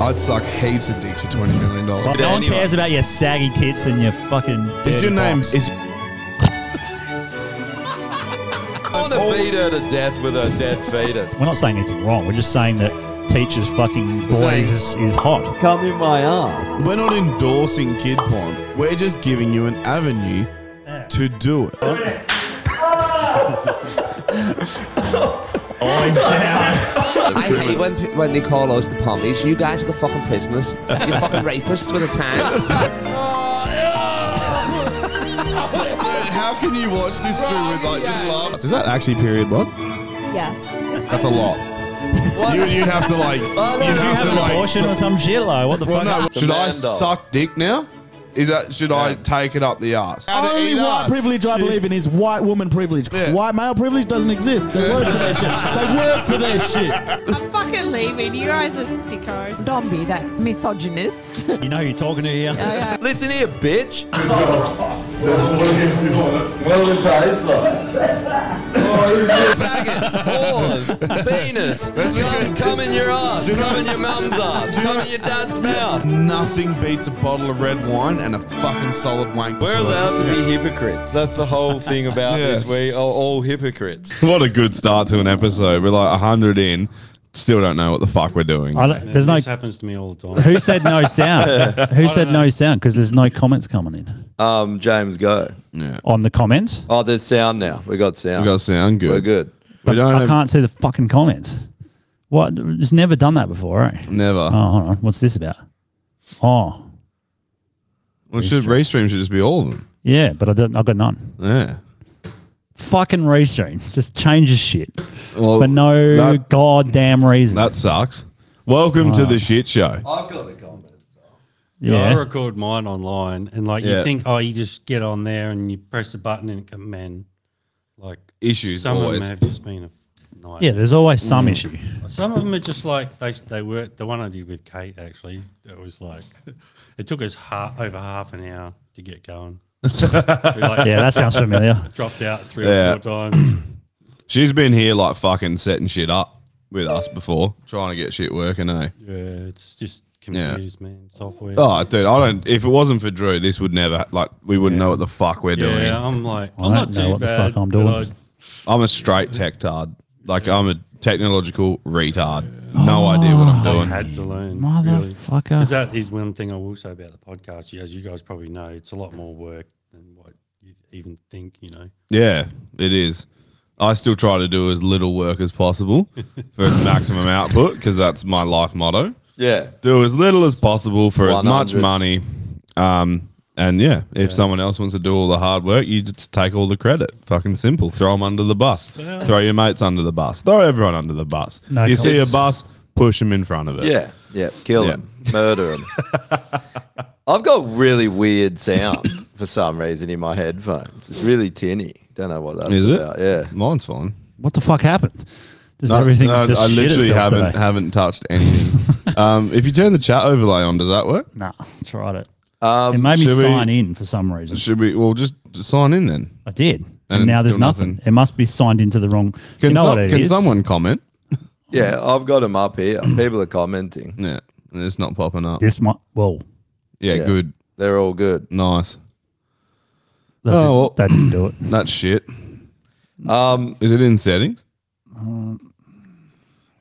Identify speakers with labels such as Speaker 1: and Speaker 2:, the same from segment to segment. Speaker 1: I'd suck heaps of dicks for twenty million dollars.
Speaker 2: no one
Speaker 3: anyway.
Speaker 2: cares about your saggy tits and your fucking.
Speaker 4: Is
Speaker 2: dirty
Speaker 4: your name?
Speaker 2: box.
Speaker 4: Is
Speaker 3: I want to beat her to death with her dead fetus.
Speaker 2: We're not saying anything wrong. We're just saying that teachers fucking boys
Speaker 1: saying-
Speaker 2: is, is hot.
Speaker 5: Come in my ass.
Speaker 4: we're not endorsing kid porn. We're just giving you an avenue to do it.
Speaker 2: Always down.
Speaker 5: I hate when, pe- when they call us the pommies. You guys are the fucking prisoners. You're fucking rapists with a tan.
Speaker 4: How can you watch this through with like just laugh? Is that actually period blood?
Speaker 6: Yes.
Speaker 4: That's a lot. you, you'd have to like.
Speaker 2: Did
Speaker 4: you'd
Speaker 2: you
Speaker 4: have
Speaker 2: have
Speaker 4: to
Speaker 2: an
Speaker 4: like.
Speaker 2: abortion or some shit? Like, what the
Speaker 4: Well,
Speaker 2: fuck?
Speaker 4: no,
Speaker 3: It's a
Speaker 4: should I
Speaker 3: man doll.
Speaker 4: suck dick now? Is that should I take it up the ass?
Speaker 7: Only white privilege I believe in is white woman privilege.
Speaker 4: Yeah.
Speaker 7: White male privilege doesn't exist. They work for their shit. They work for their shit.
Speaker 8: I'm fucking leaving. You guys are sickos.
Speaker 6: Don't be that misogynist.
Speaker 2: You know who you're talking to here.
Speaker 3: Listen here, bitch. Faggots, whores, penis. Come, come in your ass. Come in your mum's ass. Come in your dad's mouth.
Speaker 4: Nothing beats a bottle of red wine and a fucking solid wank.
Speaker 3: We're allowed to be hypocrites. That's the whole thing about
Speaker 4: Yeah.
Speaker 3: this. We are all hypocrites.
Speaker 4: What a good start to an episode. We're like hundred in, still don't know what the fuck we're doing.
Speaker 2: I don't, there's no.
Speaker 9: This happens to me all the time.
Speaker 2: Who said no sound? Who said no sound? Because there's no comments coming in
Speaker 3: Um, James, go.
Speaker 2: on the comments.
Speaker 3: Oh, there's sound now. We got sound.
Speaker 4: We got sound good.
Speaker 3: We're good.
Speaker 4: We don't
Speaker 2: I
Speaker 4: have-
Speaker 2: can't see the fucking comments. What? It's never done that before, right?
Speaker 4: never.
Speaker 2: Oh, hold on. What's this about? Oh,
Speaker 4: Well, should restream should just be all of them.
Speaker 2: yeah, but I don't. I got none.
Speaker 4: Yeah.
Speaker 2: Fucking restream just changes shit
Speaker 4: Well,
Speaker 2: for no
Speaker 4: that-
Speaker 2: goddamn reason.
Speaker 4: That sucks. Welcome to the shit show.
Speaker 3: I've got the comment.
Speaker 9: Yeah. I
Speaker 2: yeah,
Speaker 9: record mine online, and like
Speaker 4: Yeah.
Speaker 9: you think, oh, you just get on there and you press the button, and it can, man, like
Speaker 4: Issues
Speaker 9: Some
Speaker 4: always.
Speaker 9: of them have just been a night.
Speaker 2: yeah. There's always some
Speaker 4: Mm.
Speaker 2: issue.
Speaker 9: Some of them are just like they they were the one I did with Kate actually. It was like it took us ha- over half an hour to get going. we like
Speaker 2: Yeah, that sounds familiar.
Speaker 9: dropped out three
Speaker 4: Yeah.
Speaker 9: or four times.
Speaker 4: She's been here like fucking setting shit up with us before, trying to get shit working, eh?
Speaker 9: yeah, it's just computers, man, software.
Speaker 4: Oh, dude, I don't. If it wasn't for Drew, this would never like we wouldn't know what the fuck we're
Speaker 9: yeah,
Speaker 4: doing.
Speaker 9: I'm like
Speaker 2: I don't
Speaker 9: I'm not
Speaker 2: know
Speaker 9: too
Speaker 2: what the
Speaker 9: bad.
Speaker 2: fuck I'm
Speaker 9: but
Speaker 2: doing.
Speaker 9: I'd-
Speaker 4: I'm a straight tectard. Like I'm a technological retard.
Speaker 2: Oh,
Speaker 4: No idea what I'm
Speaker 9: I
Speaker 4: doing.
Speaker 9: had to learn. really.
Speaker 2: Motherfucker.
Speaker 9: Because that is one thing I will say about the podcast. As you guys probably know, it's a lot more work than what you even think. You know,
Speaker 4: Yeah, it is. I still try to do as little work as possible for maximum output because that's my life motto.
Speaker 3: Yeah.
Speaker 4: Do as little as possible for as much
Speaker 3: 100.
Speaker 4: money. Um, and yeah, if someone else wants to do all the hard work, you just take all the credit. Fucking simple. Throw them under the bus. Throw your mates under the bus. Throw everyone under the bus.
Speaker 2: No
Speaker 4: you see a
Speaker 2: comments.
Speaker 4: bus, push them in front of it.
Speaker 3: Yeah. Yeah. Kill
Speaker 4: Yeah.
Speaker 3: him. Murder him. I've got really weird sound for some reason in my headphones. It's really tinny. Don't know what that's
Speaker 4: Is it?
Speaker 3: about. Yeah.
Speaker 4: Mine's fine.
Speaker 2: What the fuck happened? Just everything
Speaker 4: No,
Speaker 2: just
Speaker 4: I
Speaker 2: shit
Speaker 4: literally
Speaker 2: itself
Speaker 4: haven't
Speaker 2: today.
Speaker 4: haven't touched anything. um, if you turn the chat overlay on, does that work?
Speaker 2: Nah, tried it. it made me
Speaker 4: Um, should we-
Speaker 2: sign in for some reason.
Speaker 4: Should we? Well, just sign in then.
Speaker 2: I did. And,
Speaker 4: it's
Speaker 2: now there's
Speaker 4: still
Speaker 2: nothing.
Speaker 4: nothing.
Speaker 2: It must be signed into the wrong.
Speaker 4: Can,
Speaker 2: you know
Speaker 4: so-
Speaker 2: what it
Speaker 4: can
Speaker 2: is?
Speaker 4: someone comment?
Speaker 3: Yeah. I've got them up here. People are commenting.
Speaker 4: Yeah, it's not popping up.
Speaker 2: This might. Well,
Speaker 4: Yeah,
Speaker 3: Yeah.
Speaker 4: good,
Speaker 3: They're all good.
Speaker 4: nice.
Speaker 2: that,
Speaker 4: Oh,
Speaker 2: did,
Speaker 4: well.
Speaker 2: that didn't do it.
Speaker 4: That's shit.
Speaker 3: Um,
Speaker 4: Is it in settings?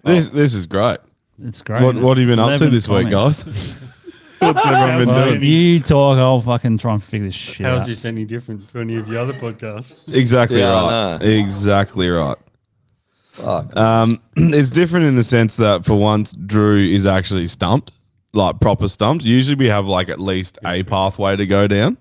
Speaker 4: This this is great.
Speaker 2: It's great.
Speaker 4: What what have you been up to
Speaker 2: 11
Speaker 4: this week,
Speaker 2: comments.
Speaker 4: guys? What's everyone
Speaker 9: Sounds
Speaker 4: been
Speaker 9: like-
Speaker 4: doing?
Speaker 2: You talk. I'll fucking try and figure this shit
Speaker 9: how's
Speaker 2: out.
Speaker 9: this any different to any of the other podcasts?
Speaker 4: Exactly
Speaker 3: Yeah, I
Speaker 4: right.
Speaker 3: know.
Speaker 4: Exactly right.
Speaker 3: Fuck.
Speaker 4: Um, it's different in the sense that for once Drew is actually stumped, like proper stumped. Usually we have like at least a pathway to go down.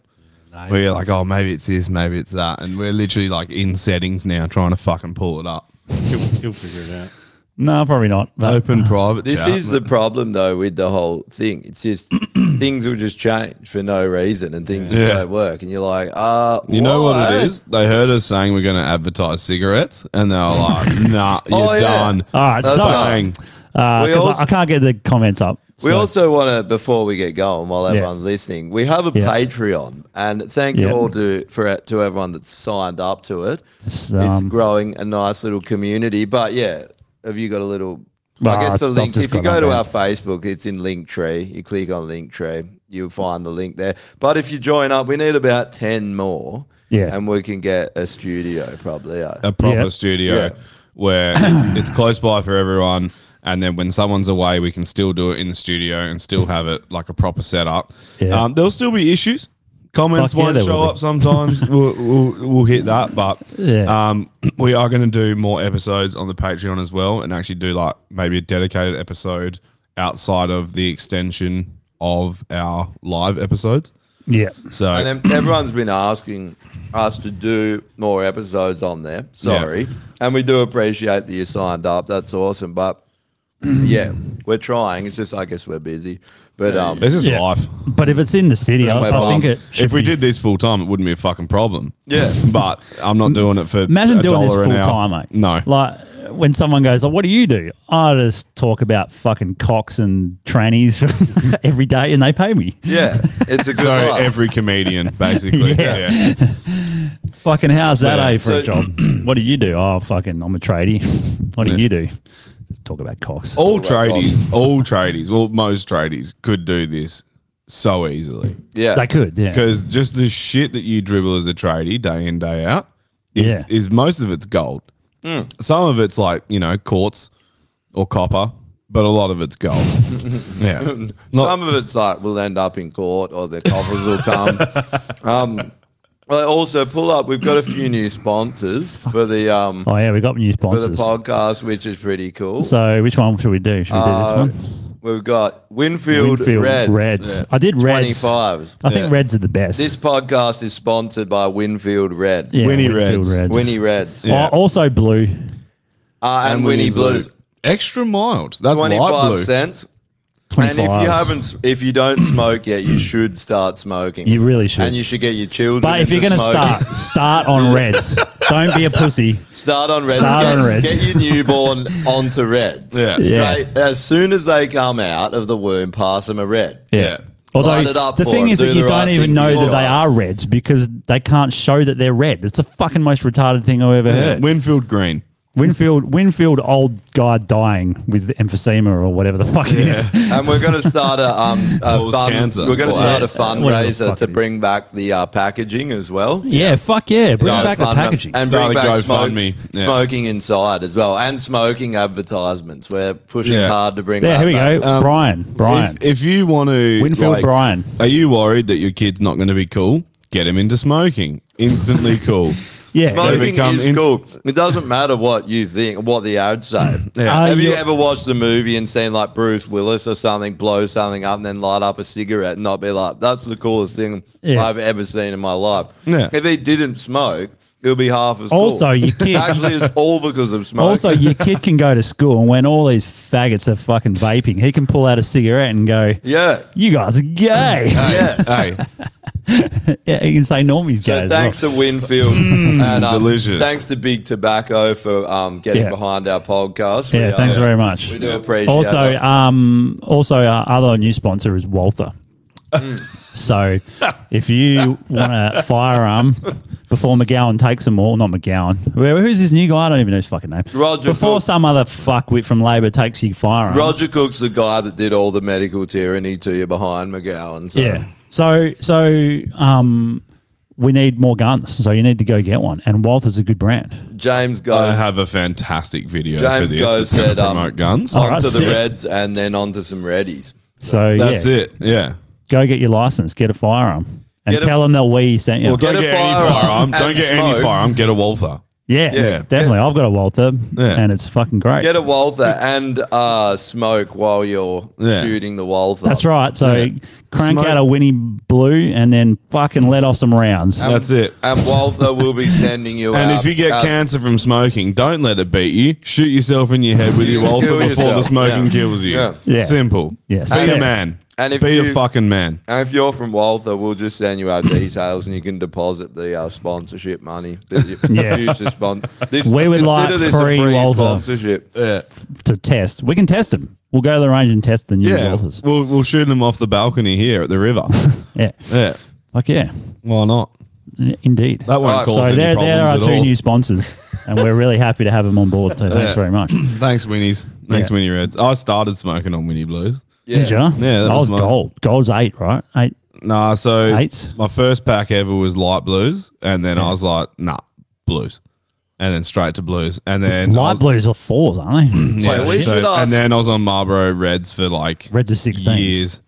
Speaker 4: We're like, oh, maybe it's this, maybe it's that, and we're literally like in settings now, trying to fucking pull it up.
Speaker 9: he'll, he'll figure it out.
Speaker 2: No, probably not. But
Speaker 4: Open private.
Speaker 3: This
Speaker 4: chat,
Speaker 3: is the problem though with the whole thing. It's just things will just change for no reason and things just
Speaker 4: Yeah.
Speaker 3: don't work. And you're like, uh
Speaker 4: You know what it is? They heard us saying we're going to advertise cigarettes, and they were like, "Nah, you're
Speaker 3: Oh, yeah.
Speaker 4: done."
Speaker 2: all right.
Speaker 3: That's
Speaker 2: so,
Speaker 3: fine.
Speaker 4: Bang.
Speaker 2: uh,
Speaker 3: We
Speaker 2: 'cause I-
Speaker 3: also-
Speaker 2: I can't get the comments up.
Speaker 3: We
Speaker 2: so-
Speaker 3: also want to, before we get going, while
Speaker 2: Yeah.
Speaker 3: everyone's listening, we have a
Speaker 2: Yeah.
Speaker 3: Patreon, and thank
Speaker 2: Yeah.
Speaker 3: you all to for to everyone that's signed up to it. It's,
Speaker 2: um,
Speaker 3: growing a nice little community, but yeah, have you got a little Well, I
Speaker 2: Ah,
Speaker 3: guess the
Speaker 2: I've
Speaker 3: link.
Speaker 2: just
Speaker 3: If you
Speaker 2: got
Speaker 3: go
Speaker 2: that
Speaker 3: to
Speaker 2: down.
Speaker 3: our Facebook, it's in Linktree. You click on Linktree, you'll find the link there. But if you join up, we need about ten more.
Speaker 2: Yeah.
Speaker 3: and we can get a studio probably. eh?
Speaker 4: a proper
Speaker 2: Yeah.
Speaker 4: studio
Speaker 3: Yeah.
Speaker 4: where it's, it's close by for everyone. And then when someone's away, we can still do it in the studio and still have it like a proper setup.
Speaker 2: Yeah.
Speaker 4: Um, there'll still be issues. Comments
Speaker 2: Fuck yeah,
Speaker 4: won't
Speaker 2: there
Speaker 4: show
Speaker 2: will
Speaker 4: up
Speaker 2: be.
Speaker 4: sometimes. we'll, we'll, we'll hit that. But
Speaker 2: Yeah.
Speaker 4: um, we are going to do more episodes on the Patreon as well and actually do like maybe a dedicated episode outside of the extension of our live episodes.
Speaker 2: Yeah.
Speaker 4: So
Speaker 3: And em- everyone's been asking us to do more episodes on there. Sorry. And we do appreciate that you signed up. That's awesome. But yeah, we're trying. It's just I guess we're busy. But um
Speaker 4: this is
Speaker 2: Yeah.
Speaker 4: life.
Speaker 2: But if it's in the city, I,
Speaker 3: That's my
Speaker 2: I think
Speaker 3: bomb.
Speaker 2: it should
Speaker 4: If we
Speaker 2: be-
Speaker 4: did this full time, it wouldn't be a fucking problem.
Speaker 3: yeah.
Speaker 4: but I'm not doing it for.
Speaker 2: Imagine
Speaker 4: a
Speaker 2: doing this
Speaker 4: dollar
Speaker 2: full
Speaker 4: an hour.
Speaker 2: time, mate.
Speaker 4: No,
Speaker 2: Like when someone goes, oh, "What do you do?" I just talk about fucking cocks and trannies every day, and they pay me.
Speaker 3: Yeah. It's a good
Speaker 4: so
Speaker 3: laugh.
Speaker 4: every comedian basically. yeah.
Speaker 2: Yeah. Fucking how's that,
Speaker 4: Yeah,
Speaker 2: eh, for
Speaker 3: so-
Speaker 2: a job? what do you do? Oh, fucking, I'm a tradie. what do
Speaker 4: Yeah. Oh,
Speaker 2: you do? Talk about cocks.
Speaker 4: All
Speaker 3: about
Speaker 4: tradies, all tradies, well, most tradies could do this so easily
Speaker 3: yeah.
Speaker 2: They could, yeah.
Speaker 4: because just the shit that you dribble as a tradie day in day out is,
Speaker 2: Yeah.
Speaker 4: is most of it's gold.
Speaker 2: Hmm.
Speaker 4: Some of it's like you know quartz or copper, but a lot of it's gold. yeah,
Speaker 3: Some of it's like we'll end up in court or the coppers will come. um, well, also pull up. We've got a few new sponsors for the um,
Speaker 2: Oh yeah, we got new
Speaker 3: for the
Speaker 2: sponsors.
Speaker 3: podcast, which is pretty cool.
Speaker 2: So which one should we do? Should we
Speaker 3: Uh,
Speaker 2: do this one?
Speaker 3: We've got Winfield,
Speaker 2: Winfield
Speaker 3: Reds.
Speaker 2: Reds. I did Reds.
Speaker 3: 25s.
Speaker 2: I think Reds are the best.
Speaker 3: This podcast is sponsored by Winfield Red.
Speaker 2: yeah,
Speaker 4: Winnie
Speaker 2: Whitfield
Speaker 4: Reds.
Speaker 3: Winnie Reds.
Speaker 2: Oh, also blue.
Speaker 3: Uh, and, Winnie, Blues.
Speaker 4: extra mild. That's light
Speaker 3: 25
Speaker 4: blue.
Speaker 3: cents.
Speaker 2: Twenty
Speaker 3: And if you
Speaker 2: five.
Speaker 3: haven't, s- if you don't smoke yet, you should start smoking.
Speaker 2: You really should.
Speaker 3: And you should get your children.
Speaker 2: But if you're
Speaker 3: into
Speaker 2: gonna
Speaker 3: smoking.
Speaker 2: start, start on Reds. Don't be a pussy.
Speaker 3: Start on red.
Speaker 2: Start
Speaker 3: get,
Speaker 2: on Reds.
Speaker 3: get your newborn onto red.
Speaker 4: Yeah.
Speaker 2: Yeah.
Speaker 3: Straight, as soon as they come out of the womb, pass them a red.
Speaker 4: Yeah.
Speaker 2: Although
Speaker 3: Line it up
Speaker 2: the
Speaker 3: for
Speaker 2: thing
Speaker 3: them,
Speaker 2: is
Speaker 3: do
Speaker 2: that
Speaker 3: the
Speaker 2: you
Speaker 3: right
Speaker 2: don't even
Speaker 3: thing
Speaker 2: know
Speaker 3: for
Speaker 2: that
Speaker 3: your
Speaker 2: they
Speaker 3: eye.
Speaker 2: are reds because they can't show that they're red. It's the fucking most retarded thing I've ever heard.
Speaker 4: Winfield green.
Speaker 2: Winfield, Winfield, old guy dying with emphysema or whatever the fuck it is.
Speaker 3: And we're going to start a um a
Speaker 4: Cause
Speaker 3: fund,
Speaker 4: cancer.
Speaker 3: We're going to
Speaker 4: Or-
Speaker 3: start a
Speaker 2: Whatever the
Speaker 3: fundraiser
Speaker 2: fuck
Speaker 3: to
Speaker 2: it is.
Speaker 3: bring back the uh, packaging as well.
Speaker 2: Yeah, fuck yeah, bring
Speaker 3: Go
Speaker 2: back the
Speaker 3: fund-
Speaker 2: packaging.
Speaker 3: and
Speaker 4: Start
Speaker 3: bring
Speaker 4: a
Speaker 3: back smoke,
Speaker 4: GoFundMe. Yeah.
Speaker 3: smoking inside as well, and smoking advertisements. We're pushing
Speaker 4: Yeah.
Speaker 3: hard to bring.
Speaker 2: there,
Speaker 3: that
Speaker 2: here we
Speaker 3: back.
Speaker 2: go, Brian, Brian,
Speaker 4: Um, If, if you want to
Speaker 2: Winfield
Speaker 4: like,
Speaker 2: Brian.
Speaker 4: are you worried that your kid's not going to be cool? Get him into smoking. Instantly cool.
Speaker 2: yeah.
Speaker 4: They
Speaker 3: Smoking
Speaker 4: become
Speaker 3: is
Speaker 4: inst-
Speaker 3: cool. It doesn't matter what you think, what the ads say.
Speaker 4: Yeah.
Speaker 2: Uh,
Speaker 3: Have you
Speaker 2: you're-
Speaker 3: ever watched a movie and seen like Bruce Willis or something blow something up and then light up a cigarette and not be like, "That's the coolest thing
Speaker 2: Yeah.
Speaker 3: I've ever seen in my life"?
Speaker 4: Yeah.
Speaker 3: If he didn't smoke, it would be half as
Speaker 2: Also,
Speaker 3: cool.
Speaker 2: your kid-
Speaker 3: Actually, it's all because of smoke.
Speaker 2: Also, your kid can go to school, and when all these faggots are fucking vaping, he can pull out a cigarette and go,
Speaker 3: yeah,
Speaker 2: "You guys are gay."
Speaker 3: yeah.
Speaker 4: hey,
Speaker 2: yeah, he can say normies
Speaker 3: So
Speaker 2: gay. as well.
Speaker 3: thanks to Winfield and um,
Speaker 4: delicious.
Speaker 3: Thanks to Big Tobacco for um, getting
Speaker 2: Yeah.
Speaker 3: behind our podcast.
Speaker 2: Yeah,
Speaker 3: We, uh,
Speaker 2: thanks very much.
Speaker 3: We do appreciate
Speaker 2: also,
Speaker 3: that.
Speaker 2: um, also our other new sponsor is Walther.
Speaker 3: Mm.
Speaker 2: so, if you want a firearm before McGowan takes them all, not McGowan, whoever, who's this new guy? I don't even know his fucking name.
Speaker 3: Roger
Speaker 2: Before
Speaker 3: Cook.
Speaker 2: some other fuckwit from Labor takes your firearm.
Speaker 3: Roger Cook's the guy that did all the medical tyranny to you behind McGowan. So.
Speaker 2: Yeah. So, so um, we need more guns. So you need to go get one. And Walther's a good brand.
Speaker 3: James
Speaker 4: I
Speaker 3: goes
Speaker 4: have a fantastic video for
Speaker 3: James
Speaker 4: this.
Speaker 3: Goh
Speaker 4: that's gonna
Speaker 3: said, um,
Speaker 4: promote guns.
Speaker 2: Oh,
Speaker 3: onto
Speaker 2: Alright,
Speaker 3: the
Speaker 2: sick.
Speaker 3: Reds and then onto some Reddies.
Speaker 2: So
Speaker 4: that's
Speaker 2: yeah,
Speaker 4: it. Yeah.
Speaker 2: Go get your license. Get a firearm. And
Speaker 3: Get a-
Speaker 2: tell them that we sent you.
Speaker 4: Well,
Speaker 3: Get
Speaker 4: don't
Speaker 3: a
Speaker 4: get any
Speaker 3: firearm
Speaker 4: firearm.
Speaker 3: and
Speaker 4: Don't get
Speaker 3: smoke.
Speaker 4: any firearm. Get a Walther.
Speaker 2: Yes,
Speaker 3: Yeah.
Speaker 2: definitely. I've got a Walther,
Speaker 4: Yeah.
Speaker 2: and it's fucking great.
Speaker 3: Get a Walther and uh, smoke while you're
Speaker 4: Yeah.
Speaker 3: shooting the Walther.
Speaker 2: That's right. So
Speaker 4: Yeah.
Speaker 2: crank
Speaker 4: Smoke.
Speaker 2: out a Winnie Blue, and then fucking let off some rounds.
Speaker 3: Um,
Speaker 4: That's it.
Speaker 3: And Walther will be sending you
Speaker 4: And
Speaker 3: out-
Speaker 4: if you get
Speaker 3: out-
Speaker 4: cancer from smoking, don't let it beat you. Shoot yourself in your head with your Walther
Speaker 3: Kill
Speaker 4: before the
Speaker 3: yourself.
Speaker 4: smoking
Speaker 3: Yeah.
Speaker 4: kills you.
Speaker 3: Yeah.
Speaker 2: Yeah.
Speaker 4: Simple.
Speaker 2: Yes.
Speaker 4: Be
Speaker 2: And
Speaker 4: a
Speaker 2: if-
Speaker 4: man.
Speaker 3: and if
Speaker 4: Be a
Speaker 3: you-
Speaker 4: fucking man.
Speaker 3: And if you're from Walther, we'll just send you our details and you can deposit the uh, sponsorship money. that you-
Speaker 2: Yeah.
Speaker 3: future spon- this,
Speaker 2: We would
Speaker 3: consider
Speaker 2: like
Speaker 3: this a
Speaker 2: free Walther.
Speaker 3: sponsorship.
Speaker 4: Yeah.
Speaker 2: to test, we can test them. We'll go to the range and test the new
Speaker 4: Yeah.
Speaker 2: Walthers.
Speaker 4: We'll, we'll shoot them off the balcony here at the river.
Speaker 2: Yeah,
Speaker 4: yeah.
Speaker 2: like yeah,
Speaker 4: Why not?
Speaker 2: indeed.
Speaker 4: That won't
Speaker 3: Alright,
Speaker 4: cause
Speaker 2: so
Speaker 4: any
Speaker 2: there,
Speaker 4: problems
Speaker 2: there are
Speaker 4: at
Speaker 2: two
Speaker 4: all.
Speaker 2: new sponsors. and we're really happy to have him on board. So thanks very much.
Speaker 4: Thanks, Winnie's. Thanks,
Speaker 2: Yeah.
Speaker 4: Winnie Reds. I started smoking on Winnie Blues.
Speaker 2: Did you? Yeah,
Speaker 4: that
Speaker 2: I
Speaker 4: was
Speaker 2: was
Speaker 4: mine.
Speaker 2: gold. Gold's eight, right? Eight.
Speaker 4: Nah, so
Speaker 2: Eights?
Speaker 4: my first pack ever was light blues, and then I was like, nah, blues, and then straight to blues, and then I
Speaker 2: Light
Speaker 4: was-
Speaker 2: blues are fours, aren't they?
Speaker 4: Yeah,
Speaker 3: Wait, we should ask-
Speaker 4: and then I was on Marlboro Reds for like
Speaker 2: Reds are 16s.
Speaker 4: years,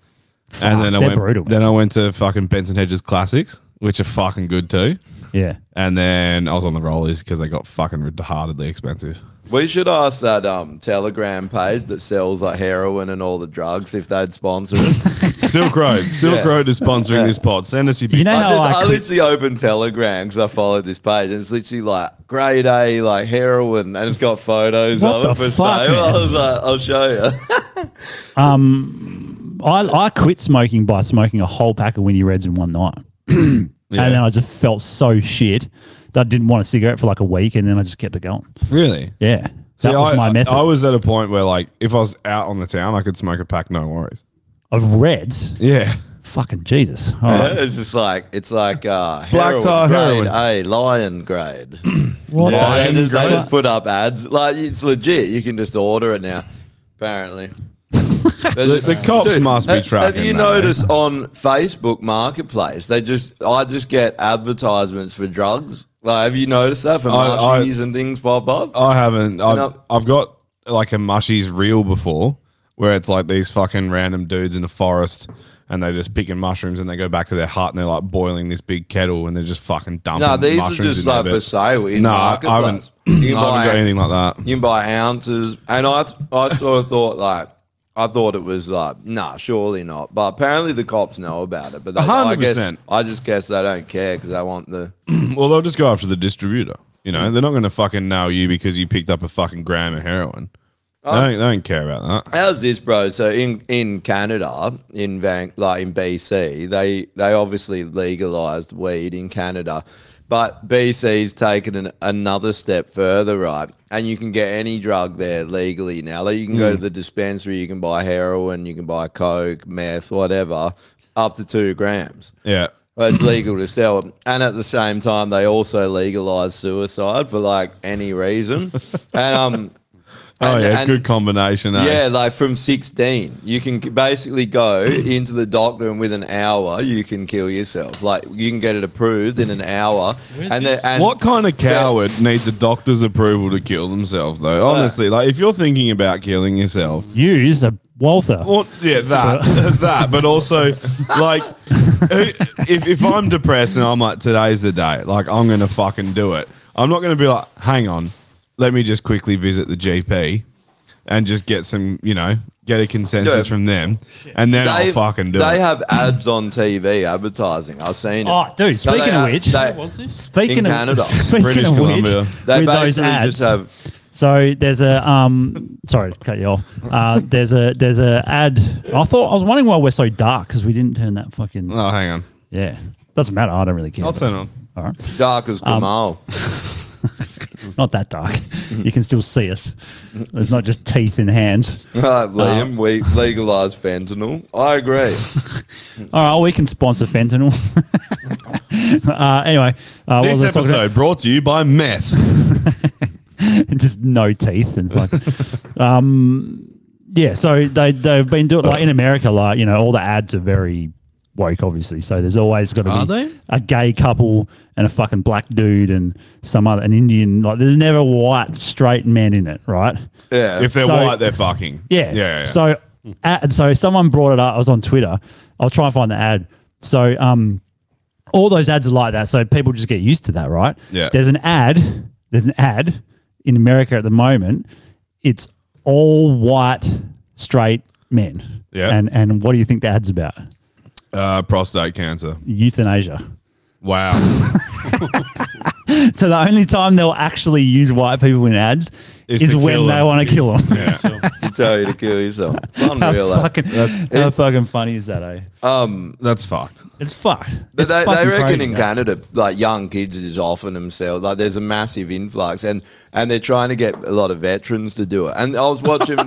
Speaker 4: and then I
Speaker 2: they're
Speaker 4: went.
Speaker 2: brutal.
Speaker 4: Then I went to fucking Benson Hedges Classics, which are fucking good too.
Speaker 2: yeah.
Speaker 4: And then I was on the rollies because they got fucking retardedly expensive.
Speaker 3: We should ask that um, Telegram page that sells like heroin and all the drugs if they'd sponsor it.
Speaker 4: Silk Road, Silk
Speaker 3: Yeah.
Speaker 4: Road is sponsoring this pod. Send us your big
Speaker 2: You know
Speaker 3: I,
Speaker 2: how
Speaker 3: just,
Speaker 2: Oh, I
Speaker 3: I
Speaker 2: could-
Speaker 3: literally opened Telegram because I followed this page and it's literally like grade A like heroin and it's got photos
Speaker 2: What
Speaker 3: of it
Speaker 2: the
Speaker 3: for
Speaker 2: fuck,
Speaker 3: sale.
Speaker 2: man?
Speaker 3: I was like, I'll show you.
Speaker 2: I, I quit smoking by smoking a whole pack of Winnie Reds in one night. And then I just felt so shit that I didn't want a cigarette for like a week and then I just kept it going.
Speaker 4: really?
Speaker 2: Yeah. That
Speaker 4: See,
Speaker 2: was
Speaker 4: I,
Speaker 2: my method
Speaker 4: I was at a point where, like, if I was out on the town, I could smoke a pack, no worries.
Speaker 2: of Reds.
Speaker 4: Yeah.
Speaker 2: Fucking Jesus. All right.
Speaker 3: It's just like it's like uh,
Speaker 4: Uh-huh. Black
Speaker 3: heroin
Speaker 4: tar
Speaker 3: grade
Speaker 4: heroin.
Speaker 3: A lion grade.
Speaker 2: What
Speaker 3: Yeah,
Speaker 2: the-
Speaker 3: they, just, they just put up ads. Like it's legit. You can just order it now. Apparently,
Speaker 4: The, the cops must be
Speaker 3: Have-
Speaker 4: tracking.
Speaker 3: Have you
Speaker 4: that, eh?
Speaker 3: noticed on Facebook Marketplace, they just I just get advertisements for drugs. Like, have you noticed that for
Speaker 4: I- I-
Speaker 3: mushies and things pop up?
Speaker 4: I haven't. I've,
Speaker 3: No.
Speaker 4: I've got like a mushies reel before where it's like these fucking random dudes in a forest and they're just picking mushrooms and they go back to their hut and they're like boiling this big kettle and they're just fucking dumping
Speaker 3: no, these are
Speaker 4: mushrooms
Speaker 3: just
Speaker 4: in there,
Speaker 3: like for
Speaker 4: but-
Speaker 3: sale in
Speaker 4: No, I I haven't,
Speaker 3: Marketplace.
Speaker 4: I haven't
Speaker 3: You can buy-
Speaker 4: got anything like that.
Speaker 3: You can buy ounces, and I I sort of thought like I thought it was like nah, surely not. But apparently the cops know about it. But they, I guess
Speaker 4: 100%.
Speaker 3: I just guess they don't care because they want the
Speaker 4: Well, they'll just go after the distributor. You know, they're not going to fucking nail you because you picked up a fucking gram of heroin. they,
Speaker 3: Oh.
Speaker 4: don't, they don't care about that.
Speaker 3: How's this, bro? So in in Canada, in Van, like in BC, they they obviously legalized weed in Canada, but BC's taken an, another step further, right? And you can get any drug there legally now. Like you can go to the dispensary, you can buy heroin, you can buy coke, meth, whatever, up to two grams.
Speaker 4: Yeah.
Speaker 3: Well, it's legal to sell. And at the same time, they also legalize suicide for like any reason. And um.
Speaker 4: Oh,
Speaker 3: and-
Speaker 4: yeah.
Speaker 3: and-
Speaker 4: good combination. Eh?
Speaker 3: yeah, like from 16, you can c- basically go into the doctor and within an hour you can kill yourself. Like you can get it approved in an hour. And, the, and
Speaker 4: what kind of coward needs a doctor's approval to kill themselves, though? Honestly, like if you're thinking about killing yourself,
Speaker 2: Use a Walther.
Speaker 4: well, yeah, that, that, but also, like, who- if if I'm depressed and I'm like, today's the day, like I'm gonna fucking do it. I'm not gonna be like, hang on, let me just quickly visit the GP and just get some, you know, get a consensus
Speaker 3: Yeah.
Speaker 4: from them, and then I'll fucking do
Speaker 3: They
Speaker 4: it.
Speaker 3: have ads on TV advertising. I've seen it.
Speaker 2: Oh, dude,
Speaker 3: So they
Speaker 2: speaking of
Speaker 3: have-
Speaker 2: which-
Speaker 3: they-
Speaker 9: was this?
Speaker 2: Speaking
Speaker 3: in
Speaker 2: of
Speaker 3: Canada.
Speaker 2: speaking
Speaker 4: British
Speaker 2: of
Speaker 4: Columbia.
Speaker 2: which,
Speaker 3: they
Speaker 2: with those
Speaker 3: basically
Speaker 2: ads,
Speaker 3: just have
Speaker 2: So there's a um sorry to cut you off. Uh, there's a there's a ad. I thought I was wondering why we're so dark because we didn't turn that fucking
Speaker 4: oh, hang on,
Speaker 2: yeah. Doesn't matter. I don't really care.
Speaker 4: I'll
Speaker 2: but-
Speaker 4: turn it on.
Speaker 2: All right,
Speaker 3: dark as
Speaker 4: Um,
Speaker 3: Kamal.
Speaker 2: not that dark. you can still see us. It's not just teeth and hands.
Speaker 3: Right,
Speaker 4: um,
Speaker 3: Liam, we legalize fentanyl. I agree.
Speaker 2: All right, oh, we can sponsor fentanyl. uh, anyway, uh, what
Speaker 4: This
Speaker 2: was I talking about?
Speaker 4: episode brought to you by meth.
Speaker 2: just no teeth and like um yeah so they they've been doing like in america like you know all the ads are very woke obviously so there's always got to
Speaker 1: Are
Speaker 2: be
Speaker 1: they?
Speaker 2: a gay couple and a fucking black dude and some other an indian like there's never a white straight man in it right
Speaker 3: Yeah.
Speaker 4: If they're
Speaker 2: So-
Speaker 4: white, they're fucking.
Speaker 2: yeah.
Speaker 4: yeah. yeah.
Speaker 2: So, ad, so someone brought it up. I was on Twitter. I'll try and find the ad. So, um, all those ads are like that. So people just get used to that, right?
Speaker 4: Yeah.
Speaker 2: There's an ad. There's an ad in America at the moment. It's all white, straight men.
Speaker 4: Yeah.
Speaker 2: And and what do you think the ad's about?
Speaker 4: uh, prostate cancer.
Speaker 2: Euthanasia.
Speaker 4: Wow.
Speaker 2: So the only time they'll actually use white people in ads
Speaker 4: Is
Speaker 2: is,
Speaker 4: to
Speaker 2: when
Speaker 4: kill
Speaker 2: they
Speaker 4: them.
Speaker 2: want to kill them.
Speaker 4: Yeah.
Speaker 3: to tell you to kill yourself. It's
Speaker 2: How,
Speaker 3: Unreal. eh?
Speaker 2: fucking, how fucking funny is that, eh?
Speaker 4: That's fucked.
Speaker 2: It's fucked.
Speaker 3: But
Speaker 2: It's
Speaker 3: they, they
Speaker 2: fucking
Speaker 3: reckon
Speaker 2: crazy,
Speaker 3: in
Speaker 2: eh?
Speaker 3: Canada, like young kids are just offering themselves. Like there's a massive influx, and and they're trying to get a lot of veterans to do it. And I was watching.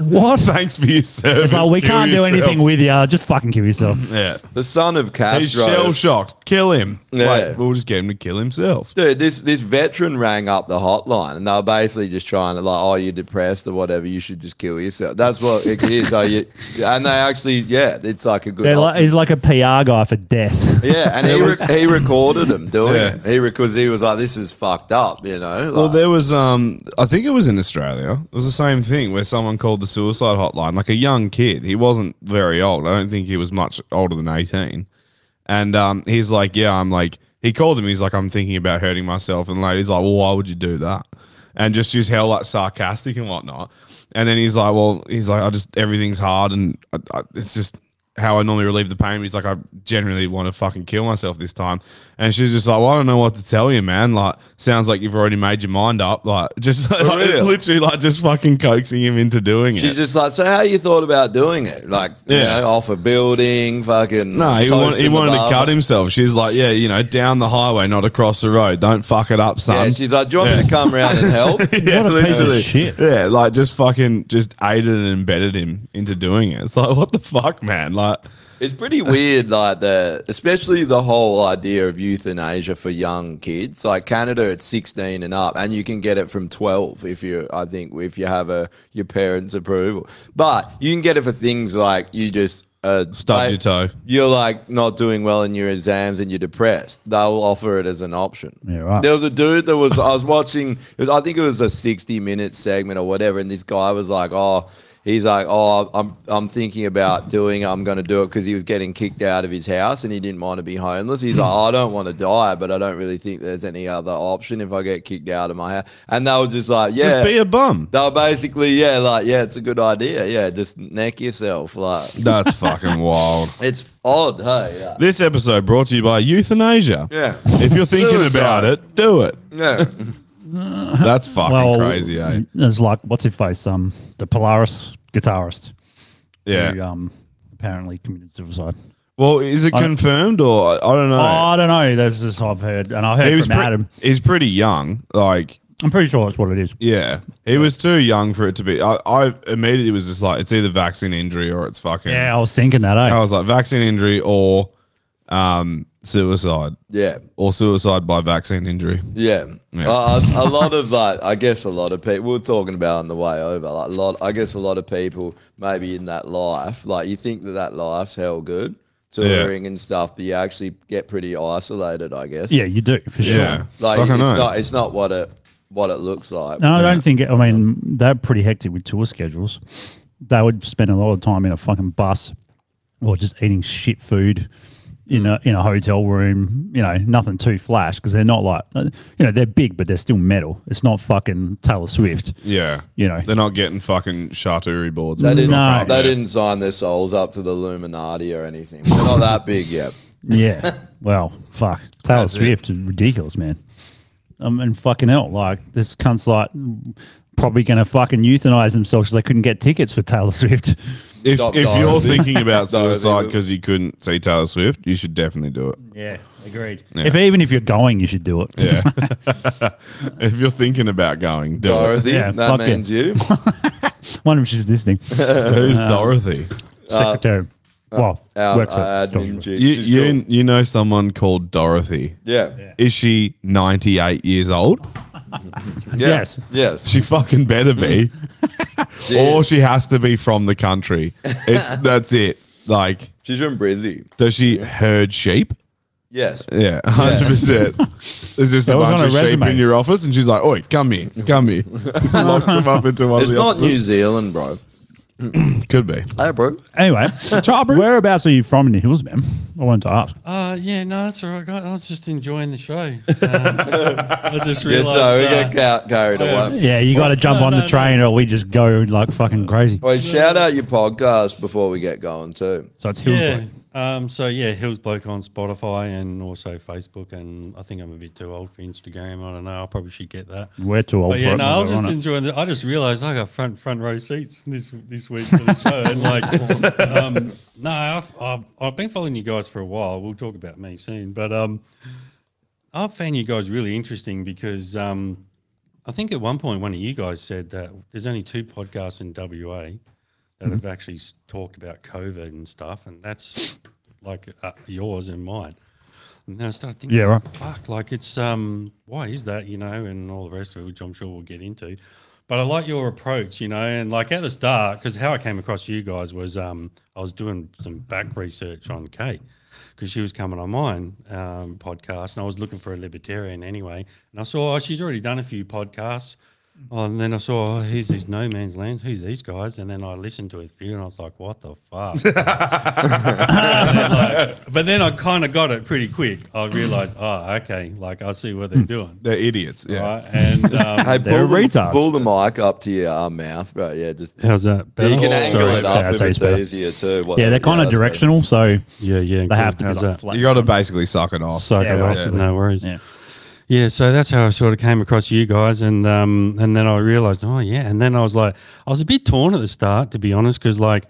Speaker 4: What? Thanks for your service.
Speaker 2: It's like, we
Speaker 4: Kill
Speaker 2: can't do
Speaker 4: yourself."
Speaker 2: anything with you. Just fucking kill yourself.
Speaker 4: Yeah.
Speaker 3: The son of
Speaker 4: He's
Speaker 3: Castro.
Speaker 4: shell shocked. Kill him.
Speaker 3: Yeah.
Speaker 4: Like, we'll just get him to kill himself.
Speaker 3: Dude, this this veteran rang up the hotline and they were basically just trying to like, oh, you're depressed or whatever. You should just kill yourself. That's what it is. Are you? And they actually, yeah, it's like a good.
Speaker 2: They're like,
Speaker 3: option.
Speaker 2: he's like a PR guy for death.
Speaker 3: yeah, and he re- he recorded him doing
Speaker 4: Yeah.
Speaker 3: it. He because he was like, this is fucked up, you know. Like,
Speaker 4: Well, there was, um, I think it was in Australia. It was the same thing where someone called the suicide hotline, like a young kid. He wasn't very old. I don't think he was much older than 18. And um, he's like, Yeah, I'm like, he called him. He's like, I'm thinking about hurting myself. And the lady's like, Well, why would you do that? And just use hell like sarcastic and whatnot. And then he's like, Well, he's like, I just, everything's hard. And I, I, it's just how I normally relieve the pain. He's like, I genuinely want to fucking kill myself this time. And she's just like, Well, I don't know what to tell you, man. Like, sounds like you've already made your mind up. Like, just like,
Speaker 3: real?
Speaker 4: literally, like, just fucking coaxing him into doing it.
Speaker 3: She's just like, so how you thought about doing it? Like,
Speaker 4: Yeah.
Speaker 3: you know, off a building, fucking.
Speaker 4: No, he,
Speaker 3: toast
Speaker 4: want, he
Speaker 3: in the
Speaker 4: wanted to
Speaker 3: barber.
Speaker 4: cut himself. She's like, yeah, you know, down the highway, not across the road. Don't fuck it up,
Speaker 3: Yeah,
Speaker 4: son.
Speaker 3: she's like, do you want me to come round and help?
Speaker 4: Yeah,
Speaker 2: What a piece of
Speaker 4: literally.
Speaker 2: shit.
Speaker 4: Yeah, like just fucking just aided and embedded him into doing it. It's like, what the fuck, man? Like,
Speaker 3: It's pretty weird, like the especially the whole idea of euthanasia for young kids. Like Canada, it's sixteen and up, and you can get it from twelve if you, I think, if you have a your parents' approval. But you can get it for things like you just uh,
Speaker 4: Stubbed your toe.
Speaker 3: You're like not doing well in your exams and you're depressed. They'll offer it as an option.
Speaker 2: Yeah, right.
Speaker 3: There was a dude that was I was watching. It was, I think it was a sixty minute segment or whatever, and this guy was like, "Oh, he's like, oh, I'm I'm thinking about doing. it. I'm going to do it because he was getting kicked out of his house and he didn't want to be homeless. He's like, I don't want to die, but I don't really think there's any other option if I get kicked out of my house. And they were just like, yeah.
Speaker 4: just be a bum.
Speaker 3: they were basically, yeah, like, yeah, it's a good idea. Yeah, just neck yourself. Like,
Speaker 4: That's fucking wild.
Speaker 3: it's odd, hey? Yeah.
Speaker 4: This episode brought to you by euthanasia.
Speaker 3: Yeah.
Speaker 4: If you're thinking
Speaker 3: Suicide.
Speaker 4: about it, do it.
Speaker 3: Yeah.
Speaker 4: That's fucking
Speaker 2: Mm-hmm. Well,
Speaker 4: crazy, eh?
Speaker 2: It's like what's his face? Um, the Polaris guitarist. Who,
Speaker 4: Yeah.
Speaker 2: um, apparently committed suicide.
Speaker 4: Well, is it
Speaker 2: I-
Speaker 4: confirmed or I I don't know?
Speaker 2: Oh, I don't know. That's just I've heard, and I heard
Speaker 4: he was
Speaker 2: from
Speaker 4: pre-
Speaker 2: Adam.
Speaker 4: he's pretty young. Like,
Speaker 2: I'm pretty sure that's what it is.
Speaker 4: Yeah, he was too young for it to be. I, I immediately was just like, it's either vaccine injury or it's fucking.
Speaker 2: Yeah, I was thinking that. Eh?
Speaker 4: I was like, vaccine injury or um, suicide
Speaker 3: Yeah.
Speaker 4: or suicide by vaccine injury.
Speaker 3: Yeah,
Speaker 4: Yeah.
Speaker 3: Uh, a, a lot of like, I guess a lot of people. We were talking about on the way over. Like a lot, I guess a lot of people maybe in that life, like you think that that life's hell good, touring and stuff, but you actually get pretty isolated. I guess.
Speaker 2: yeah, you do for sure.
Speaker 4: Yeah.
Speaker 3: like
Speaker 4: Fucking
Speaker 3: it's
Speaker 4: know.
Speaker 3: not. It's not what it what it looks like.
Speaker 2: And I don't think. I mean, they're pretty hectic with tour schedules. They would spend a lot of time in a fucking bus, or just eating shit food in a in a hotel room. You know, nothing too flash because they're not like uh, you know they're big, but they're still metal. It's not fucking Taylor Swift.
Speaker 4: Yeah.
Speaker 2: You know.
Speaker 4: They're not getting fucking charcuterie boards.
Speaker 3: They didn't.
Speaker 2: No.
Speaker 3: They didn't sign their souls up to the Illuminati or anything. They're not that big yet.
Speaker 2: Yeah. well, fuck. Taylor
Speaker 3: That's it.
Speaker 2: Swift is ridiculous, man. I mean, fucking hell. Like, this cunt's like probably going to fucking euthanize themselves because they couldn't get tickets for Taylor Swift.
Speaker 4: If,
Speaker 3: Stop
Speaker 4: if
Speaker 3: dying.
Speaker 4: you're thinking about
Speaker 3: Dying.
Speaker 4: suicide because you couldn't see Taylor Swift, you should definitely do it.
Speaker 2: Yeah, agreed. If even if you're going, you should do it.
Speaker 4: Yeah. if you're thinking about going, do it.
Speaker 3: Dorothy,
Speaker 2: Yeah,
Speaker 3: that
Speaker 2: fuck it.
Speaker 3: means you.
Speaker 2: Wonder if she's listening.
Speaker 3: Uh,
Speaker 4: Who's Dorothy?
Speaker 2: Secretary. well,
Speaker 3: Our,
Speaker 2: works
Speaker 3: our
Speaker 2: at
Speaker 3: admin
Speaker 2: Dodgebrook.
Speaker 3: chick.
Speaker 4: You,
Speaker 3: She's
Speaker 4: you,
Speaker 3: cool.
Speaker 4: you know someone called Dorothy.
Speaker 3: yeah.
Speaker 4: Is she 98 years old?
Speaker 2: Yes.
Speaker 3: Yes.
Speaker 4: She fucking better be. or she has to be from the country. It's that's it. Like,
Speaker 3: She's from Brizzy.
Speaker 4: does she herd sheep?
Speaker 3: Yes.
Speaker 4: Yeah, hundred percent. There's just
Speaker 2: That
Speaker 4: a
Speaker 2: was
Speaker 4: bunch
Speaker 2: on
Speaker 4: of
Speaker 2: her
Speaker 4: sheep
Speaker 2: resume.
Speaker 4: in your office, and she's like, "Oi, come here, come here." Locks them up into one
Speaker 3: It's
Speaker 4: of the
Speaker 3: not New
Speaker 4: offices.
Speaker 3: Zealand, bro.
Speaker 4: Could be.
Speaker 3: Hey, bro.
Speaker 2: Anyway, whereabouts are you from in the hills, man? I wanted to ask.
Speaker 9: Uh, yeah, no, that's all right. guys. I was just enjoying the show. Um, I just
Speaker 3: Yeah,
Speaker 9: realized.
Speaker 3: so we
Speaker 9: uh,
Speaker 3: get ca- carried
Speaker 9: yeah.
Speaker 3: away.
Speaker 2: Yeah, you got to jump
Speaker 9: No,
Speaker 2: on
Speaker 9: no,
Speaker 2: the train or we just go like fucking crazy.
Speaker 3: Wait, shout out your podcast before we get going too.
Speaker 2: So it's hills.
Speaker 9: yeah.
Speaker 2: bloke.
Speaker 9: Um, so yeah, Hills Bloke on Spotify and also Facebook, and I think I'm a bit too old for Instagram. I don't know. I probably should get that.
Speaker 2: We're too old
Speaker 9: But
Speaker 2: for
Speaker 9: Oh, yeah,
Speaker 2: it.
Speaker 9: no, I was
Speaker 2: We're on
Speaker 9: just
Speaker 2: it.
Speaker 9: enjoying. The, I just realised I got front front row seats this this week for the show, and like, um, no, I've, I've, I've been following you guys for a while. We'll talk about me soon, but um, I found you guys really interesting because um, I think at one point one of you guys said that there's only two podcasts in WA
Speaker 2: Mm-hmm.
Speaker 9: that have actually s- talked about COVID and stuff, and that's like uh, yours and mine. And then I started thinking,
Speaker 2: Yeah, right.
Speaker 9: fuck, like it's um, why is that, you know, and all the rest of it, which I'm sure we'll get into. But I like your approach, you know, and like at the start, because how I came across you guys was um, I was doing some back research on Kate because she was coming on mine um, podcast, and I was looking for a libertarian anyway, and I saw oh, she's already done a few podcasts. Oh, and then I saw, oh, here's these no man's lands. Who's these guys? And then I listened to a few, and I was like, what the fuck? but then I kind of got it pretty quick. I realized, oh, okay, like I see what they're doing.
Speaker 4: They're idiots. Yeah.
Speaker 9: Right? And um,
Speaker 3: Hmm. Hey,
Speaker 2: They're
Speaker 3: pull the,
Speaker 2: retards.
Speaker 3: pull the mic up to your uh, mouth, bro. Yeah, just
Speaker 9: how's that?
Speaker 3: you can
Speaker 9: Oh,
Speaker 3: angle
Speaker 9: sorry.
Speaker 3: it up
Speaker 2: Yeah,
Speaker 3: if
Speaker 2: so it's
Speaker 3: it's
Speaker 2: better.
Speaker 3: easier too.
Speaker 2: Yeah, they're
Speaker 3: whatever.
Speaker 2: kind of
Speaker 3: that's better.
Speaker 2: directional, so
Speaker 9: Yeah, yeah.
Speaker 2: they have to be
Speaker 9: How's
Speaker 2: like
Speaker 9: that?
Speaker 2: flat.
Speaker 4: You got to basically suck it off.
Speaker 9: Suck
Speaker 2: Yeah,
Speaker 9: it
Speaker 2: right.
Speaker 9: off,
Speaker 2: Yeah.
Speaker 9: no worries.
Speaker 2: Yeah.
Speaker 9: Yeah, so that's how I sort of came across you guys, and um, and then I realized, oh yeah, and then I was like, I was a bit torn at the start, to be honest, because like,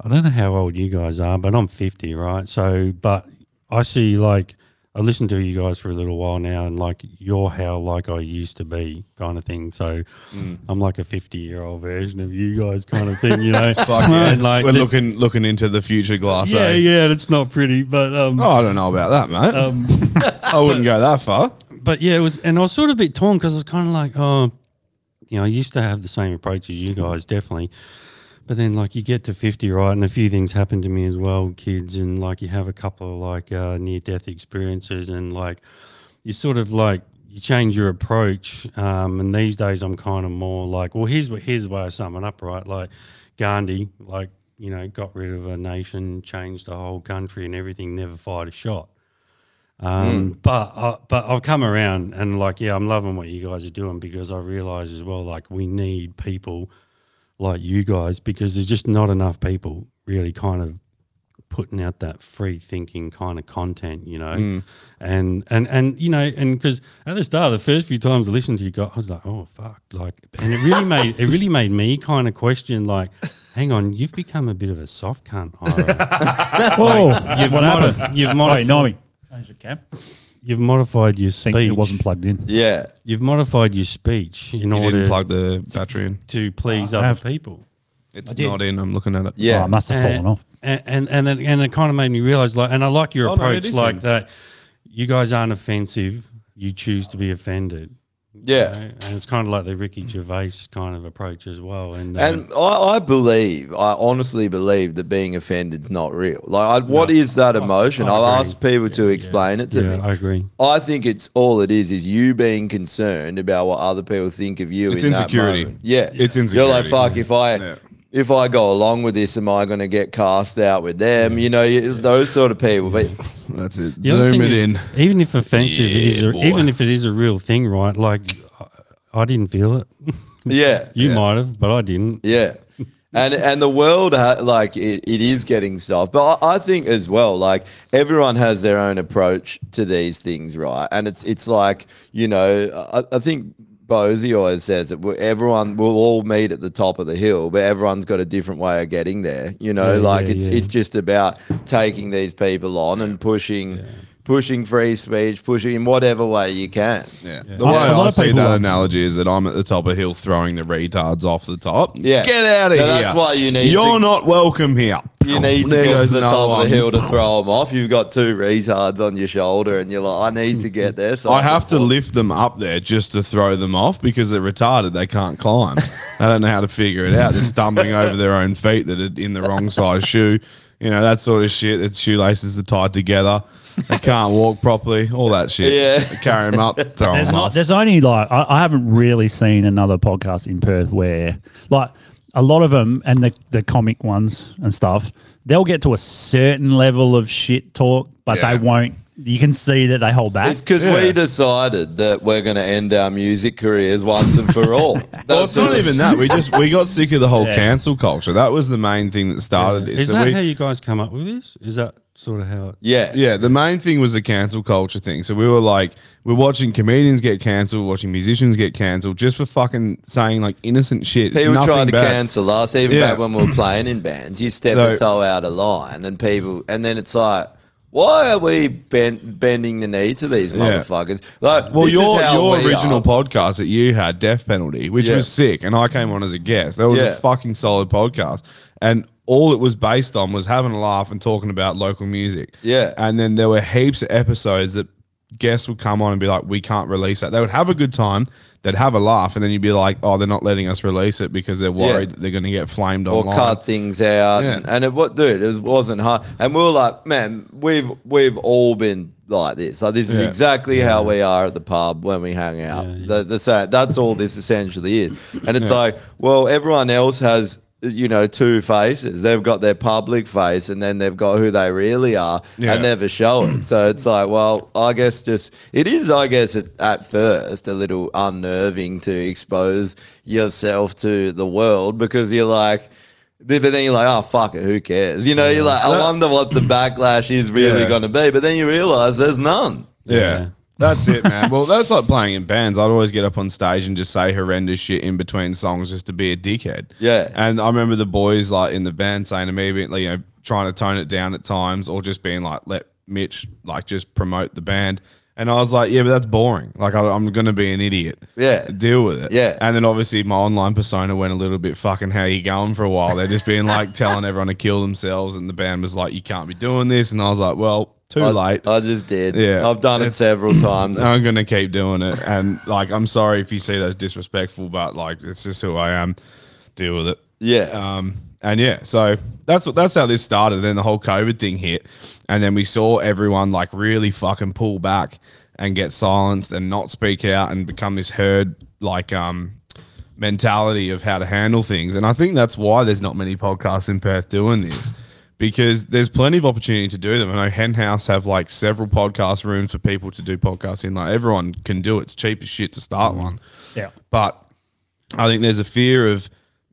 Speaker 9: I don't know how old you guys are, but I'm 50, right? So, but I see like, I listened to you guys for a little while now, and like, you're how like I used to be, kind of thing. So,
Speaker 2: Mm.
Speaker 9: I'm like a 50 year old version of you guys, kind of thing, you know?
Speaker 4: Fuck yeah.
Speaker 9: And, like,
Speaker 4: We're
Speaker 9: the-
Speaker 4: looking looking into the future glass.
Speaker 9: yeah,
Speaker 4: eh?
Speaker 9: yeah, it's not pretty, but um,
Speaker 4: Oh, I don't know about that, mate. I wouldn't go that far.
Speaker 9: but yeah, it was, and I was sort of a bit torn because I was kind of like, oh, you know, I used to have the same approach as you guys, definitely. But then, like, you get to 50, right? And a few things happened to me as well, kids, and like, you have a couple of like uh, near death experiences, and like, you sort of like, you change your approach. Um, and these days, I'm kind of more like, well, here's what, here's the way I sum it up, right? Like, Gandhi, like, you know, got rid of a nation, changed the whole country and everything, never fired a shot.
Speaker 2: Mm.
Speaker 9: Um, But I, but I've come around and like yeah, I'm loving what you guys are doing because I realise as well like we need people like you guys because there's just not enough people really kind of putting out that free thinking kind of content, you know,
Speaker 2: Mm.
Speaker 9: and and and you know, and because at the start, the first few times I listened to you guys, I was like, oh fuck, like, and it really made it really made me kind of question like. Hang on, you've become a bit of a soft cunt. Ira.
Speaker 2: Whoa,
Speaker 9: you've
Speaker 2: what
Speaker 9: modi-
Speaker 2: happened?
Speaker 9: You've
Speaker 2: Wait,
Speaker 9: modified,
Speaker 2: Naomi. Change the cam.
Speaker 9: you've modified your
Speaker 2: Think
Speaker 9: speech.
Speaker 2: it wasn't plugged in.
Speaker 3: Yeah,
Speaker 9: You've modified your speech in
Speaker 4: You
Speaker 9: order
Speaker 4: didn't plug the battery in.
Speaker 9: to please other people.
Speaker 4: It's not in. I'm looking at it.
Speaker 3: yeah.
Speaker 2: Oh, I must have fallen
Speaker 9: And,
Speaker 2: off.
Speaker 9: and and and, then, and it kind of made me realize like, and I like your
Speaker 4: Oh, no, it
Speaker 9: approach, like
Speaker 4: isn't.
Speaker 9: that. You guys aren't offensive. You choose to be offended,
Speaker 3: yeah.
Speaker 9: right? and it's kind of like the Ricky Gervais kind of approach as well. And, uh,
Speaker 3: And I, I believe, I honestly believe that being offended's not real. Like, I, what is that emotion? I'll
Speaker 9: agree.
Speaker 3: ask people to explain it to
Speaker 9: yeah,
Speaker 3: me.
Speaker 9: I agree.
Speaker 3: I think it's all it is is you being concerned about what other people think of you.
Speaker 4: It's
Speaker 3: in
Speaker 4: insecurity.
Speaker 3: That moment. yeah,
Speaker 4: It's
Speaker 3: You're like,
Speaker 4: insecurity.
Speaker 3: fuck. If I
Speaker 4: Yeah.
Speaker 3: if I go along with this, am I going to get cast out with them? You know, you, those sort of people. But
Speaker 4: That's it.
Speaker 9: The other
Speaker 4: Zoom
Speaker 9: thing
Speaker 4: it
Speaker 9: is,
Speaker 4: in.
Speaker 9: Even if offensive, it is
Speaker 4: Yeah,
Speaker 9: a,
Speaker 4: boy.
Speaker 9: even if it is a real thing, right? Like, I, I didn't feel it.
Speaker 3: yeah,
Speaker 9: You might have, but I didn't.
Speaker 3: Yeah. And, and the world ha- like it, it is getting soft but I, I think as well like everyone has their own approach to these things right and it's it's like you know i, I think Bozy always says that we- everyone will all meet at the top of the hill but everyone's got a different way of getting there you know
Speaker 9: Yeah,
Speaker 3: like
Speaker 9: yeah,
Speaker 3: it's
Speaker 9: yeah.
Speaker 3: it's just about taking these people on and pushing pushing free speech pushing in whatever way you can
Speaker 4: Yeah. The way
Speaker 2: A lot
Speaker 4: I
Speaker 2: of
Speaker 4: see
Speaker 2: people
Speaker 4: that
Speaker 2: are-
Speaker 4: analogy is that I'm at the top of a hill throwing the retards off the top.
Speaker 3: Yeah.
Speaker 4: Get out of
Speaker 3: No,
Speaker 4: here.
Speaker 3: that's why you need
Speaker 4: You're
Speaker 3: to-
Speaker 4: not welcome here.
Speaker 3: You need to
Speaker 4: Oh, There
Speaker 3: get
Speaker 4: goes
Speaker 3: to the
Speaker 4: another
Speaker 3: top of
Speaker 4: one.
Speaker 3: the hill to throw them off. You've got two retards on your shoulder, and you're like, I need to get there. So
Speaker 4: I have to lift them up there just to throw them off because they're retarded. They can't climb. I don't know how to figure it out. They're stumbling over their own feet that are in the wrong size shoe. You know, that sort of shit. Its shoelaces are tied together. They can't walk properly. All that shit.
Speaker 3: Yeah.
Speaker 4: I carry them up, throw
Speaker 2: There's
Speaker 4: them
Speaker 2: not.
Speaker 4: off.
Speaker 2: There's only like I, I haven't really seen another podcast in Perth where like a lot of them and the the comic ones and stuff. They'll get to a certain level of shit talk, but
Speaker 4: Yeah.
Speaker 2: they won't. You can see that they hold back.
Speaker 3: It's because we decided that we're going to end our music careers once and for all. That's
Speaker 4: Well, it's not
Speaker 3: sort of-
Speaker 4: even that. We just we got sick of the whole
Speaker 2: Yeah.
Speaker 4: cancel culture. That was the main thing that started this.
Speaker 9: Is
Speaker 4: So
Speaker 9: that
Speaker 4: we-
Speaker 9: how you guys come up with this? Is that sort of how? It,
Speaker 3: Yeah.
Speaker 4: Yeah, the main thing was the cancel culture thing. So we were like, we're watching comedians get cancelled, watching musicians get cancelled, just for fucking saying like innocent shit. It's
Speaker 3: People
Speaker 4: nothing
Speaker 3: tried to
Speaker 4: bad.
Speaker 3: cancel us, even
Speaker 4: Yeah.
Speaker 3: back when we were playing in bands. You step
Speaker 4: So-
Speaker 3: a toe out of line, and people, and then it's like, Why are we bend, bending the knee to these motherfuckers? Like,
Speaker 4: Well,
Speaker 3: this is
Speaker 4: your
Speaker 3: how
Speaker 4: your
Speaker 3: we
Speaker 4: original
Speaker 3: are.
Speaker 4: podcast that you had, Death Penalty, which
Speaker 3: Yeah.
Speaker 4: was sick, and I came on as a guest. That was
Speaker 3: Yeah.
Speaker 4: a fucking solid podcast, and all it was based on was having a laugh and talking about local music.
Speaker 3: Yeah.
Speaker 4: and then there were heaps of episodes that guests would come on and be like, "We can't release that." They would have a good time, they'd have a laugh, and then you'd be like, "Oh, they're not letting us release it because they're worried that they're going to get flamed
Speaker 3: or
Speaker 4: online."
Speaker 3: cut things out.
Speaker 4: Yeah.
Speaker 3: And, and it what, dude, it was- wasn't hard. And we were like, man, we've we've all been like this. Like this is
Speaker 4: Yeah.
Speaker 3: exactly how we are at the pub when we hang out. The, the sa- that's all this essentially is. And it's like, well, everyone else has. You know, two faces. They've got their public face, and then they've got who they really are,
Speaker 4: Yeah.
Speaker 3: and never show it. So it's like, well, I guess just it is. I guess at, at first a little unnerving to expose yourself to the world because you're like, then- But then you're like, oh fuck it, who cares? You know, you're like, I wonder what the backlash is really
Speaker 4: Yeah.
Speaker 3: going to be. But then you realize there's none.
Speaker 4: Yeah. That's it, man. well, that's like playing in bands. I'd always get up on stage and just say horrendous shit in between songs just to be a dickhead.
Speaker 3: Yeah.
Speaker 4: And I remember the boys like in the band saying to me, like, you know, trying to tone it down at times or just being like, let Mitch like just promote the band. And I was like, yeah, but that's boring. Like, I, I'm going to be an idiot.
Speaker 3: Yeah.
Speaker 4: Deal with it.
Speaker 3: Yeah.
Speaker 4: And then obviously my online persona went a little bit fucking how you going for a while. They're just being like telling everyone to kill themselves. And the band was like, you can't be doing this. And I was like, well, too
Speaker 3: I,
Speaker 4: late.
Speaker 3: I just did.
Speaker 4: Yeah.
Speaker 3: I've done it
Speaker 4: It's-
Speaker 3: several times.
Speaker 4: I'm gonna keep doing it, and like I'm sorry if you see that's disrespectful, but like it's just who I am. Deal with it.
Speaker 3: yeah.
Speaker 4: Um, and yeah, so that's what that's how this started. Then the whole COVID thing hit, and then we saw everyone like really fucking pull back and get silenced and not speak out and become this herd like um mentality of how to handle things. And I think that's why there's not many podcasts in Perth doing this. Because there's plenty of opportunity to do them. I know Hen House have like several podcast rooms for people to do podcasts in. Like everyone can do it. It's cheap as shit to start one.
Speaker 2: Yeah.
Speaker 4: But I think there's a fear of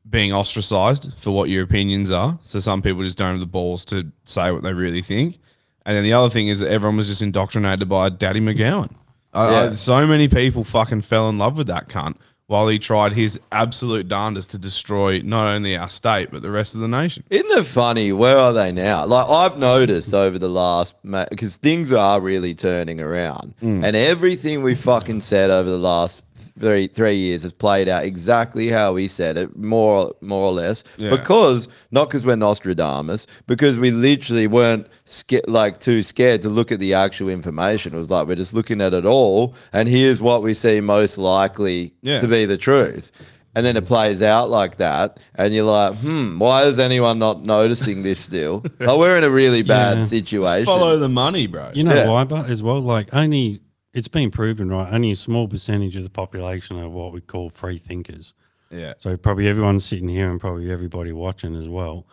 Speaker 4: being ostracized for what your opinions are. So some people just don't have the balls to say what they really think. And then the other thing is that everyone was just indoctrinated by Daddy McGowan. I, I-
Speaker 3: Yeah.
Speaker 4: so many people fucking fell in love with that cunt while he tried his absolute darndest to destroy not only our state but the rest of the nation.
Speaker 3: Isn't it funny? Where are they now? Like I've noticed over the last because things are really turning around, and everything we fucking said over the last three three years has played out exactly how we said it, more more or less.
Speaker 4: Yeah.
Speaker 3: Because not because we're Nostradamus, because we literally weren't sca- like too scared to look at the actual information. It was like we're just looking at it all, and here's what we see most likely
Speaker 4: Yeah.
Speaker 3: to be the truth. And then it plays out like that, and you're like, hmm, why is anyone not noticing this still? like, we're in a really bad
Speaker 9: Yeah.
Speaker 3: situation.
Speaker 4: Follow the money, bro.
Speaker 9: You know
Speaker 3: Yeah.
Speaker 9: why, but as well, like only it's been proven, right? Only a small percentage of the population are what we call free thinkers.
Speaker 4: yeah.
Speaker 9: So probably everyone sitting here and probably everybody watching as well.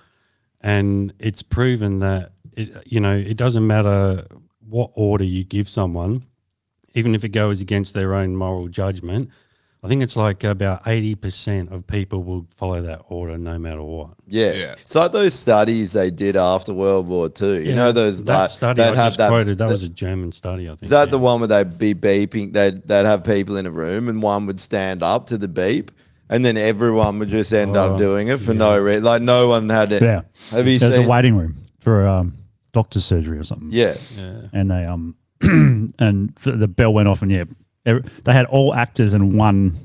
Speaker 9: And it's proven that it, you know it doesn't matter what order you give someone, even if it goes against their own moral judgment. I think it's like about eighty percent of people will follow that order no matter what.
Speaker 3: yeah.
Speaker 4: Yeah.
Speaker 3: It's like those studies they did after World War II. You know, those
Speaker 9: that
Speaker 3: like,
Speaker 9: study
Speaker 3: they'd
Speaker 9: I
Speaker 3: have
Speaker 9: just quoted. That was a German study, I think.
Speaker 3: Is that
Speaker 9: yeah.
Speaker 3: the one where they'd be beeping? They'd, they'd have people in a room and one would stand up to the beep and then everyone would just end up doing it for no reason. Like no one had it.
Speaker 2: Oh, Yeah.
Speaker 3: Have you
Speaker 2: There's
Speaker 3: seen?
Speaker 2: a waiting room for um, doctor's surgery or something.
Speaker 3: yeah.
Speaker 2: and they um and th- the bell went off and yeah ev- they had all actors and one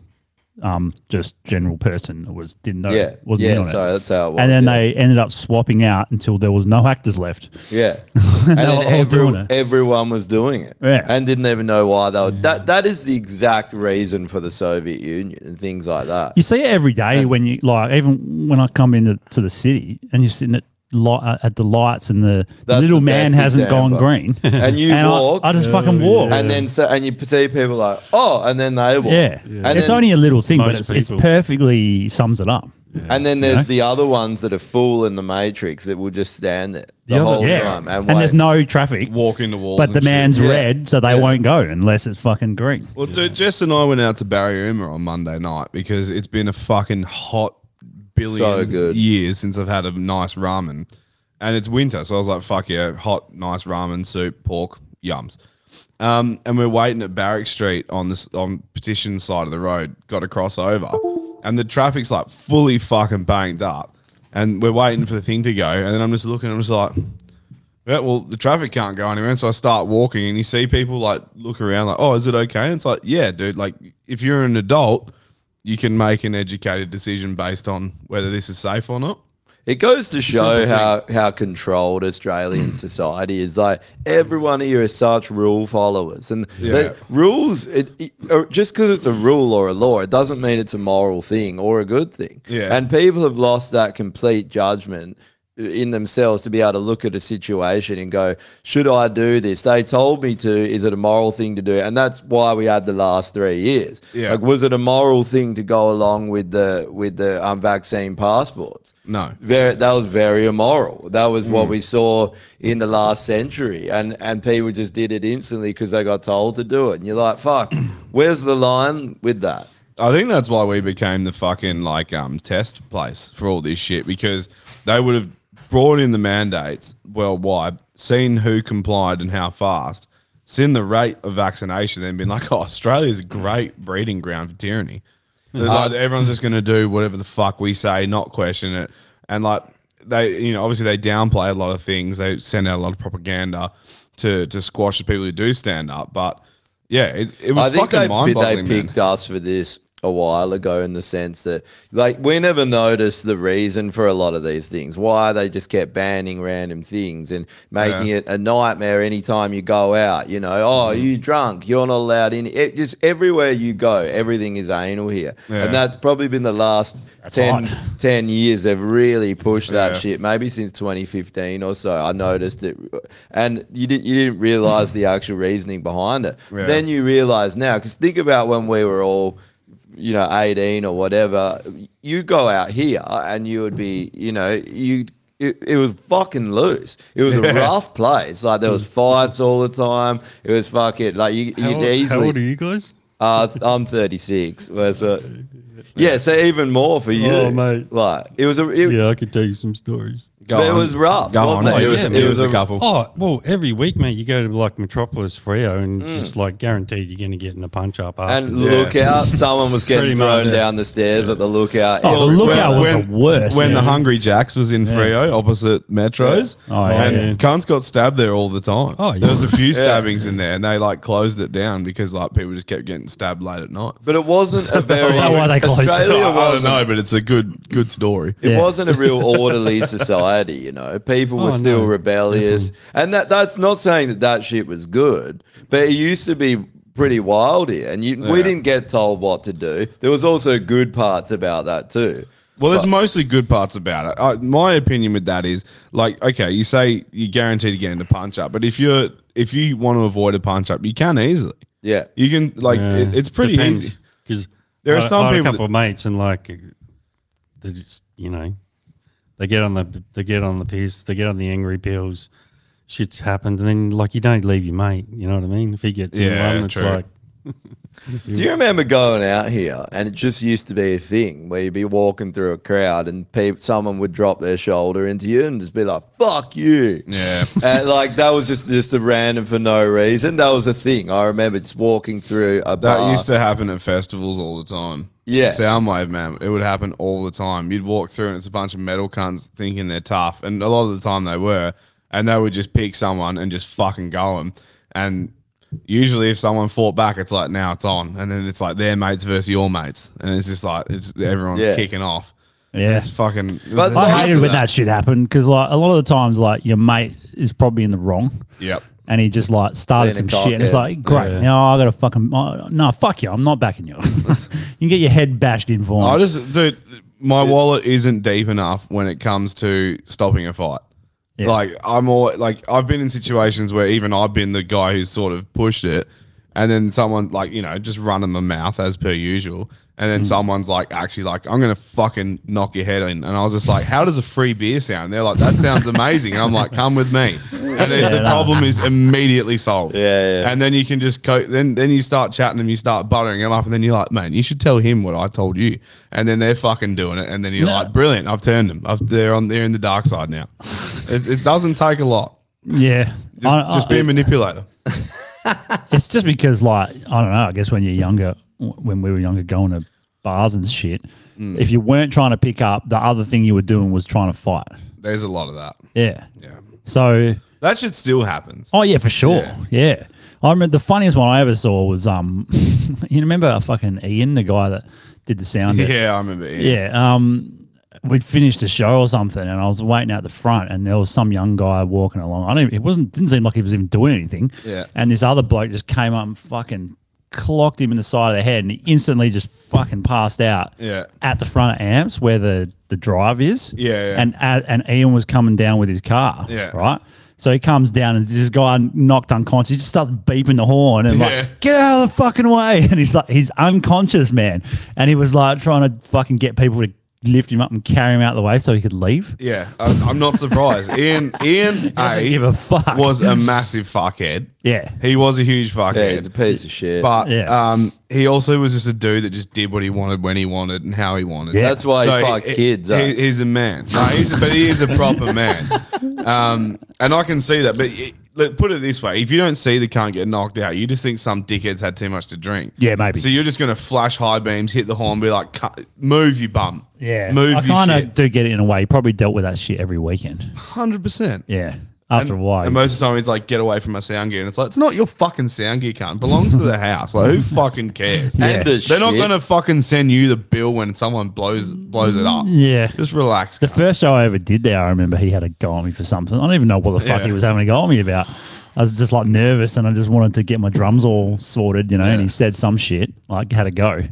Speaker 2: um just general person that was didn't know
Speaker 3: Yeah.
Speaker 2: wasn't in
Speaker 3: Yeah.
Speaker 2: on it.
Speaker 3: So that's how it was.
Speaker 2: and then
Speaker 3: yeah.
Speaker 2: they ended up swapping out until there was no actors left
Speaker 3: Yeah. and
Speaker 2: They
Speaker 3: then
Speaker 2: were all doing
Speaker 3: every,
Speaker 2: it.
Speaker 3: everyone was doing it.
Speaker 2: Yeah.
Speaker 3: And didn't even know why they were. That, that is the exact reason for the Soviet Union and things like that.
Speaker 2: you see it every day when you like even when i come into to the city and you're sitting at light at the lights and the, the
Speaker 3: That's
Speaker 2: little
Speaker 3: the
Speaker 2: man
Speaker 3: best
Speaker 2: hasn't
Speaker 3: example.
Speaker 2: gone green
Speaker 3: And you
Speaker 2: I-
Speaker 3: walk.
Speaker 2: I, just fucking walk
Speaker 3: and then so and you see people like oh and then they walk
Speaker 2: yeah,
Speaker 3: and
Speaker 2: it's
Speaker 3: then,
Speaker 2: only a little thing but
Speaker 9: most
Speaker 2: it's, it's
Speaker 9: people.
Speaker 2: perfectly sums it up
Speaker 3: and then there's the other ones that are full in the matrix that will just stand there the,
Speaker 9: other-
Speaker 3: whole
Speaker 2: yeah
Speaker 3: time and,
Speaker 2: and there's
Speaker 3: wait.
Speaker 2: no traffic
Speaker 4: Walk into walls.
Speaker 2: But the
Speaker 4: and shit.
Speaker 2: man's
Speaker 3: Yeah.
Speaker 2: red, so they won't go unless it's fucking green.
Speaker 4: Well, dude, Jess and I went out to Barry Uma on Monday night because it's been a fucking hot billion
Speaker 3: So good.
Speaker 4: years since I've had a nice ramen. And it's winter, so I was like, fuck yeah, hot, nice ramen, soup, pork, yums. Um, and we're waiting at Barrack Street on this on petition side of the road, got to cross over. And the traffic's like fully fucking banged up. And we're waiting for the thing to go. And then I'm just looking, I'm just like, Yeah, well, the traffic can't go anywhere, and so I start walking, and you see people like look around, like, "Oh, is it okay?" And it's like, "Yeah, dude. Like, if you're an adult, you can make an educated decision based on whether this is safe or not."
Speaker 3: It goes to show how, how controlled Australian society is. Like everyone here is such rule followers, and
Speaker 4: Yeah.
Speaker 3: the rules. It, it, or just because it's a rule or a law, it doesn't mean it's a moral thing or a good thing.
Speaker 4: Yeah.
Speaker 3: And people have lost that complete judgment uh, in themselves to be able to look at a situation and go, "Should I do this?" They told me to. Is it a moral thing to do? And that's why we had the last three years.
Speaker 4: Yeah.
Speaker 3: Like, was it a moral thing to go along with the with the um, vaccine passports?
Speaker 4: No.
Speaker 3: very, that was very immoral. That was what we saw in the last century, and and people just did it instantly because they got told to do it. And you're like, fuck, where's the line with that?
Speaker 4: I think that's why we became the fucking like um test place for all this shit because they would have brought in the mandates worldwide, seen who complied and how fast, seen the rate of vaccination, and been like, "Oh, Australia's a great breeding ground for tyranny."
Speaker 3: Mm-hmm.
Speaker 4: Like, everyone's just going to do whatever the fuck we say, not question it, and like they, you know, obviously they downplay a lot of things. They send out a lot of propaganda to to squash the people who do stand up, but. Yeah, it, it was
Speaker 3: I think
Speaker 4: fucking
Speaker 3: they,
Speaker 4: mind-boggling.
Speaker 3: they
Speaker 4: man.
Speaker 3: picked us for this a while ago in the sense that, like, we never noticed the reason for a lot of these things. Why they just kept banning random things and making it a nightmare anytime you go out. You know, oh,
Speaker 4: Mm-hmm.
Speaker 3: you drunk? You're not allowed in. It just everywhere you go, everything is anal here,
Speaker 4: Yeah.
Speaker 3: and that's probably been the last ten, 10 years. They've really pushed that
Speaker 4: Yeah.
Speaker 3: shit. Maybe since 2015 or so, I noticed it, and you didn't you didn't realize the actual reasoning behind it.
Speaker 4: Yeah.
Speaker 3: Then you realize now, because think about when we were all, you know, 18 or whatever, you go out here and you would be, you know, you. It, it was fucking loose. It was a rough place. Like there was fights all the time. It was fucking like you.
Speaker 9: Mm. How,
Speaker 3: you'd
Speaker 9: old-
Speaker 3: easily,
Speaker 9: how old are you guys?
Speaker 3: uh, th- I'm 36. Well, so- yeah, so even more for you.
Speaker 9: Oh, mate.
Speaker 3: Like it was a. It,
Speaker 9: Yeah, I could tell you some stories.
Speaker 4: Go
Speaker 3: It
Speaker 4: on.
Speaker 3: was rough,
Speaker 4: Go on.
Speaker 3: wasn't it?
Speaker 4: Give us,
Speaker 3: It was-
Speaker 4: give
Speaker 3: it
Speaker 4: us
Speaker 3: was
Speaker 4: a
Speaker 3: a-
Speaker 4: couple.
Speaker 9: Oh, well, every week, mate, you go to like Metropolis Frio and
Speaker 4: Mm.
Speaker 9: just like guaranteed you're going to get in a punch up after.
Speaker 3: And lookout, someone was getting
Speaker 9: Pretty
Speaker 3: thrown
Speaker 9: much.
Speaker 3: down the stairs at the lookout.
Speaker 2: Oh, the
Speaker 3: Every-
Speaker 2: lookout was
Speaker 4: when-
Speaker 2: the worst.
Speaker 4: When the
Speaker 2: man.
Speaker 4: Hungry Jacks was in Frio opposite Metros,
Speaker 2: Oh, yeah,
Speaker 4: and
Speaker 2: yeah.
Speaker 4: cunts got stabbed there all the time.
Speaker 9: Oh, yeah.
Speaker 4: There was a few stabbings in there, and they like closed it down because like people just kept getting stabbed late at night.
Speaker 3: But it wasn't a very.
Speaker 2: Is that why they closed it?
Speaker 3: Australia
Speaker 4: I don't
Speaker 3: wasn't
Speaker 4: know, but it's a good good story.
Speaker 3: It
Speaker 2: Yeah.
Speaker 3: wasn't a real orderly society, you know. People were
Speaker 9: Oh,
Speaker 3: still
Speaker 9: no.
Speaker 3: rebellious, and that that's not saying that that shit was good, but it used to be pretty wild here, and you, we
Speaker 4: Yeah.
Speaker 3: didn't get told what to do. There was also good parts about that too.
Speaker 4: Well, there's mostly good parts about it. Uh, my opinion with that is like, okay, you say you're guaranteed to get into punch up, but if you're if you want to avoid a punch up, you can easily.
Speaker 3: Yeah,
Speaker 4: You can like it, it's pretty easy.
Speaker 9: because
Speaker 4: There
Speaker 9: there
Speaker 4: are
Speaker 9: are
Speaker 4: some
Speaker 9: I had
Speaker 4: people
Speaker 9: a couple of mates, and like they just you know they get on the they get on the piss, they get on the angry pills. Shit's happened, and then like you don't leave your mate. You know what I mean? If he gets
Speaker 4: Yeah,
Speaker 9: in one, it's
Speaker 4: true.
Speaker 9: like
Speaker 3: Do you remember going out here and it just used to be a thing where you'd be walking through a crowd and peop someone would drop their shoulder into you and just be like, fuck you.
Speaker 4: Yeah.
Speaker 3: and like that was just, just a random for no reason. That was a thing. I remember just walking through a
Speaker 4: That
Speaker 3: bar.
Speaker 4: used to happen at festivals all the time.
Speaker 3: Uh, Yeah.
Speaker 4: Soundwave, man. It would happen all the time. You'd walk through and it's a bunch of metal cunts thinking they're tough. And a lot of the time they were. And they would just pick someone and just fucking go 'em. And usually if someone fought back, it's like, now it's on. And then it's like their mates versus your mates. And it's just like, it's everyone's
Speaker 3: Yeah.
Speaker 4: kicking off.
Speaker 2: Yeah.
Speaker 4: It's fucking.
Speaker 3: But
Speaker 4: there's
Speaker 2: I
Speaker 4: heaps
Speaker 2: hated
Speaker 4: of
Speaker 2: when that shit happened because like a lot of the times like your mate is probably in the wrong.
Speaker 4: Yep.
Speaker 2: And he just like started
Speaker 3: Being
Speaker 2: some
Speaker 3: a
Speaker 2: shit. And it's
Speaker 3: cockhead.
Speaker 2: like, great. Now I got to fucking. Uh, no, fuck you. I'm not backing you. you can get your head bashed in for
Speaker 4: I
Speaker 2: once.
Speaker 4: just, dude, my wallet isn't deep enough when it comes to stopping a fight.
Speaker 2: Yeah.
Speaker 4: Like I'm all like I've been in situations where even I've been the guy who's sort of pushed it, and then someone like you know just running my mouth as per usual, and then someone's like actually like I'm gonna fucking knock your head in, and I was just like, how does a free beer sound? And they're like, that sounds amazing, and I'm like, come with me, and then the
Speaker 2: that-
Speaker 4: problem is immediately solved.
Speaker 3: Yeah, yeah.
Speaker 4: And then you can just co- then then you start chatting and you start buttering him up, and then you're like, man, you should tell him what I told you, and then they're fucking doing it, and then you're
Speaker 2: No.
Speaker 4: like, brilliant, I've turned them. I've, they're on they're in the dark side now. it, it doesn't take a lot.
Speaker 2: yeah.
Speaker 4: Just,
Speaker 2: I- I-
Speaker 4: just be a manipulator.
Speaker 2: It's just because, like, I don't know. I guess when you're younger, w- when we were younger, going to bars and shit,
Speaker 4: Hmm.
Speaker 2: if you weren't trying to pick up, the other thing you were doing was trying to fight.
Speaker 4: There's a lot of that.
Speaker 2: Yeah.
Speaker 4: Yeah.
Speaker 2: So
Speaker 4: That shit still happens.
Speaker 2: Oh yeah, for sure. Yeah. I remember the funniest one I ever saw was um you remember fucking Ian, the guy that did the sound. at-
Speaker 4: Yeah, I remember. Yeah.
Speaker 2: Yeah. Um, we'd finished a show or something, and I was waiting out the front, and there was some young guy walking along. I don't. It wasn't. Didn't seem like he was even doing anything.
Speaker 4: Yeah.
Speaker 2: And this other bloke just came up and fucking clocked him in the side of the head, and he instantly just fucking passed out.
Speaker 4: Yeah.
Speaker 2: At the front of amps where the the drive is.
Speaker 4: Yeah, yeah.
Speaker 2: And a and Ian was coming down with his car.
Speaker 4: Yeah.
Speaker 2: Right. So he comes down and this guy knocked unconscious. He just starts beeping the horn and
Speaker 4: Yeah.
Speaker 2: like, get out of the fucking way. And he's like, he's unconscious, man. And he was like trying to fucking get people to lift him up and carry him out of the way so he could leave.
Speaker 4: Yeah, I'm, I'm not surprised. Ian Ian
Speaker 2: doesn't
Speaker 4: A
Speaker 2: give a fuck.
Speaker 4: was a massive fuckhead.
Speaker 2: Yeah.
Speaker 4: he was a huge fuckhead.
Speaker 3: Yeah, he's a piece of shit.
Speaker 4: But
Speaker 2: Yeah.
Speaker 4: um, he also was just a dude that just did what he wanted when he wanted and how he wanted.
Speaker 2: Yeah.
Speaker 3: That's why he fucked
Speaker 4: he-
Speaker 3: kids.
Speaker 4: he-
Speaker 3: eh?
Speaker 4: he's a man. No, he's a, but he is a proper man. Um, and I can see that. But it, look, put it this way: if you don't see the cunt get knocked out, you just think some dickhead's had too much to drink.
Speaker 2: Yeah, maybe.
Speaker 4: So you're just gonna flash high beams, hit the horn, be like, "Cu- "Move you bum." move
Speaker 2: I
Speaker 4: you
Speaker 2: kind
Speaker 4: shit.
Speaker 2: of do get it in a way. He probably dealt with that shit every weekend.
Speaker 4: Hundred percent.
Speaker 2: Yeah. After a while.
Speaker 4: And most of the time, he's like, "Get away from my sound gear," and it's like, "It's not your fucking sound gear, cunt. It belongs to the house. Like, who fucking cares?"
Speaker 3: And the
Speaker 4: They're not
Speaker 3: shit.
Speaker 4: gonna fucking send you the bill when someone blows blows it up.
Speaker 2: Yeah.
Speaker 4: just relax.
Speaker 2: The
Speaker 4: cunt.
Speaker 2: first show I ever did there, I remember he had a go on me for something. I don't even know what the fuck
Speaker 4: Yeah.
Speaker 2: he was having a go on me about. I was just like nervous and I just wanted to get my drums all sorted, you know, and he said some shit, like had a go.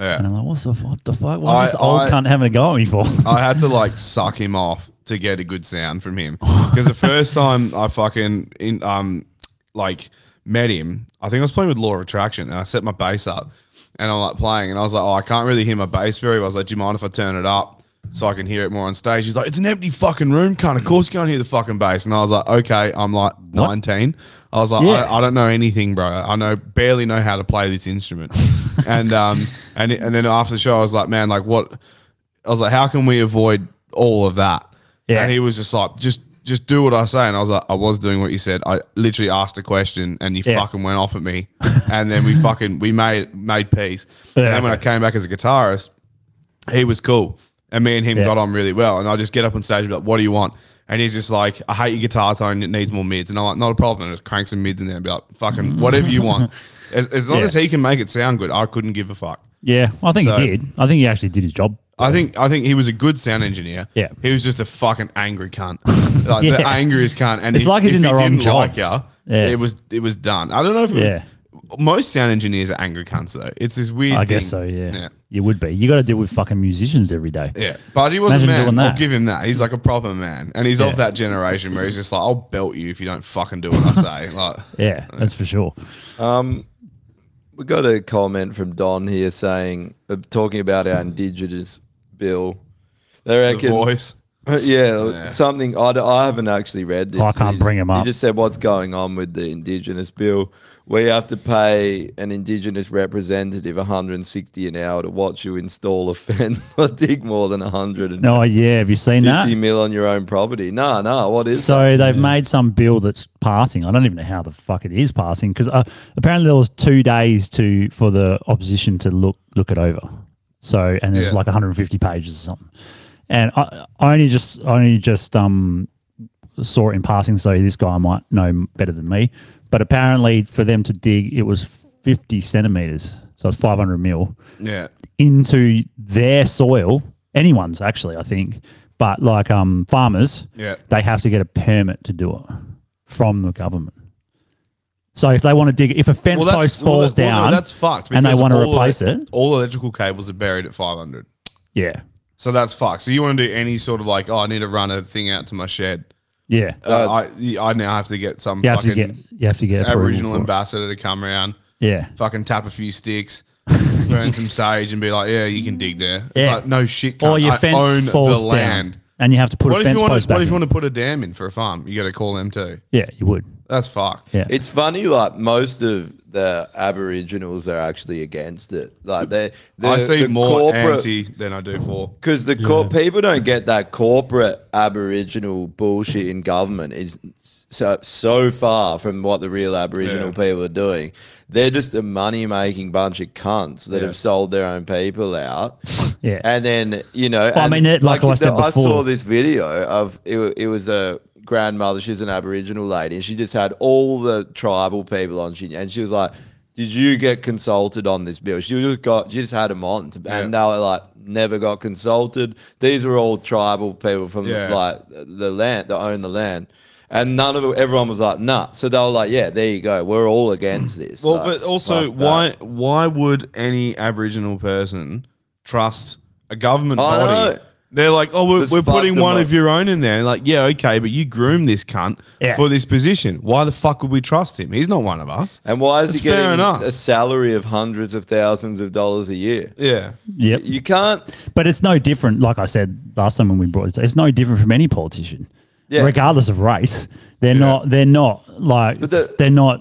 Speaker 4: Yeah.
Speaker 2: And I'm like, what's the, what the fuck? What's this
Speaker 4: I-
Speaker 2: old
Speaker 4: I-
Speaker 2: cunt having a go at me for?
Speaker 4: I had to like suck him off to get a good sound from him because the first time I fucking in um like met him, I think I was playing with Law of Attraction and I set my bass up and I'm like playing and I was like, oh, I can't really hear my bass very well. I was like, do you mind if I turn it up so I can hear it more on stage? He's like, it's an empty fucking room, kind of course you can't hear the fucking bass. And I was like, okay, I'm like 19. I was like,
Speaker 2: Yeah.
Speaker 4: I, I don't know anything, bro. I know barely know how to play this instrument. and um and and then after the show, I was like, man, like what I was like, how can we avoid all of that?
Speaker 2: Yeah.
Speaker 4: And he was just like, just just do what I say. And I was like, I was doing what you said. I literally asked a question and you
Speaker 2: Yeah.
Speaker 4: fucking went off at me. and then we fucking we made made peace. And
Speaker 2: Yeah.
Speaker 4: then when I came back as a guitarist, he was cool. And me and him
Speaker 2: Yeah.
Speaker 4: got on really well. And I just get up on stage and be like, what do you want? And he's just like, I hate your guitar tone. It needs more mids. And I'm like, not a problem. And just crank some mids in there and be like, fucking whatever you want. As, as long
Speaker 2: Yeah.
Speaker 4: as he can make it sound good, I couldn't give a fuck.
Speaker 2: yeah, well, I think
Speaker 4: So-
Speaker 2: he did. I think he actually did his job.
Speaker 4: I think I think he was a good sound engineer.
Speaker 2: Yeah.
Speaker 4: he was just a fucking angry cunt, like the
Speaker 2: Yeah.
Speaker 4: angriest cunt. And
Speaker 2: It's
Speaker 4: if-
Speaker 2: like he's
Speaker 4: if
Speaker 2: in the
Speaker 4: he
Speaker 2: wrong
Speaker 4: didn't
Speaker 2: job.
Speaker 4: Like ya,
Speaker 2: Yeah.
Speaker 4: it was it was done. I don't know if it
Speaker 2: Yeah.
Speaker 4: was. Most sound engineers are angry cunts though. It's this weird.
Speaker 2: I guess
Speaker 4: thing.
Speaker 2: so, yeah.
Speaker 4: yeah,
Speaker 2: You would be. You got to deal with fucking musicians every day.
Speaker 4: yeah. But he was a
Speaker 2: Imagine
Speaker 4: man.
Speaker 2: doing
Speaker 4: I'll
Speaker 2: that.
Speaker 4: give him that. He's like a proper man, and he's
Speaker 2: Yeah.
Speaker 4: of that generation where he's just like, I'll belt you if you don't fucking do what I say. Like,
Speaker 2: Yeah, that's for sure.
Speaker 3: We got a comment from Don here saying, uh, talking about our indigenous bill. They
Speaker 4: the
Speaker 3: reckon,
Speaker 4: voice.
Speaker 3: yeah, something I, d- I haven't actually read this.
Speaker 2: I can't
Speaker 3: He's-
Speaker 2: bring him up.
Speaker 3: He just said, "What's going on with the indigenous bill? We have to pay an indigenous representative 160 an hour to watch you install a fence or dig more than 100 and
Speaker 2: No, yeah, have you seen that?
Speaker 3: 50 mil on your own property. No, no, what is
Speaker 2: So they've made some bill that's passing. I don't even know how the fuck it is passing because uh, apparently there was two days to for the opposition to look look it over. So and there's
Speaker 4: Yeah.
Speaker 2: like 150 pages or something. And I, I only just I only just um saw it in passing. So this guy might know better than me. But apparently for them to dig, it was 50 centimeters. So it's 500 mil
Speaker 4: Yeah,
Speaker 2: into their soil, anyone's actually, I think, but like um, farmers,
Speaker 4: Yeah.
Speaker 2: they have to get a permit to do it from the government. So if they want to dig, if a fence post
Speaker 4: well,
Speaker 2: falls
Speaker 4: that- well, no,
Speaker 2: down,
Speaker 4: that's fucked.
Speaker 2: and they
Speaker 4: because
Speaker 2: want to
Speaker 4: all ele-
Speaker 2: replace it,
Speaker 4: All electrical cables are buried at 500.
Speaker 2: yeah,
Speaker 4: So that's fucked. So you want to do any sort of like, oh, I need to run a thing out to my shed.
Speaker 2: yeah,
Speaker 4: Uh, I I now have to get some
Speaker 2: you have to
Speaker 4: fucking
Speaker 2: get you have to get approval
Speaker 4: Aboriginal
Speaker 2: for it.
Speaker 4: ambassador to come around,
Speaker 2: yeah,
Speaker 4: fucking tap a few sticks, burn some sage, and be like, yeah, you can dig there. It's
Speaker 2: Yeah.
Speaker 4: like, no shit. Cunt.
Speaker 2: or your
Speaker 4: I
Speaker 2: fence
Speaker 4: own
Speaker 2: falls
Speaker 4: the
Speaker 2: down,
Speaker 4: land.
Speaker 2: and you have to put
Speaker 4: What
Speaker 2: a
Speaker 4: if, you
Speaker 2: fence
Speaker 4: want
Speaker 2: post
Speaker 4: to, what
Speaker 2: back.
Speaker 4: if you
Speaker 2: in.
Speaker 4: want to put a dam in for a farm? You got to call them too.
Speaker 2: yeah, you would.
Speaker 4: That's fucked.
Speaker 2: Yeah.
Speaker 3: It's funny, like most of the Aboriginals are actually against it. Like they, the,
Speaker 4: I see
Speaker 3: the
Speaker 4: more
Speaker 3: corporate-
Speaker 4: anti than I do for.
Speaker 3: because the cor- people don't get that corporate Aboriginal bullshit in government is so so far from what the real Aboriginal
Speaker 4: Yeah.
Speaker 3: people are doing. They're just a money making bunch of cunts that
Speaker 4: Yeah.
Speaker 3: have sold their own people out.
Speaker 2: Yeah.
Speaker 3: and then you know,
Speaker 2: I
Speaker 3: and
Speaker 2: mean, it- like I said
Speaker 3: I saw
Speaker 2: before-
Speaker 3: this video of it, wa- it was a grandmother, she's an Aboriginal lady, and she just had all the tribal people on. She and she was like, "Did you get consulted on this bill?" She just got, she just had them on, to, and they were like, "Never got consulted." These were all tribal people from
Speaker 4: Yeah.
Speaker 3: like the land that own the land. And none of it, everyone was like, nah. So they were like, yeah, there you go. We're all against this.
Speaker 4: Well,
Speaker 3: Like,
Speaker 4: but also,
Speaker 3: fuck that.
Speaker 4: why why would any Aboriginal person trust a government
Speaker 3: I
Speaker 4: body?
Speaker 3: know.
Speaker 4: They're like, oh, we're,
Speaker 3: That's
Speaker 4: we're
Speaker 3: fucked
Speaker 4: putting
Speaker 3: them
Speaker 4: one
Speaker 3: up.
Speaker 4: of your own in there. Like, yeah, okay, but you groomed this cunt
Speaker 2: Yeah.
Speaker 4: for this position. Why the fuck would we trust him? He's not one of us.
Speaker 3: And why is
Speaker 4: That's
Speaker 3: he
Speaker 4: fair
Speaker 3: getting
Speaker 4: enough.
Speaker 3: a salary of hundreds of thousands of dollars a year?
Speaker 4: Yeah.
Speaker 2: Yep.
Speaker 3: You can't.
Speaker 2: But it's no different, like I said last time when we brought it, it's no different from any politician,
Speaker 3: Yeah.
Speaker 2: regardless of race. They're not. They're not like.
Speaker 3: the-
Speaker 2: they're not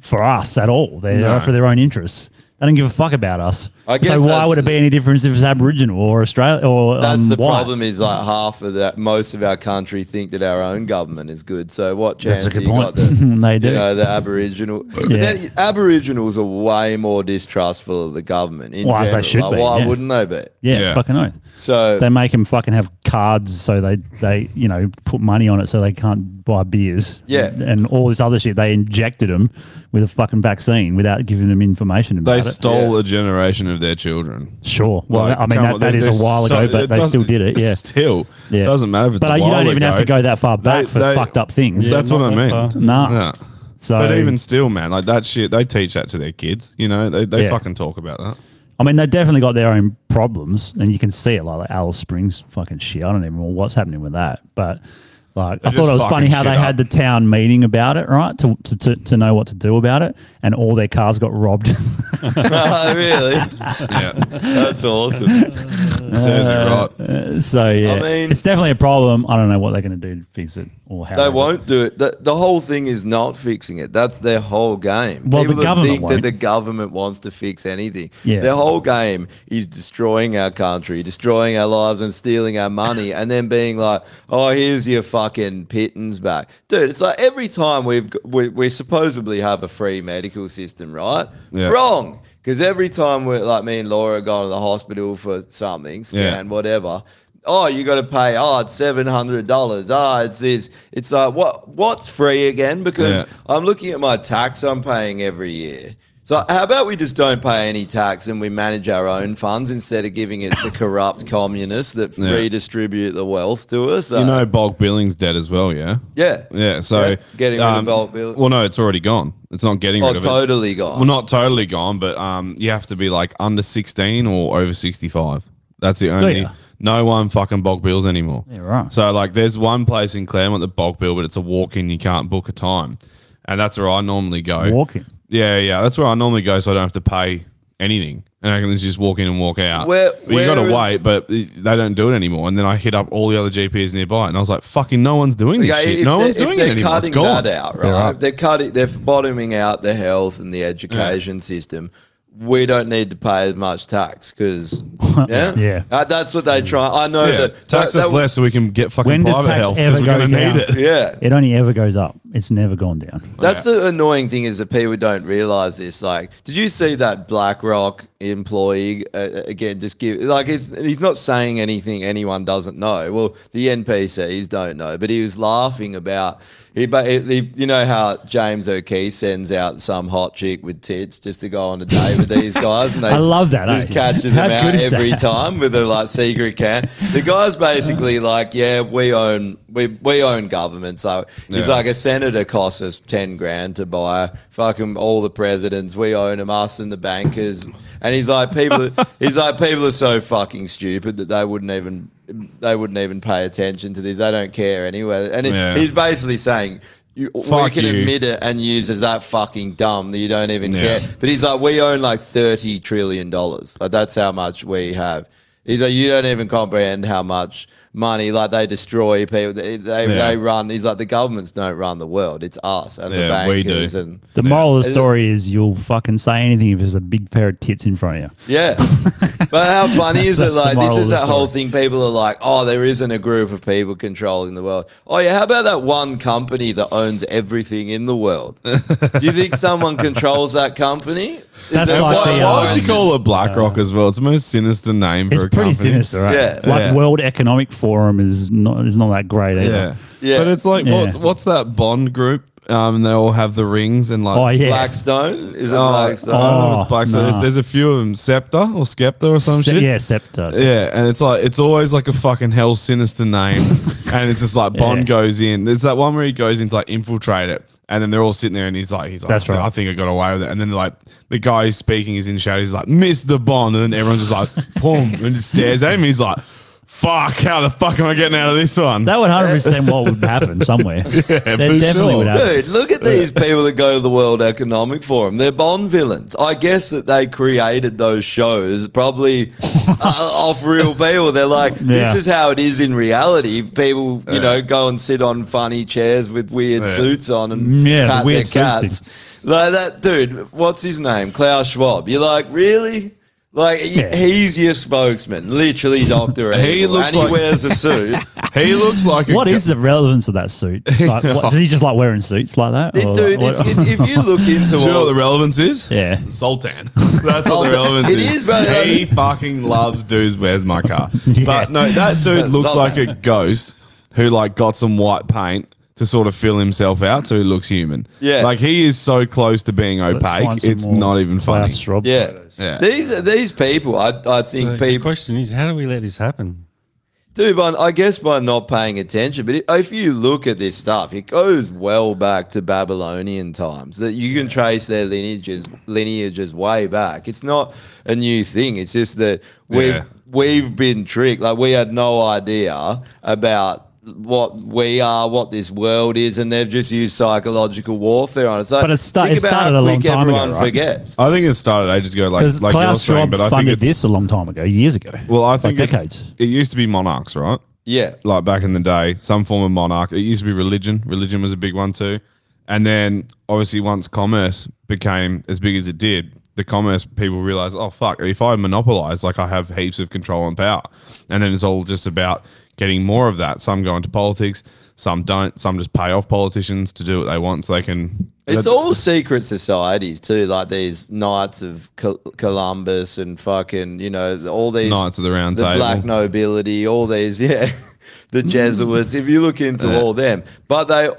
Speaker 2: for us at all. They're
Speaker 4: No.
Speaker 2: out for their own interests. They don't give a fuck about us.
Speaker 3: I guess
Speaker 2: so why
Speaker 3: that's-
Speaker 2: would it be any difference if it's Aboriginal or Australia or
Speaker 3: That's
Speaker 2: um,
Speaker 3: the
Speaker 2: white?
Speaker 3: problem. Is like half of that. Most of our country think that our own government is good. So what
Speaker 2: That's
Speaker 3: chance
Speaker 2: a
Speaker 3: have
Speaker 2: good
Speaker 3: you got?
Speaker 2: point.
Speaker 3: That,
Speaker 2: They do.
Speaker 3: You know, the Aboriginal. But
Speaker 2: Yeah.
Speaker 3: then Aboriginals are way more distrustful of the government. In
Speaker 2: Well, as
Speaker 3: general.
Speaker 2: they should
Speaker 3: Like,
Speaker 2: be,
Speaker 3: Why
Speaker 2: yeah.
Speaker 3: wouldn't they be?
Speaker 2: Yeah,
Speaker 4: Yeah.
Speaker 2: fucking oath.
Speaker 3: So
Speaker 2: They make them fucking have cards so they, they, you know, put money on it so they can't buy beers.
Speaker 3: Yeah.
Speaker 2: And all this other shit. They injected them with a fucking vaccine without giving them information about
Speaker 4: They
Speaker 2: it.
Speaker 4: stole a generation of their children.
Speaker 2: Sure. Well,
Speaker 4: Like,
Speaker 2: I mean,
Speaker 4: come
Speaker 2: that,
Speaker 4: on,
Speaker 2: that
Speaker 4: there-
Speaker 2: is a
Speaker 4: there's
Speaker 2: while
Speaker 4: so-
Speaker 2: ago, but they
Speaker 4: doesn't-
Speaker 2: still did it. Yeah.
Speaker 4: Still.
Speaker 2: Yeah.
Speaker 4: Doesn't matter if it's
Speaker 2: But
Speaker 4: a
Speaker 2: uh, you
Speaker 4: while
Speaker 2: don't even have to
Speaker 4: ago.
Speaker 2: go that far back for
Speaker 4: they-
Speaker 2: fucked up things.
Speaker 4: That's what I mean.
Speaker 2: Nah.
Speaker 4: Yeah.
Speaker 2: So,
Speaker 4: But even still, man, like that shit, they teach that to their kids. You know, they, they
Speaker 2: Yeah.
Speaker 4: fucking talk about that.
Speaker 2: I mean, they definitely got their own problems, and you can see it like, like Alice Springs fucking shit. I don't even know what's happening with that, but. Like,
Speaker 4: They're
Speaker 2: I thought it
Speaker 4: just
Speaker 2: was funny
Speaker 4: fucking
Speaker 2: how they
Speaker 4: shit
Speaker 2: had
Speaker 4: up.
Speaker 2: the town meeting about it, right? To, to, to, to know what to do about it, and all their cars got robbed.
Speaker 3: really,
Speaker 4: Yeah.
Speaker 3: that's awesome.
Speaker 4: Serves
Speaker 2: Uh,
Speaker 4: you right.
Speaker 2: so, yeah,
Speaker 3: mean-
Speaker 2: it's definitely a problem. I don't know what they're going to do to fix it or how
Speaker 3: They
Speaker 2: do it.
Speaker 3: won't do it. The, the whole thing is not fixing it. That's their whole game.
Speaker 2: Well, the
Speaker 3: People that
Speaker 2: government
Speaker 3: think
Speaker 2: won't.
Speaker 3: that the government wants to fix anything.
Speaker 2: Yeah.
Speaker 3: Their whole game is destroying our country, destroying our lives, and stealing our money, and then being like, "Oh, here's your fucking pittance back, dude." It's like every time we've g- we, we supposedly have a free medical system, right?
Speaker 4: Yeah.
Speaker 3: Wrong. Because every time we're like me and Laura gone to the hospital for something,
Speaker 4: Yeah.
Speaker 3: scan, whatever. Oh, you got to pay. Oh, it's seven hundred dollars. Ah, it's this. It's like what? What's free again? Because
Speaker 4: Yeah.
Speaker 3: I'm looking at my tax I'm paying every year. So how about we just don't pay any tax and we manage our own funds instead of giving it to corrupt communists that
Speaker 4: Yeah.
Speaker 3: redistribute the wealth to us?
Speaker 4: You
Speaker 3: Uh,
Speaker 4: know, bulk billing's dead as well, yeah?
Speaker 3: yeah,
Speaker 4: Yeah, so um,
Speaker 3: Yeah, getting rid of bulk bill-
Speaker 4: Well, no, it's already gone. It's not getting
Speaker 3: Oh,
Speaker 4: rid of it. It's-
Speaker 3: totally gone.
Speaker 4: Well, not totally gone, but um, you have to be like under sixteen or over sixty-five. That's the only.
Speaker 2: ya?
Speaker 4: No one fucking bulk bills anymore.
Speaker 2: Yeah, right.
Speaker 4: So like, there's one place in Claremont that bulk bill, but it's a walk-in. You can't book a time, and that's where I normally go.
Speaker 2: Walk-in?
Speaker 4: Yeah, yeah, that's where I normally go, so I don't have to pay anything, and I can just walk in and walk out.
Speaker 3: Where-
Speaker 4: But you got to
Speaker 3: where is-
Speaker 4: wait, but they don't do it anymore. And then I hit up all the other GPs nearby, and I was like, "Fucking, no one's doing this
Speaker 3: Okay,
Speaker 4: shit.
Speaker 3: if
Speaker 4: No
Speaker 3: they're-
Speaker 4: one's
Speaker 3: if
Speaker 4: doing it
Speaker 3: they're
Speaker 4: anymore. It's
Speaker 3: cutting
Speaker 4: gone."
Speaker 3: That out, right?
Speaker 4: Yeah.
Speaker 3: They're cutting, they're bottoming out the health and the education system. We don't need to pay as much tax because yeah,
Speaker 2: Yeah.
Speaker 3: Uh, that's what they try. I know
Speaker 4: Yeah,
Speaker 3: that
Speaker 4: tax
Speaker 3: that-
Speaker 4: us
Speaker 3: that-
Speaker 4: less so we can get fucking
Speaker 2: When does
Speaker 4: private
Speaker 2: tax
Speaker 4: health
Speaker 2: ever
Speaker 4: because we're
Speaker 2: go
Speaker 4: going to
Speaker 2: down?
Speaker 4: need it.
Speaker 3: Yeah,
Speaker 2: It only ever goes up, it's never gone down.
Speaker 3: That's the annoying thing is that people don't realize this. Like, did you see that BlackRock employee uh, again? Just give like it's, he's not saying anything anyone doesn't know. Well, the NPCs don't know, but he was laughing about he. But he, you know how James O'Keefe sends out some hot chick with tits just to go on a date with these guys, and they
Speaker 2: I love that,
Speaker 3: Just
Speaker 2: eh?
Speaker 3: catches
Speaker 2: How
Speaker 3: them out
Speaker 2: good is
Speaker 3: every
Speaker 2: that?
Speaker 3: time with a like secret can. The guy's basically like, yeah, we own we we own government, so he's
Speaker 4: Yeah.
Speaker 3: like a senator costs us ten grand to buy fucking all the presidents. We own them, us and the bankers. And he's like, people, he's like, people are so fucking stupid that they wouldn't even they wouldn't even pay attention to this. They don't care anyway. And it,
Speaker 4: Yeah.
Speaker 3: he's basically saying. You, we
Speaker 4: Fuck
Speaker 3: can
Speaker 4: you.
Speaker 3: admit it and use as that fucking dumb that you don't even
Speaker 4: Yeah.
Speaker 3: care. But he's like, we own like thirty trillion dollars. Like that's how much we have. He's like, you don't even comprehend how much money. Like they destroy people. They they,
Speaker 4: Yeah.
Speaker 3: they run. He's like, the governments don't run the world. It's us and
Speaker 4: Yeah,
Speaker 3: the
Speaker 4: we do.
Speaker 3: bankers and
Speaker 2: The
Speaker 4: Yeah.
Speaker 2: moral of the story is you'll fucking say anything if there's a big pair of tits in front of you.
Speaker 3: yeah. but how funny is it?
Speaker 2: That's the
Speaker 3: Like this
Speaker 2: moral
Speaker 3: is
Speaker 2: of the
Speaker 3: that whole
Speaker 2: story.
Speaker 3: thing. People are like, oh, there isn't a group of people controlling the world. Oh yeah, how about that one company that owns everything in the world? do you think someone controls that company? Is
Speaker 2: That's
Speaker 3: there
Speaker 2: like
Speaker 3: someone
Speaker 2: the,
Speaker 3: who
Speaker 2: uh,
Speaker 4: Why
Speaker 3: owns
Speaker 4: would you
Speaker 3: it?
Speaker 4: call it BlackRock as well? It's the most sinister name for
Speaker 2: It's
Speaker 4: a
Speaker 2: pretty
Speaker 4: company.
Speaker 2: sinister, right?
Speaker 3: Yeah.
Speaker 2: Like
Speaker 4: Yeah.
Speaker 2: World Economic forum is not is not that great either.
Speaker 4: Yeah.
Speaker 3: Yeah.
Speaker 4: But it's like,
Speaker 2: Yeah.
Speaker 4: what's, what's that Bond group? Um, and they all have the rings and like.
Speaker 2: Oh yeah.
Speaker 3: Blackstone is it
Speaker 4: Oh,
Speaker 3: Blackstone?
Speaker 4: I don't know if
Speaker 2: Oh,
Speaker 4: it's black. So
Speaker 2: nah.
Speaker 4: there's, there's a few of them, Scepter or Scepter or
Speaker 3: Oh,
Speaker 4: some
Speaker 2: Se-
Speaker 4: shit.
Speaker 2: yeah, Scepter.
Speaker 4: Yeah, and it's like it's always like a fucking hell sinister name, and it's just like Bond
Speaker 2: Yeah.
Speaker 4: goes in. There's that one where he goes in to like infiltrate it, and then they're all sitting there, and he's like, he's like,
Speaker 2: That's
Speaker 4: I, thi-
Speaker 2: right.
Speaker 4: I think I got away with it, and then like the guy who's speaking is in shadows, he's like, Mister Bond, and then everyone's just like, boom, and just stares at him. He's like, fuck, how the fuck am I getting out of this one?
Speaker 2: That would hundred percent what would happen somewhere. that
Speaker 4: for
Speaker 2: definitely
Speaker 4: sure.
Speaker 2: would happen.
Speaker 3: Dude, look at these people that go to the World Economic Forum. They're Bond villains. I guess that they created those shows probably uh, off real people. They're like,
Speaker 2: Yeah.
Speaker 3: this is how it is in reality. People, you know, go and sit on funny chairs with weird suits on and
Speaker 2: Mm, Yeah, the
Speaker 3: cut
Speaker 2: weird
Speaker 3: their
Speaker 2: suits
Speaker 3: cats. Like that dude, what's his name? Klaus Schwab. You're like, really? Like he-
Speaker 2: Yeah.
Speaker 3: he's your spokesman, literally Doctor Evil,
Speaker 4: He looks
Speaker 3: and he
Speaker 4: like-
Speaker 3: wears a suit.
Speaker 4: he looks like a
Speaker 2: What
Speaker 4: gu-
Speaker 2: is the relevance of that suit? Like, what, does he just like wearing suits like that? Or
Speaker 3: Dude,
Speaker 2: like,
Speaker 3: it's, it's, if you look into
Speaker 4: Do you know
Speaker 3: all
Speaker 4: what the relevance is?
Speaker 2: yeah,
Speaker 4: Sultan. That's what
Speaker 3: Sultan.
Speaker 4: the relevance
Speaker 3: It
Speaker 4: is.
Speaker 3: is, bro.
Speaker 4: He fucking loves dudes. Where's my car? But no, that dude looks like
Speaker 3: Sultan.
Speaker 4: a ghost who like got some white paint to sort of fill himself out so he looks human.
Speaker 3: Yeah.
Speaker 4: like he is so close to being
Speaker 2: Let's
Speaker 4: opaque.
Speaker 2: find some
Speaker 4: It's
Speaker 2: more
Speaker 4: not even funny.
Speaker 2: Klaus Schwab
Speaker 3: Yeah.
Speaker 4: Yeah.
Speaker 3: These these people, I, I think
Speaker 9: the
Speaker 3: people
Speaker 9: question is, how do we let this happen?
Speaker 3: do, but I guess by not paying attention. But if you look at this stuff, it goes well back to Babylonian times. That you can trace their lineages lineages way back. It's not a new thing. It's just that we
Speaker 4: Yeah.
Speaker 3: have we've been tricked. Like we had no idea about what we are, what this world is, and they've just used psychological warfare on us. So
Speaker 2: But it sta-
Speaker 3: think
Speaker 2: it
Speaker 3: about how
Speaker 2: started a long
Speaker 3: quick
Speaker 2: time ago,
Speaker 3: everyone
Speaker 2: right?
Speaker 3: Forgets.
Speaker 4: I think it started ages ago, like
Speaker 2: because
Speaker 4: like you're
Speaker 2: Klaus
Speaker 4: saying,
Speaker 2: Schwab
Speaker 4: but I think
Speaker 2: funded
Speaker 4: it's,
Speaker 2: this a long time ago, years ago.
Speaker 4: Well, I think
Speaker 2: like
Speaker 4: it's-
Speaker 2: decades.
Speaker 4: It used to be monarchs, right?
Speaker 3: Yeah.
Speaker 4: like back in the day, some form of monarch. It used to be religion. Religion was a big one too. And then obviously once commerce became as big as it did, the commerce people realized, oh fuck, if I monopolize, like I have heaps of control and power. And then it's all just about getting more of that. Some go into politics, some don't, some just pay off politicians to do what they want so they can
Speaker 3: It's
Speaker 4: that-
Speaker 3: all secret societies too, like these Knights of Col- Columbus and fucking, you know, all these
Speaker 4: Knights of the Round
Speaker 3: the
Speaker 4: Table. Mm.
Speaker 3: black nobility, all these, yeah, the Jesuits. If you look into all them, but they,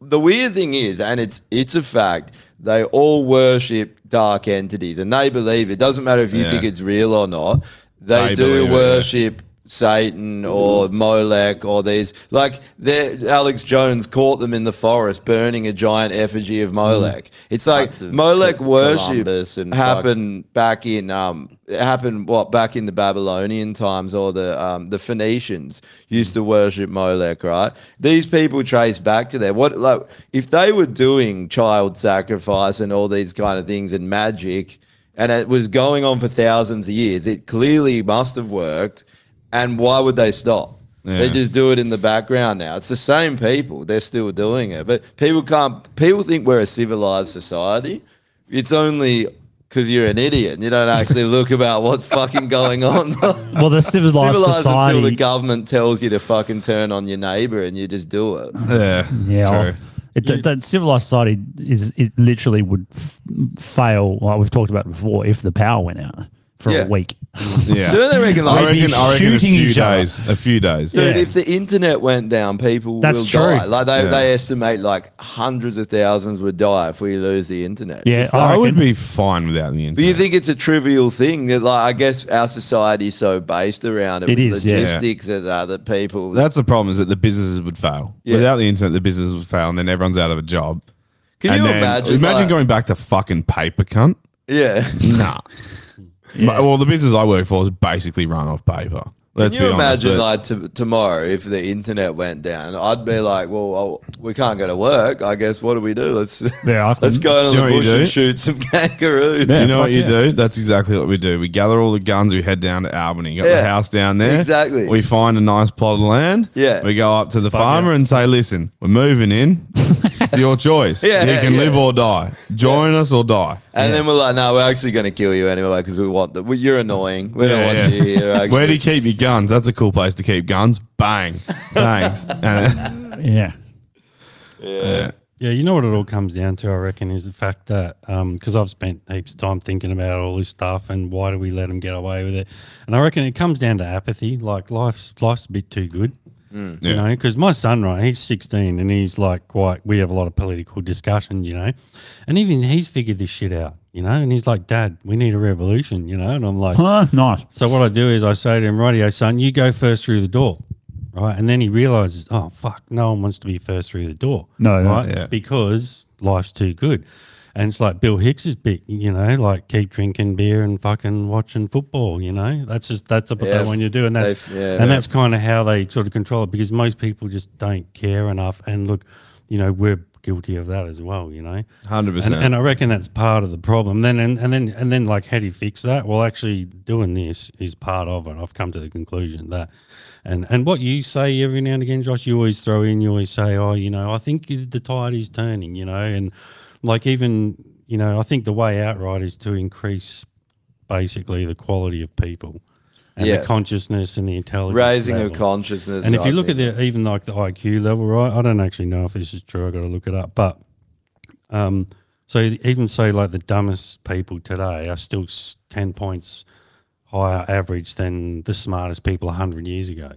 Speaker 3: the weird thing is, and it's it's a fact, they all worship dark entities, and they believe it doesn't matter if you
Speaker 4: Yeah.
Speaker 3: think it's real or not. They,
Speaker 4: They
Speaker 3: do
Speaker 4: believe it, yeah.
Speaker 3: worship. Satan or Molech or these like they're- Alex Jones caught them in the forest burning a giant effigy of Molech. It's like
Speaker 5: Lots of
Speaker 3: Molech
Speaker 5: Col-
Speaker 3: worship
Speaker 5: Columbus and
Speaker 3: happened back in um it happened what back in the Babylonian times or the um the Phoenicians used to worship Molech, right? These people trace back to there. What like if they were doing child sacrifice and all these kind of things and magic and it was going on for thousands of years, it clearly must have worked. And why would they stop? They
Speaker 4: Yeah.
Speaker 3: just just do it in the background now. It's the same people. They're still doing it. But people can't people think we're a civilized society. It's only because you're an idiot and you don't actually look about what's fucking going on.
Speaker 2: Well, the civilized,
Speaker 3: civilized
Speaker 2: society.
Speaker 3: until the government tells you to fucking turn on your neighbor and you just do it.
Speaker 4: Yeah.
Speaker 2: yeah, well,
Speaker 4: True.
Speaker 2: it, that, that civilized society is it literally would f- fail, like we've talked about before, if the power went out for
Speaker 3: Yeah.
Speaker 2: a week.
Speaker 4: Yeah.
Speaker 3: Do they reckon
Speaker 4: I
Speaker 3: like,
Speaker 2: We'd be
Speaker 4: reckon, I reckon a
Speaker 2: shooting
Speaker 4: few
Speaker 2: each other.
Speaker 4: days. A few days.
Speaker 3: Dude,
Speaker 2: Yeah.
Speaker 3: if the internet went down, people
Speaker 2: That's
Speaker 3: will
Speaker 2: true.
Speaker 3: die. Like they,
Speaker 4: Yeah.
Speaker 3: they estimate like hundreds of thousands would die if we lose the internet.
Speaker 2: Yeah,
Speaker 3: Just
Speaker 4: I,
Speaker 2: I
Speaker 4: would
Speaker 2: reckon-
Speaker 4: be fine without the internet.
Speaker 3: Do you think it's a trivial thing that, like, I guess our society's so based around it,
Speaker 2: It
Speaker 3: with
Speaker 2: is, yeah.
Speaker 3: logistics and other people.
Speaker 4: That's the problem is that the businesses would fail.
Speaker 3: Yeah.
Speaker 4: Without the internet, the businesses would fail, and then everyone's out of a job.
Speaker 3: Can
Speaker 4: And
Speaker 3: you
Speaker 4: then-
Speaker 3: imagine?
Speaker 4: Imagine
Speaker 3: like-
Speaker 4: going back to fucking paper cunt.
Speaker 3: Yeah.
Speaker 4: Nah. But- well, the business I work for is basically run off paper.
Speaker 3: Can
Speaker 4: Let's
Speaker 3: you
Speaker 4: be honest,
Speaker 3: imagine
Speaker 4: but-
Speaker 3: like t- tomorrow if the internet went down? I'd be like, well, I'll- we can't go to work. I guess what do we do? Let's
Speaker 2: Yeah, I
Speaker 3: let's
Speaker 2: couldn't.
Speaker 3: go
Speaker 4: Do
Speaker 3: into
Speaker 4: you
Speaker 3: the
Speaker 4: know what you
Speaker 3: bush and
Speaker 4: do?
Speaker 3: shoot some kangaroos.
Speaker 4: you know what
Speaker 2: fuck
Speaker 4: you
Speaker 2: yeah.
Speaker 4: do? That's exactly what we do. We gather all the guns. We head down to Albany. Got
Speaker 3: Yeah.
Speaker 4: the house down there.
Speaker 3: Exactly.
Speaker 4: We find a nice plot of land.
Speaker 3: Yeah.
Speaker 4: We go up to the farmer and say, "Listen, we're moving in. it's your choice.
Speaker 3: Yeah,
Speaker 4: you
Speaker 3: yeah,
Speaker 4: can
Speaker 3: yeah.
Speaker 4: live or die. Join us or die."
Speaker 3: And then we're like, no, we're actually going to kill you anyway because we want the. well, You're annoying. We don't want you here. Actually.
Speaker 4: Where do you keep your guns? That's a cool place to uh, keep guns. Bang. Thanks. And,
Speaker 2: Yeah.
Speaker 4: yeah.
Speaker 9: Yeah, you know what it all comes down to, I reckon, is the fact that because I've spent heaps of time thinking about all this stuff and why do we let them get away with it, and I reckon it comes down to apathy. Like life's life's a bit too good, you know. Because my son, right, he's sixteen and he's like quite. We have a lot of political discussions, you know, and even he's figured this shit out, you know. And he's like, "Dad, we need a revolution," you know, and I'm like,
Speaker 2: Huh? Nice.
Speaker 9: So what I do is I say to him, "Rightio, son, you go first through the door." Right, and then he realizes, "Oh fuck, no one wants to be first through the door."
Speaker 2: No, no,
Speaker 9: right,
Speaker 4: yeah.
Speaker 9: because life's too good. And it's like Bill Hicks's bit, you know, like keep drinking beer and fucking watching football. You know, that's just that's what
Speaker 3: Yeah.
Speaker 9: they want you to do, and that's
Speaker 3: They've- yeah.
Speaker 9: and that's kind of how they sort of control it because most people just don't care enough. And look, you know, we're guilty of that as well. You know,
Speaker 4: 100%.
Speaker 9: and, and I reckon that's part of the problem. Then and, and then and then like how do you fix that? Well, actually, doing this is part of it. I've come to the conclusion that, and and what you say every now and again, Josh, you always throw in, you always say, oh, you know, I think you- the tide is turning, you know, and like even you know, I think the way out right is to increase basically the quality of people and
Speaker 3: Yeah.
Speaker 9: the consciousness and the intelligence
Speaker 3: Raising of
Speaker 9: level.
Speaker 3: consciousness.
Speaker 9: And if
Speaker 3: I
Speaker 9: you look at
Speaker 3: think.
Speaker 9: the even like the IQ level, right? I don't actually know if this is true. I got to look it up, but um, so even say like the dumbest people today are still s- ten points higher average than the smartest people hundred years ago,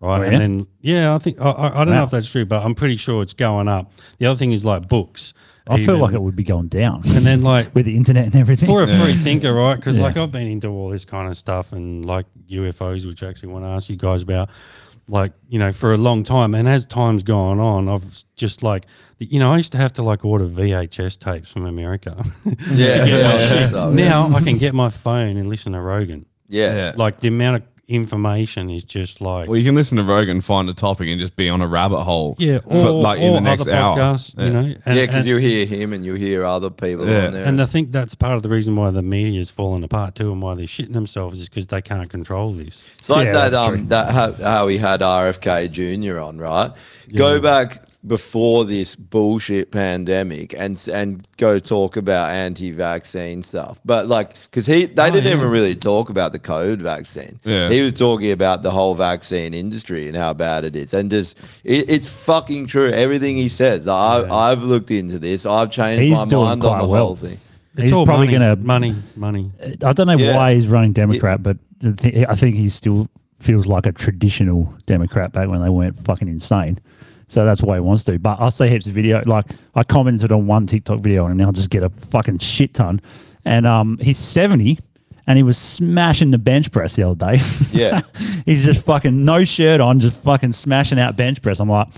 Speaker 9: right?
Speaker 2: Oh, yeah?
Speaker 9: And then yeah, I think I, I, I don't know
Speaker 2: Wow.
Speaker 9: if that's true, but I'm pretty sure it's going up. The other thing is like books.
Speaker 2: I feel
Speaker 9: even.
Speaker 2: like it would be going down
Speaker 9: and then like
Speaker 2: with the internet and everything.
Speaker 9: for a free thinker, right? Because
Speaker 2: Yeah.
Speaker 9: like I've been into all this kind of stuff and like UFOs, which I actually want to ask you guys about, like you know, for a long time. And as time's gone on, I've just like you know, I used to have to like order VHS tapes from America.
Speaker 3: yeah, yeah, so, yeah.
Speaker 9: now I can get my phone and listen to Rogan.
Speaker 3: yeah.
Speaker 4: Yeah.
Speaker 9: Like the amount of information is just like.
Speaker 4: Well, you can listen to Rogan, find a topic, and just be on a rabbit hole.
Speaker 9: yeah,
Speaker 4: for,
Speaker 9: or,
Speaker 4: like in
Speaker 9: or
Speaker 4: the next
Speaker 9: other
Speaker 4: hour.
Speaker 9: podcasts,
Speaker 4: Yeah.
Speaker 9: you know, and,
Speaker 3: Yeah, because
Speaker 9: and-
Speaker 3: you hear him and you hear other people
Speaker 4: Yeah.
Speaker 3: on there.
Speaker 9: And I think that's part of the reason why the media's fallen apart too, and why they're shitting themselves is because they can't control this.
Speaker 3: It's like
Speaker 2: Yeah,
Speaker 3: that
Speaker 2: that's true.
Speaker 3: um that how, how he had RFK Jr. on, right? Go back before this bullshit pandemic and s- and go talk about anti-vaccine stuff. But like cuz he
Speaker 2: Oh,
Speaker 3: they didn't even really talk about the COVID vaccine.
Speaker 4: Yeah.
Speaker 3: He was talking about the whole vaccine industry and how bad it is. And just it, it's fucking true everything he says. I I've looked into this. I've changed
Speaker 2: He's
Speaker 3: my
Speaker 2: doing
Speaker 3: mind
Speaker 2: quite
Speaker 3: on the
Speaker 2: well.
Speaker 3: whole thing.
Speaker 9: It's
Speaker 2: He's
Speaker 9: all
Speaker 2: probably
Speaker 9: money,
Speaker 2: gonna-
Speaker 9: money, money.
Speaker 2: I don't know
Speaker 3: Yeah.
Speaker 2: why he's running Democrat, but the thi- I think he still feels like a traditional Democrat back when they weren't fucking insane. So that's why he wants to. But I see heaps of video. Like I commented on one TikTok video, and I'll just get a fucking shit ton. And um, he's seventy, and he was smashing the bench press the other day.
Speaker 3: Yeah.
Speaker 2: he's just fucking no shirt on, just fucking smashing out bench press. I'm like,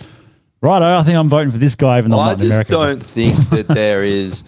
Speaker 2: righto, I think I'm voting for this guy, even though I'm
Speaker 3: I
Speaker 2: not in
Speaker 3: just
Speaker 2: America.
Speaker 3: don't think that there is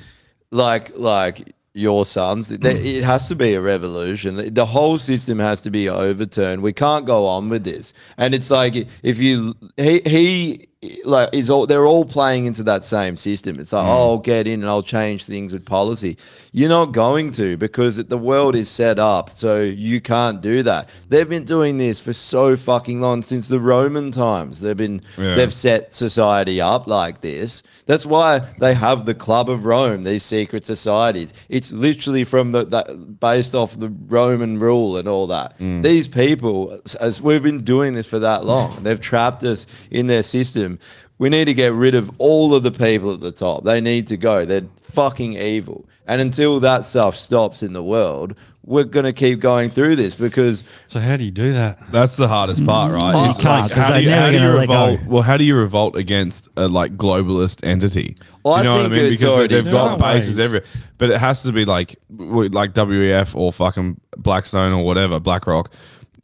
Speaker 3: like like your sons. th-
Speaker 2: Hmm.
Speaker 3: there- It has to be a revolution. The- The whole system has to be overturned. We can't go on with this. And it's like if you he he like is all they're all playing into that same system. It's like
Speaker 2: Hmm.
Speaker 3: oh, I'll get in and I'll change things with policy. You're not going to because the world is set up so you can't do that. They've been doing this for so fucking long since the Roman times. They've been
Speaker 4: Yeah.
Speaker 3: they've set society up like this. That's why they have the Club of Rome, these secret societies. It's literally from the, that based off the Roman rule and all that. These people, as we've been doing this for that long, they've trapped us in their system. We need to get rid of all of the people at the top. They need to go. They're fucking evil. And until that stuff stops in the world, we're going to keep going through this because
Speaker 9: So how do you do that?
Speaker 4: That's the hardest part, right?
Speaker 2: You
Speaker 4: It's
Speaker 2: can't, Mm-hmm. 'cause
Speaker 4: how
Speaker 2: they're
Speaker 4: do you,
Speaker 2: never
Speaker 4: how do you
Speaker 2: gonna let
Speaker 4: revolt?
Speaker 2: go.
Speaker 4: Well, how do you revolt against a like globalist entity?
Speaker 3: Well,
Speaker 4: Do
Speaker 3: I
Speaker 4: you know what I
Speaker 3: think
Speaker 4: mean?
Speaker 3: it's
Speaker 4: Because they-
Speaker 3: already-
Speaker 4: they've
Speaker 3: There
Speaker 4: got
Speaker 9: are
Speaker 4: bases
Speaker 9: ways.
Speaker 4: everywhere, but it has to be like w- like WEF or fucking Blackstone or whatever, BlackRock.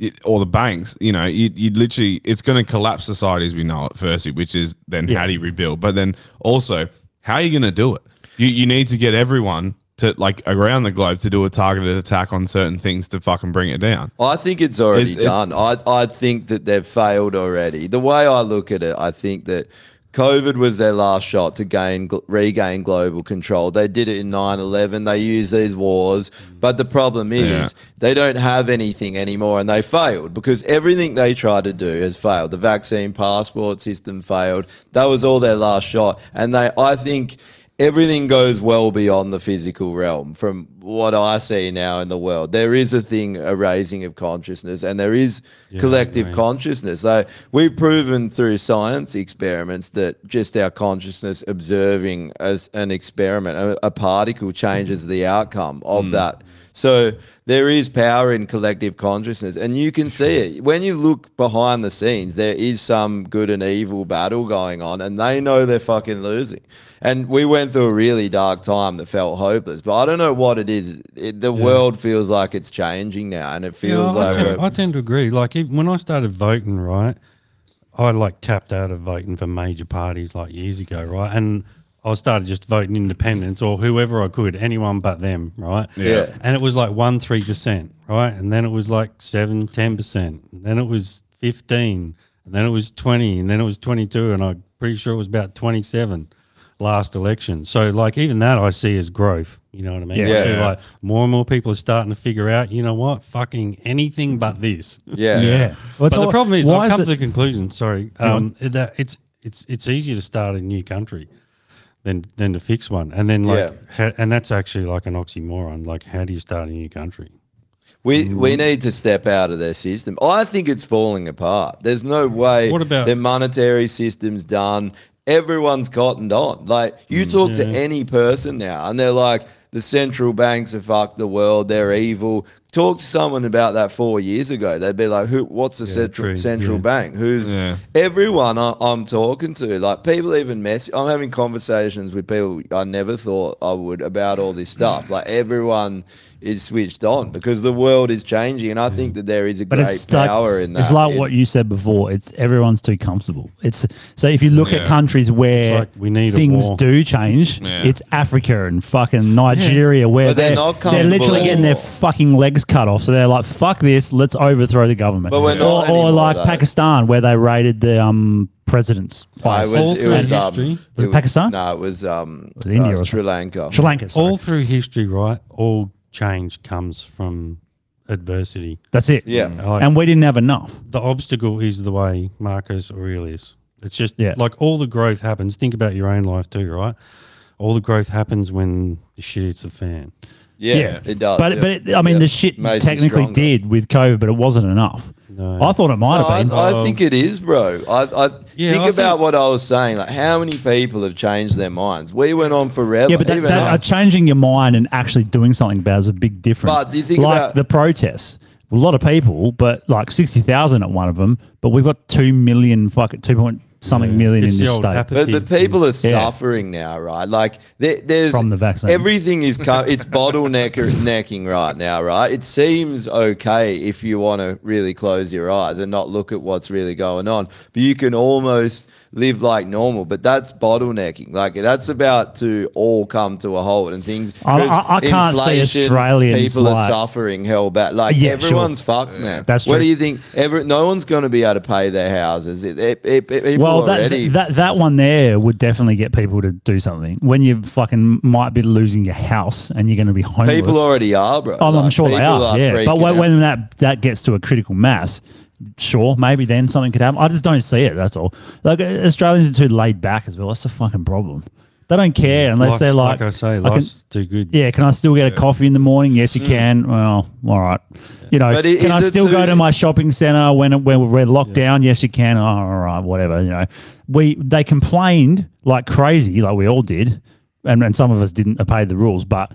Speaker 4: it- Or the banks, you know, you you literally, it's going to collapse society as we know it. Firstly, which is then how do you rebuild? But then also, how are you going to do it? You you need to get everyone to like around the globe to do a targeted attack on certain things to fucking bring it down.
Speaker 3: I think it's already
Speaker 4: It's- it-
Speaker 3: done. I, I think that they've failed already. The way I look at it, I think that COVID was their last shot to gain gl- regain global control. They did it in 9-11. They used these wars. But the problem is
Speaker 4: Yeah.
Speaker 3: they don't have anything anymore and they failed because everything they tried to do has failed. The vaccine passport system failed. That was all their last shot. And they I think everything goes well beyond the physical realm from what I see now in the world. There is a thing, a raising of consciousness, and there is collective consciousness. So we've proven through science experiments that just our consciousness observing as an experiment, a, a particle changes the outcome of that. So there is power in collective consciousness, and you can see it when you look behind the scenes. There is some good and evil battle going on, and they know they're fucking losing. And we went through a really dark time that felt hopeless, but I don't know what it is. It, the world feels like it's changing now, and it feels
Speaker 9: I,
Speaker 3: like
Speaker 9: tend,
Speaker 3: we're-
Speaker 9: I tend to agree. Like even when I started voting, right, I like tapped out of voting for major parties like years ago, right, and I started just voting independents or whoever I could, anyone but them, right?
Speaker 3: Yeah.
Speaker 9: And it was like one three percent, right, and then it was like seven ten percent, then it was fifteen, and then it was twenty, and then it was twenty two, and I'm pretty sure it was about twenty seven last election. So like even that I see as growth. You know what I mean? I
Speaker 3: Yeah.
Speaker 9: see,
Speaker 3: Yeah.
Speaker 9: like more and more people are starting to figure out, you know what, fucking anything but this.
Speaker 3: yeah,
Speaker 2: Well, it's
Speaker 9: but the
Speaker 2: all-
Speaker 9: problem is,
Speaker 2: why
Speaker 9: I've
Speaker 2: is
Speaker 9: come
Speaker 2: it-
Speaker 9: to the conclusion. Sorry, um, that it's it's it's easier to start a new country than than to fix one, and then like, ha- and that's actually like an oxymoron. Like, how do you start a new country?
Speaker 3: We
Speaker 9: Mm-hmm.
Speaker 3: we need to step out of their system. I think it's falling apart. There's no way
Speaker 9: What about-
Speaker 3: their monetary system's done. Everyone's cottoned on. Like
Speaker 9: Mm,
Speaker 3: you talk to any person now and they're like the central banks have fucked the world, they're evil. Talk to someone about that 4 years ago. They'd be like, "Who what's the central
Speaker 9: true,
Speaker 3: central
Speaker 9: yeah.
Speaker 3: bank? Who's
Speaker 4: Yeah.
Speaker 3: everyone I, I'm talking to, like people even mess. I'm having conversations with people I never thought I would about all this stuff. Like everyone is switched on because the world is changing, and I think that there is a
Speaker 2: But
Speaker 3: great
Speaker 2: it's like,
Speaker 3: power in that.
Speaker 2: it's like
Speaker 3: It-
Speaker 2: what you said before. It's everyone's too comfortable. It's so if you look
Speaker 4: Yeah.
Speaker 2: at countries where
Speaker 9: It's like we need a
Speaker 2: things
Speaker 9: war.
Speaker 2: do change,
Speaker 4: Yeah.
Speaker 2: it's Africa and fucking Nigeria where
Speaker 3: But they're
Speaker 2: they're they're,
Speaker 3: not comfortable
Speaker 2: literally getting their
Speaker 3: anymore.
Speaker 2: fucking legs cut off. So they're like, "Fuck this, let's overthrow the government."
Speaker 3: But we're not
Speaker 2: or, or
Speaker 3: anymore,
Speaker 2: like
Speaker 3: though.
Speaker 2: Pakistan where they raided the um president's
Speaker 3: I
Speaker 2: place.
Speaker 3: was, it
Speaker 9: through
Speaker 3: was, um,
Speaker 9: history.
Speaker 2: Was it Pakistan?
Speaker 3: No, it was um,
Speaker 2: it India
Speaker 3: uh,
Speaker 2: or something?
Speaker 3: Sri Lanka.
Speaker 2: Sri Lanka. sorry.
Speaker 9: All through history, right? All change comes from adversity.
Speaker 2: That's it.
Speaker 3: Yeah.
Speaker 9: Like,
Speaker 2: And we didn't have enough.
Speaker 9: the obstacle is the way Marcus Aurelius. It's just
Speaker 2: Yeah.
Speaker 9: like all the growth happens. Think about your own life too, right? All the growth happens when the shit hits the fan.
Speaker 3: yeah, it does.
Speaker 2: But
Speaker 3: yeah.
Speaker 2: but it, I mean,
Speaker 3: Yeah.
Speaker 2: the shit
Speaker 3: Makes you
Speaker 2: technically
Speaker 3: stronger.
Speaker 2: did with COVID, but it wasn't enough. I thought it might have been.
Speaker 3: I, I think it is, bro. I, I
Speaker 9: Yeah,
Speaker 3: think
Speaker 9: I
Speaker 3: about
Speaker 9: think-
Speaker 3: what I was saying. Like, how many people have changed their minds? We went on forever.
Speaker 2: yeah, but that,
Speaker 3: even
Speaker 2: that, uh,
Speaker 3: us.
Speaker 2: changing your mind and actually doing something about it is a big difference.
Speaker 3: But do you think
Speaker 2: like
Speaker 3: about-
Speaker 2: the protests, a lot of people, but like sixty thousand at one of them, but we've got two million, fuck it, two point something million
Speaker 9: It's
Speaker 2: in
Speaker 9: the
Speaker 2: this
Speaker 9: old
Speaker 2: state.
Speaker 9: apathy.
Speaker 3: But the people are
Speaker 2: Yeah.
Speaker 3: suffering now, right? Like there, there's
Speaker 2: From the vaccine.
Speaker 3: Everything is co- it's bottlenecking right now, right? It seems okay if you want to really close your eyes and not look at what's really going on, but you can almost live like normal. But that's bottlenecking. Like that's about to all come to a halt and things.
Speaker 2: I- I- I can't see
Speaker 3: inflation,
Speaker 2: Australians
Speaker 3: People are
Speaker 2: like-
Speaker 3: suffering hell back. Like
Speaker 2: Yeah, sure.
Speaker 3: everyone's fucked now.
Speaker 2: That's
Speaker 3: What
Speaker 2: true.
Speaker 3: do you think? Every, no one's going to be able to pay their houses. It, it, it, it- people
Speaker 2: well, that,
Speaker 3: already.
Speaker 2: that that one there would definitely get people to do something. When you fucking might be losing your house and you're going to be homeless.
Speaker 3: People already are, bro.
Speaker 2: I'm, I'm
Speaker 3: Like,
Speaker 2: sure they
Speaker 3: people
Speaker 2: are. yeah, but
Speaker 3: freaking
Speaker 2: when,
Speaker 3: out.
Speaker 2: when that that gets to a critical mass, sure, maybe then something could happen. I just don't see it. That's all. Like uh, Australians are too laid back as well. That's the fucking problem. They don't care unless
Speaker 9: Life's-
Speaker 2: they're like,
Speaker 9: I say,
Speaker 2: can-
Speaker 9: life's too good.
Speaker 2: yeah, can I still get a coffee in the morning? Yes, you can. Well, all right. You know,
Speaker 3: Mm. But i-
Speaker 2: can I
Speaker 3: is it
Speaker 2: still go
Speaker 3: too-
Speaker 2: to my shopping center when when we're locked down? Yes, you can. Oh, all right, whatever. You know, we they complained like crazy, like we all did, and, and some of us didn't obey the rules, but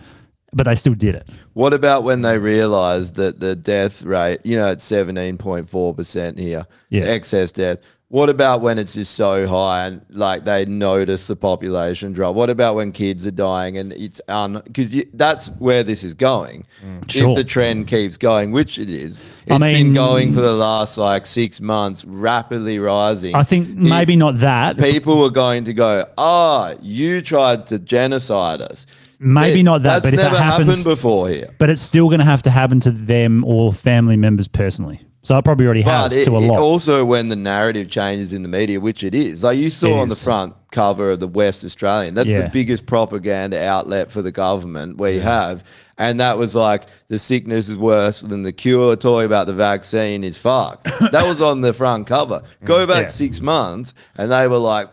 Speaker 2: but they still did it.
Speaker 3: What about when they realised that the death rate, you know, it's seventeen point four percent here,
Speaker 2: Yeah.
Speaker 3: excess death. What about when it's just so high and like they notice the population drop? What about when kids are dying and it's un because that's where this is going.
Speaker 2: Mm. Sure.
Speaker 3: If the trend keeps going, which it is,
Speaker 2: I
Speaker 3: it's
Speaker 2: mean-
Speaker 3: been going for the last like six months, rapidly rising.
Speaker 2: I think
Speaker 3: It-
Speaker 2: maybe not that.
Speaker 3: people are going to go, ah, you tried to genocide us.
Speaker 2: Maybe not that,
Speaker 3: That's
Speaker 2: but if that
Speaker 3: never
Speaker 2: happens-
Speaker 3: happened before here.
Speaker 2: but it's still going to have to happen to them or family members personally. So it probably already
Speaker 3: But
Speaker 2: has
Speaker 3: it,
Speaker 2: to a
Speaker 3: it
Speaker 2: lot.
Speaker 3: also, when the narrative changes in the media, which it is, like you saw
Speaker 2: It
Speaker 3: on the
Speaker 2: is.
Speaker 3: front cover of the West Australian, that's
Speaker 2: Yeah.
Speaker 3: the biggest propaganda outlet for the government we have. And that was like the sickness is worse than the cure. Talking about the vaccine is fucked. that was on the front cover. Go back
Speaker 2: Mm. Yeah.
Speaker 3: six months, and they were like,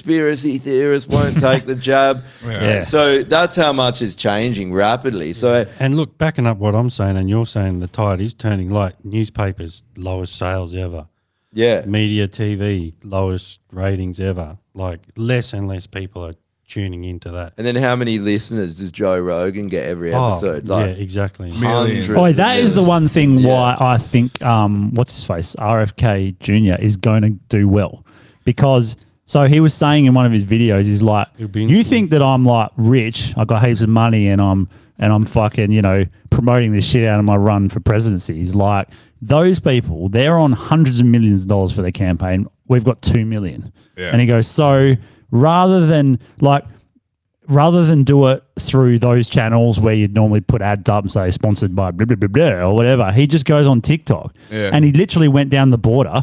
Speaker 3: conspiracy theorists won't take the jab.
Speaker 2: Yeah.
Speaker 3: So that's how much is changing rapidly. So
Speaker 9: And look, backing up what I'm saying, and you're saying the tide is turning. Like newspapers, lowest sales ever.
Speaker 3: yeah,
Speaker 9: Media, TV, lowest ratings ever. Like less and less people are tuning into that.
Speaker 3: and then how many listeners does Joe Rogan get every episode?
Speaker 9: oh,
Speaker 3: like
Speaker 9: yeah, exactly.
Speaker 3: hundreds.
Speaker 2: Oh,
Speaker 3: of
Speaker 2: that is the
Speaker 3: millions.
Speaker 2: one thing
Speaker 3: Yeah.
Speaker 2: why I think um, what's his face RFK Jr. is going to do well because so he was saying in one of his videos he's like,
Speaker 9: It'd be
Speaker 2: you
Speaker 9: interesting.
Speaker 2: think that I'm like rich, I got heaps of money, and I'm and I'm fucking you know promoting this shit out of my run for presidency. He's like those people, they're on hundreds of millions of dollars for their campaign. We've got two million,
Speaker 4: Yeah.
Speaker 2: and he goes so rather than like rather than do it through those channels where you'd normally put ads up and say sponsored by blah, blah, blah, blah, or whatever, he just goes on TikTok.
Speaker 4: Yeah.
Speaker 2: And he literally went down the border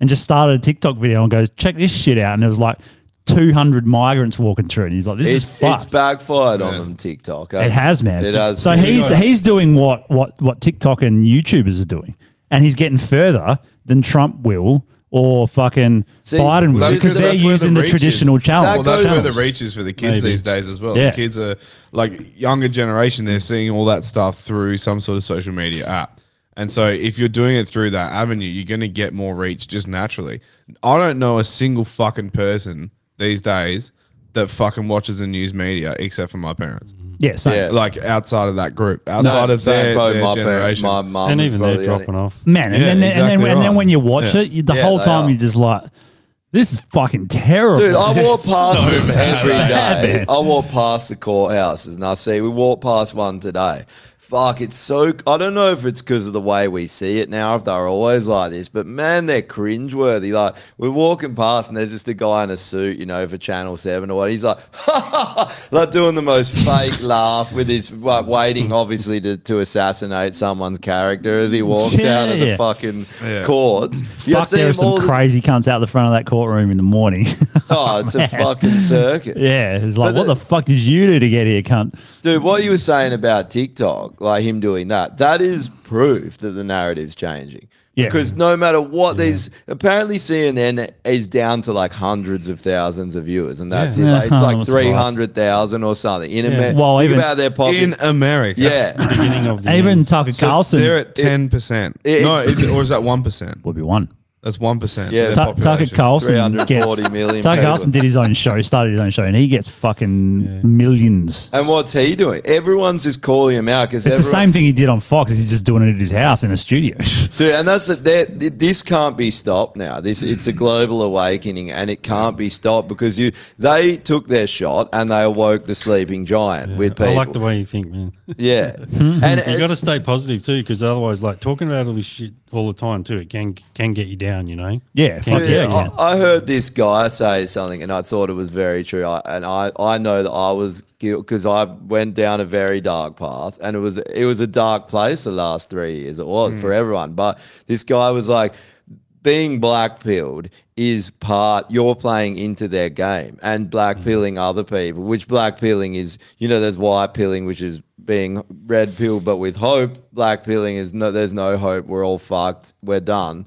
Speaker 2: and just started a TikTok video and goes, check this shit out. And it was like 200 migrants walking through. And he's like, this
Speaker 3: It's,
Speaker 2: is
Speaker 3: it's
Speaker 2: fucked.
Speaker 3: backfired on them TikTok. eh?
Speaker 2: It has, man.
Speaker 3: It has.
Speaker 2: So he's he's doing what what what TikTok and YouTubers are doing, and he's getting further than Trump will or fucking
Speaker 3: See,
Speaker 2: Biden
Speaker 3: well,
Speaker 2: will
Speaker 3: that's
Speaker 2: because
Speaker 3: because
Speaker 2: they're
Speaker 4: that's where
Speaker 2: using
Speaker 4: the
Speaker 2: the,
Speaker 4: reach is.
Speaker 2: traditional channel.
Speaker 3: That
Speaker 4: Well, that's
Speaker 3: goes-
Speaker 4: where
Speaker 2: channels.
Speaker 4: the reach is for the kids
Speaker 2: Maybe.
Speaker 4: these days as well.
Speaker 2: Yeah.
Speaker 4: The kids are like younger generation; they're seeing all that stuff through some sort of social media app. And so, if you're doing it through that avenue, you're going to get more reach just naturally. I don't know a single fucking person these days that fucking watches the news media except for my parents.
Speaker 2: Yeah, so
Speaker 3: Yeah.
Speaker 4: Like outside of that group, outside of
Speaker 3: Mm-hmm. Same,
Speaker 4: their,
Speaker 3: probably
Speaker 4: their
Speaker 3: my parents,
Speaker 4: generation.
Speaker 3: my mum
Speaker 9: and
Speaker 3: was
Speaker 9: even they're
Speaker 3: probably on it.
Speaker 9: dropping off.
Speaker 2: man. And,
Speaker 4: Yeah,
Speaker 2: then, and
Speaker 4: exactly
Speaker 2: then and then
Speaker 4: right.
Speaker 2: when you watch
Speaker 4: Yeah.
Speaker 2: it, you, the
Speaker 3: Yeah,
Speaker 2: whole
Speaker 3: they
Speaker 2: time
Speaker 3: are.
Speaker 2: you're just like, this is fucking terrible.
Speaker 3: Dude, I walk past them every day.
Speaker 2: bad, man.
Speaker 3: I walk past the courthouses, and I see we walked past one today. Fuck, it's so. I don't know if it's because of the way we see it now, if they're always like this, but man, they're cringeworthy. Like we're walking past, and there's just a guy in a suit, you know, for Channel Seven or what. He's like, like doing the most fake laugh with his like waiting, obviously, to, to assassinate someone's character as he walks
Speaker 2: Yeah,
Speaker 3: out of
Speaker 2: yeah.
Speaker 3: the fucking
Speaker 4: Yeah.
Speaker 3: courts. You
Speaker 2: Fuck,
Speaker 3: see
Speaker 2: there are
Speaker 3: him all
Speaker 2: some
Speaker 3: the-
Speaker 2: crazy cunts out the front of that courtroom in the morning.
Speaker 3: Oh, it's a fucking circus.
Speaker 2: yeah, it's like,
Speaker 3: But
Speaker 2: what
Speaker 3: the-
Speaker 2: the fuck did you do to get here, cunt?
Speaker 3: Dude, what you were saying about TikTok, like him doing that, that is proof that the narrative's changing.
Speaker 2: Yeah.
Speaker 3: Because no matter what these, apparently CNN is down to like hundreds of thousands of viewers, and that's
Speaker 2: Yeah.
Speaker 3: it. Like, it's
Speaker 2: Yeah,
Speaker 3: like
Speaker 2: I'm surprised.
Speaker 3: three hundred thousand or something. In
Speaker 9: Yeah.
Speaker 3: America,
Speaker 2: Well,
Speaker 3: think
Speaker 2: even-
Speaker 3: about their pocket.
Speaker 4: in America,
Speaker 3: yeah,
Speaker 9: Beginning of the
Speaker 2: Even
Speaker 9: end.
Speaker 2: Tucker
Speaker 4: Mm. So
Speaker 2: Carlson
Speaker 4: they're at ten percent.
Speaker 3: It-
Speaker 4: No,
Speaker 3: it's-
Speaker 4: is it, or is that one percent?
Speaker 2: would be one.
Speaker 4: That's one percent.
Speaker 3: Yeah.
Speaker 2: Tu- Tucker Carlson
Speaker 3: 340
Speaker 2: gets.
Speaker 3: million
Speaker 2: Tucker
Speaker 3: people.
Speaker 2: Carlson did his own show, started his own show, and he gets fucking millions.
Speaker 3: and what's he doing? Everyone's just calling him out because
Speaker 2: It's the same thing he did on Fox. He's just doing it at his house in a studio.
Speaker 3: Dude, and that's it. there- th- This can't be stopped now. This it's a global awakening, and it can't be stopped because you they took their shot and they awoke the sleeping giant with people.
Speaker 9: I like the way you think, man.
Speaker 3: yeah, and uh,
Speaker 9: you
Speaker 3: it-
Speaker 9: got to stay positive too, because otherwise, like talking about all this shit all the time too, it can can get you down. You know.
Speaker 2: yeah, fuck
Speaker 3: Dude,
Speaker 2: yeah, yeah.
Speaker 3: I, I heard this guy say something, and I thought it was very true. I, and I, I know that I was guilty because I went down a very dark path, and it was it was a dark place the last three years. It was for everyone, but this guy was like, being black pilled is part you're playing into their game and black pilling other people, which black pilling is you know there's white pilling which is being red pill but with hope. Black pilling is no there's no hope. We're all fucked. We're done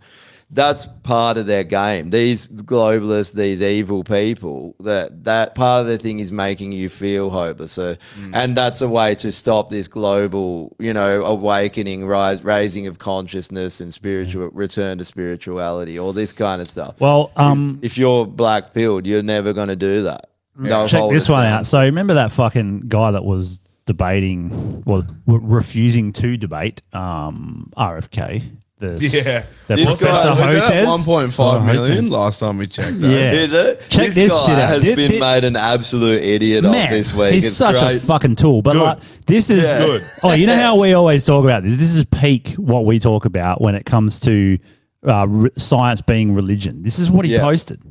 Speaker 3: that's part of their game. These globalists, these evil people, that that part of their thing is making you feel hopeless. So,
Speaker 2: Mm.
Speaker 3: and that's a way to stop this global, you know, awakening, rise, raising of consciousness and spiritual return to spirituality, all this kind of stuff.
Speaker 2: Mm. Well, um,
Speaker 3: if you're black pilled, you're never going to do that. They'll
Speaker 2: Check
Speaker 3: hold
Speaker 2: this
Speaker 3: us
Speaker 2: one
Speaker 3: down.
Speaker 2: out. So remember that fucking guy that was debating, well, w- refusing to debate um, RFK. The,
Speaker 4: Yeah.
Speaker 2: the
Speaker 3: This
Speaker 2: Professor
Speaker 3: guy- was
Speaker 4: Was that
Speaker 2: Hotez.
Speaker 4: one point five
Speaker 9: Oh,
Speaker 4: million
Speaker 9: Hotez.
Speaker 4: last time we checked? That.
Speaker 2: yeah,
Speaker 3: Is it?
Speaker 2: Check
Speaker 3: this,
Speaker 2: this
Speaker 3: guy
Speaker 2: shit out.
Speaker 3: has
Speaker 2: Did-
Speaker 3: been
Speaker 2: did-
Speaker 3: made an absolute idiot of
Speaker 2: Man,
Speaker 3: this week.
Speaker 2: he's
Speaker 3: It's
Speaker 2: such a
Speaker 3: great.
Speaker 2: fucking tool. But like, this is
Speaker 3: Yeah.
Speaker 4: Good.
Speaker 2: Oh, you know how we always talk about this. This is peak what we talk about when it comes to uh, re- science being religion. This is what he
Speaker 3: Yeah.
Speaker 2: posted.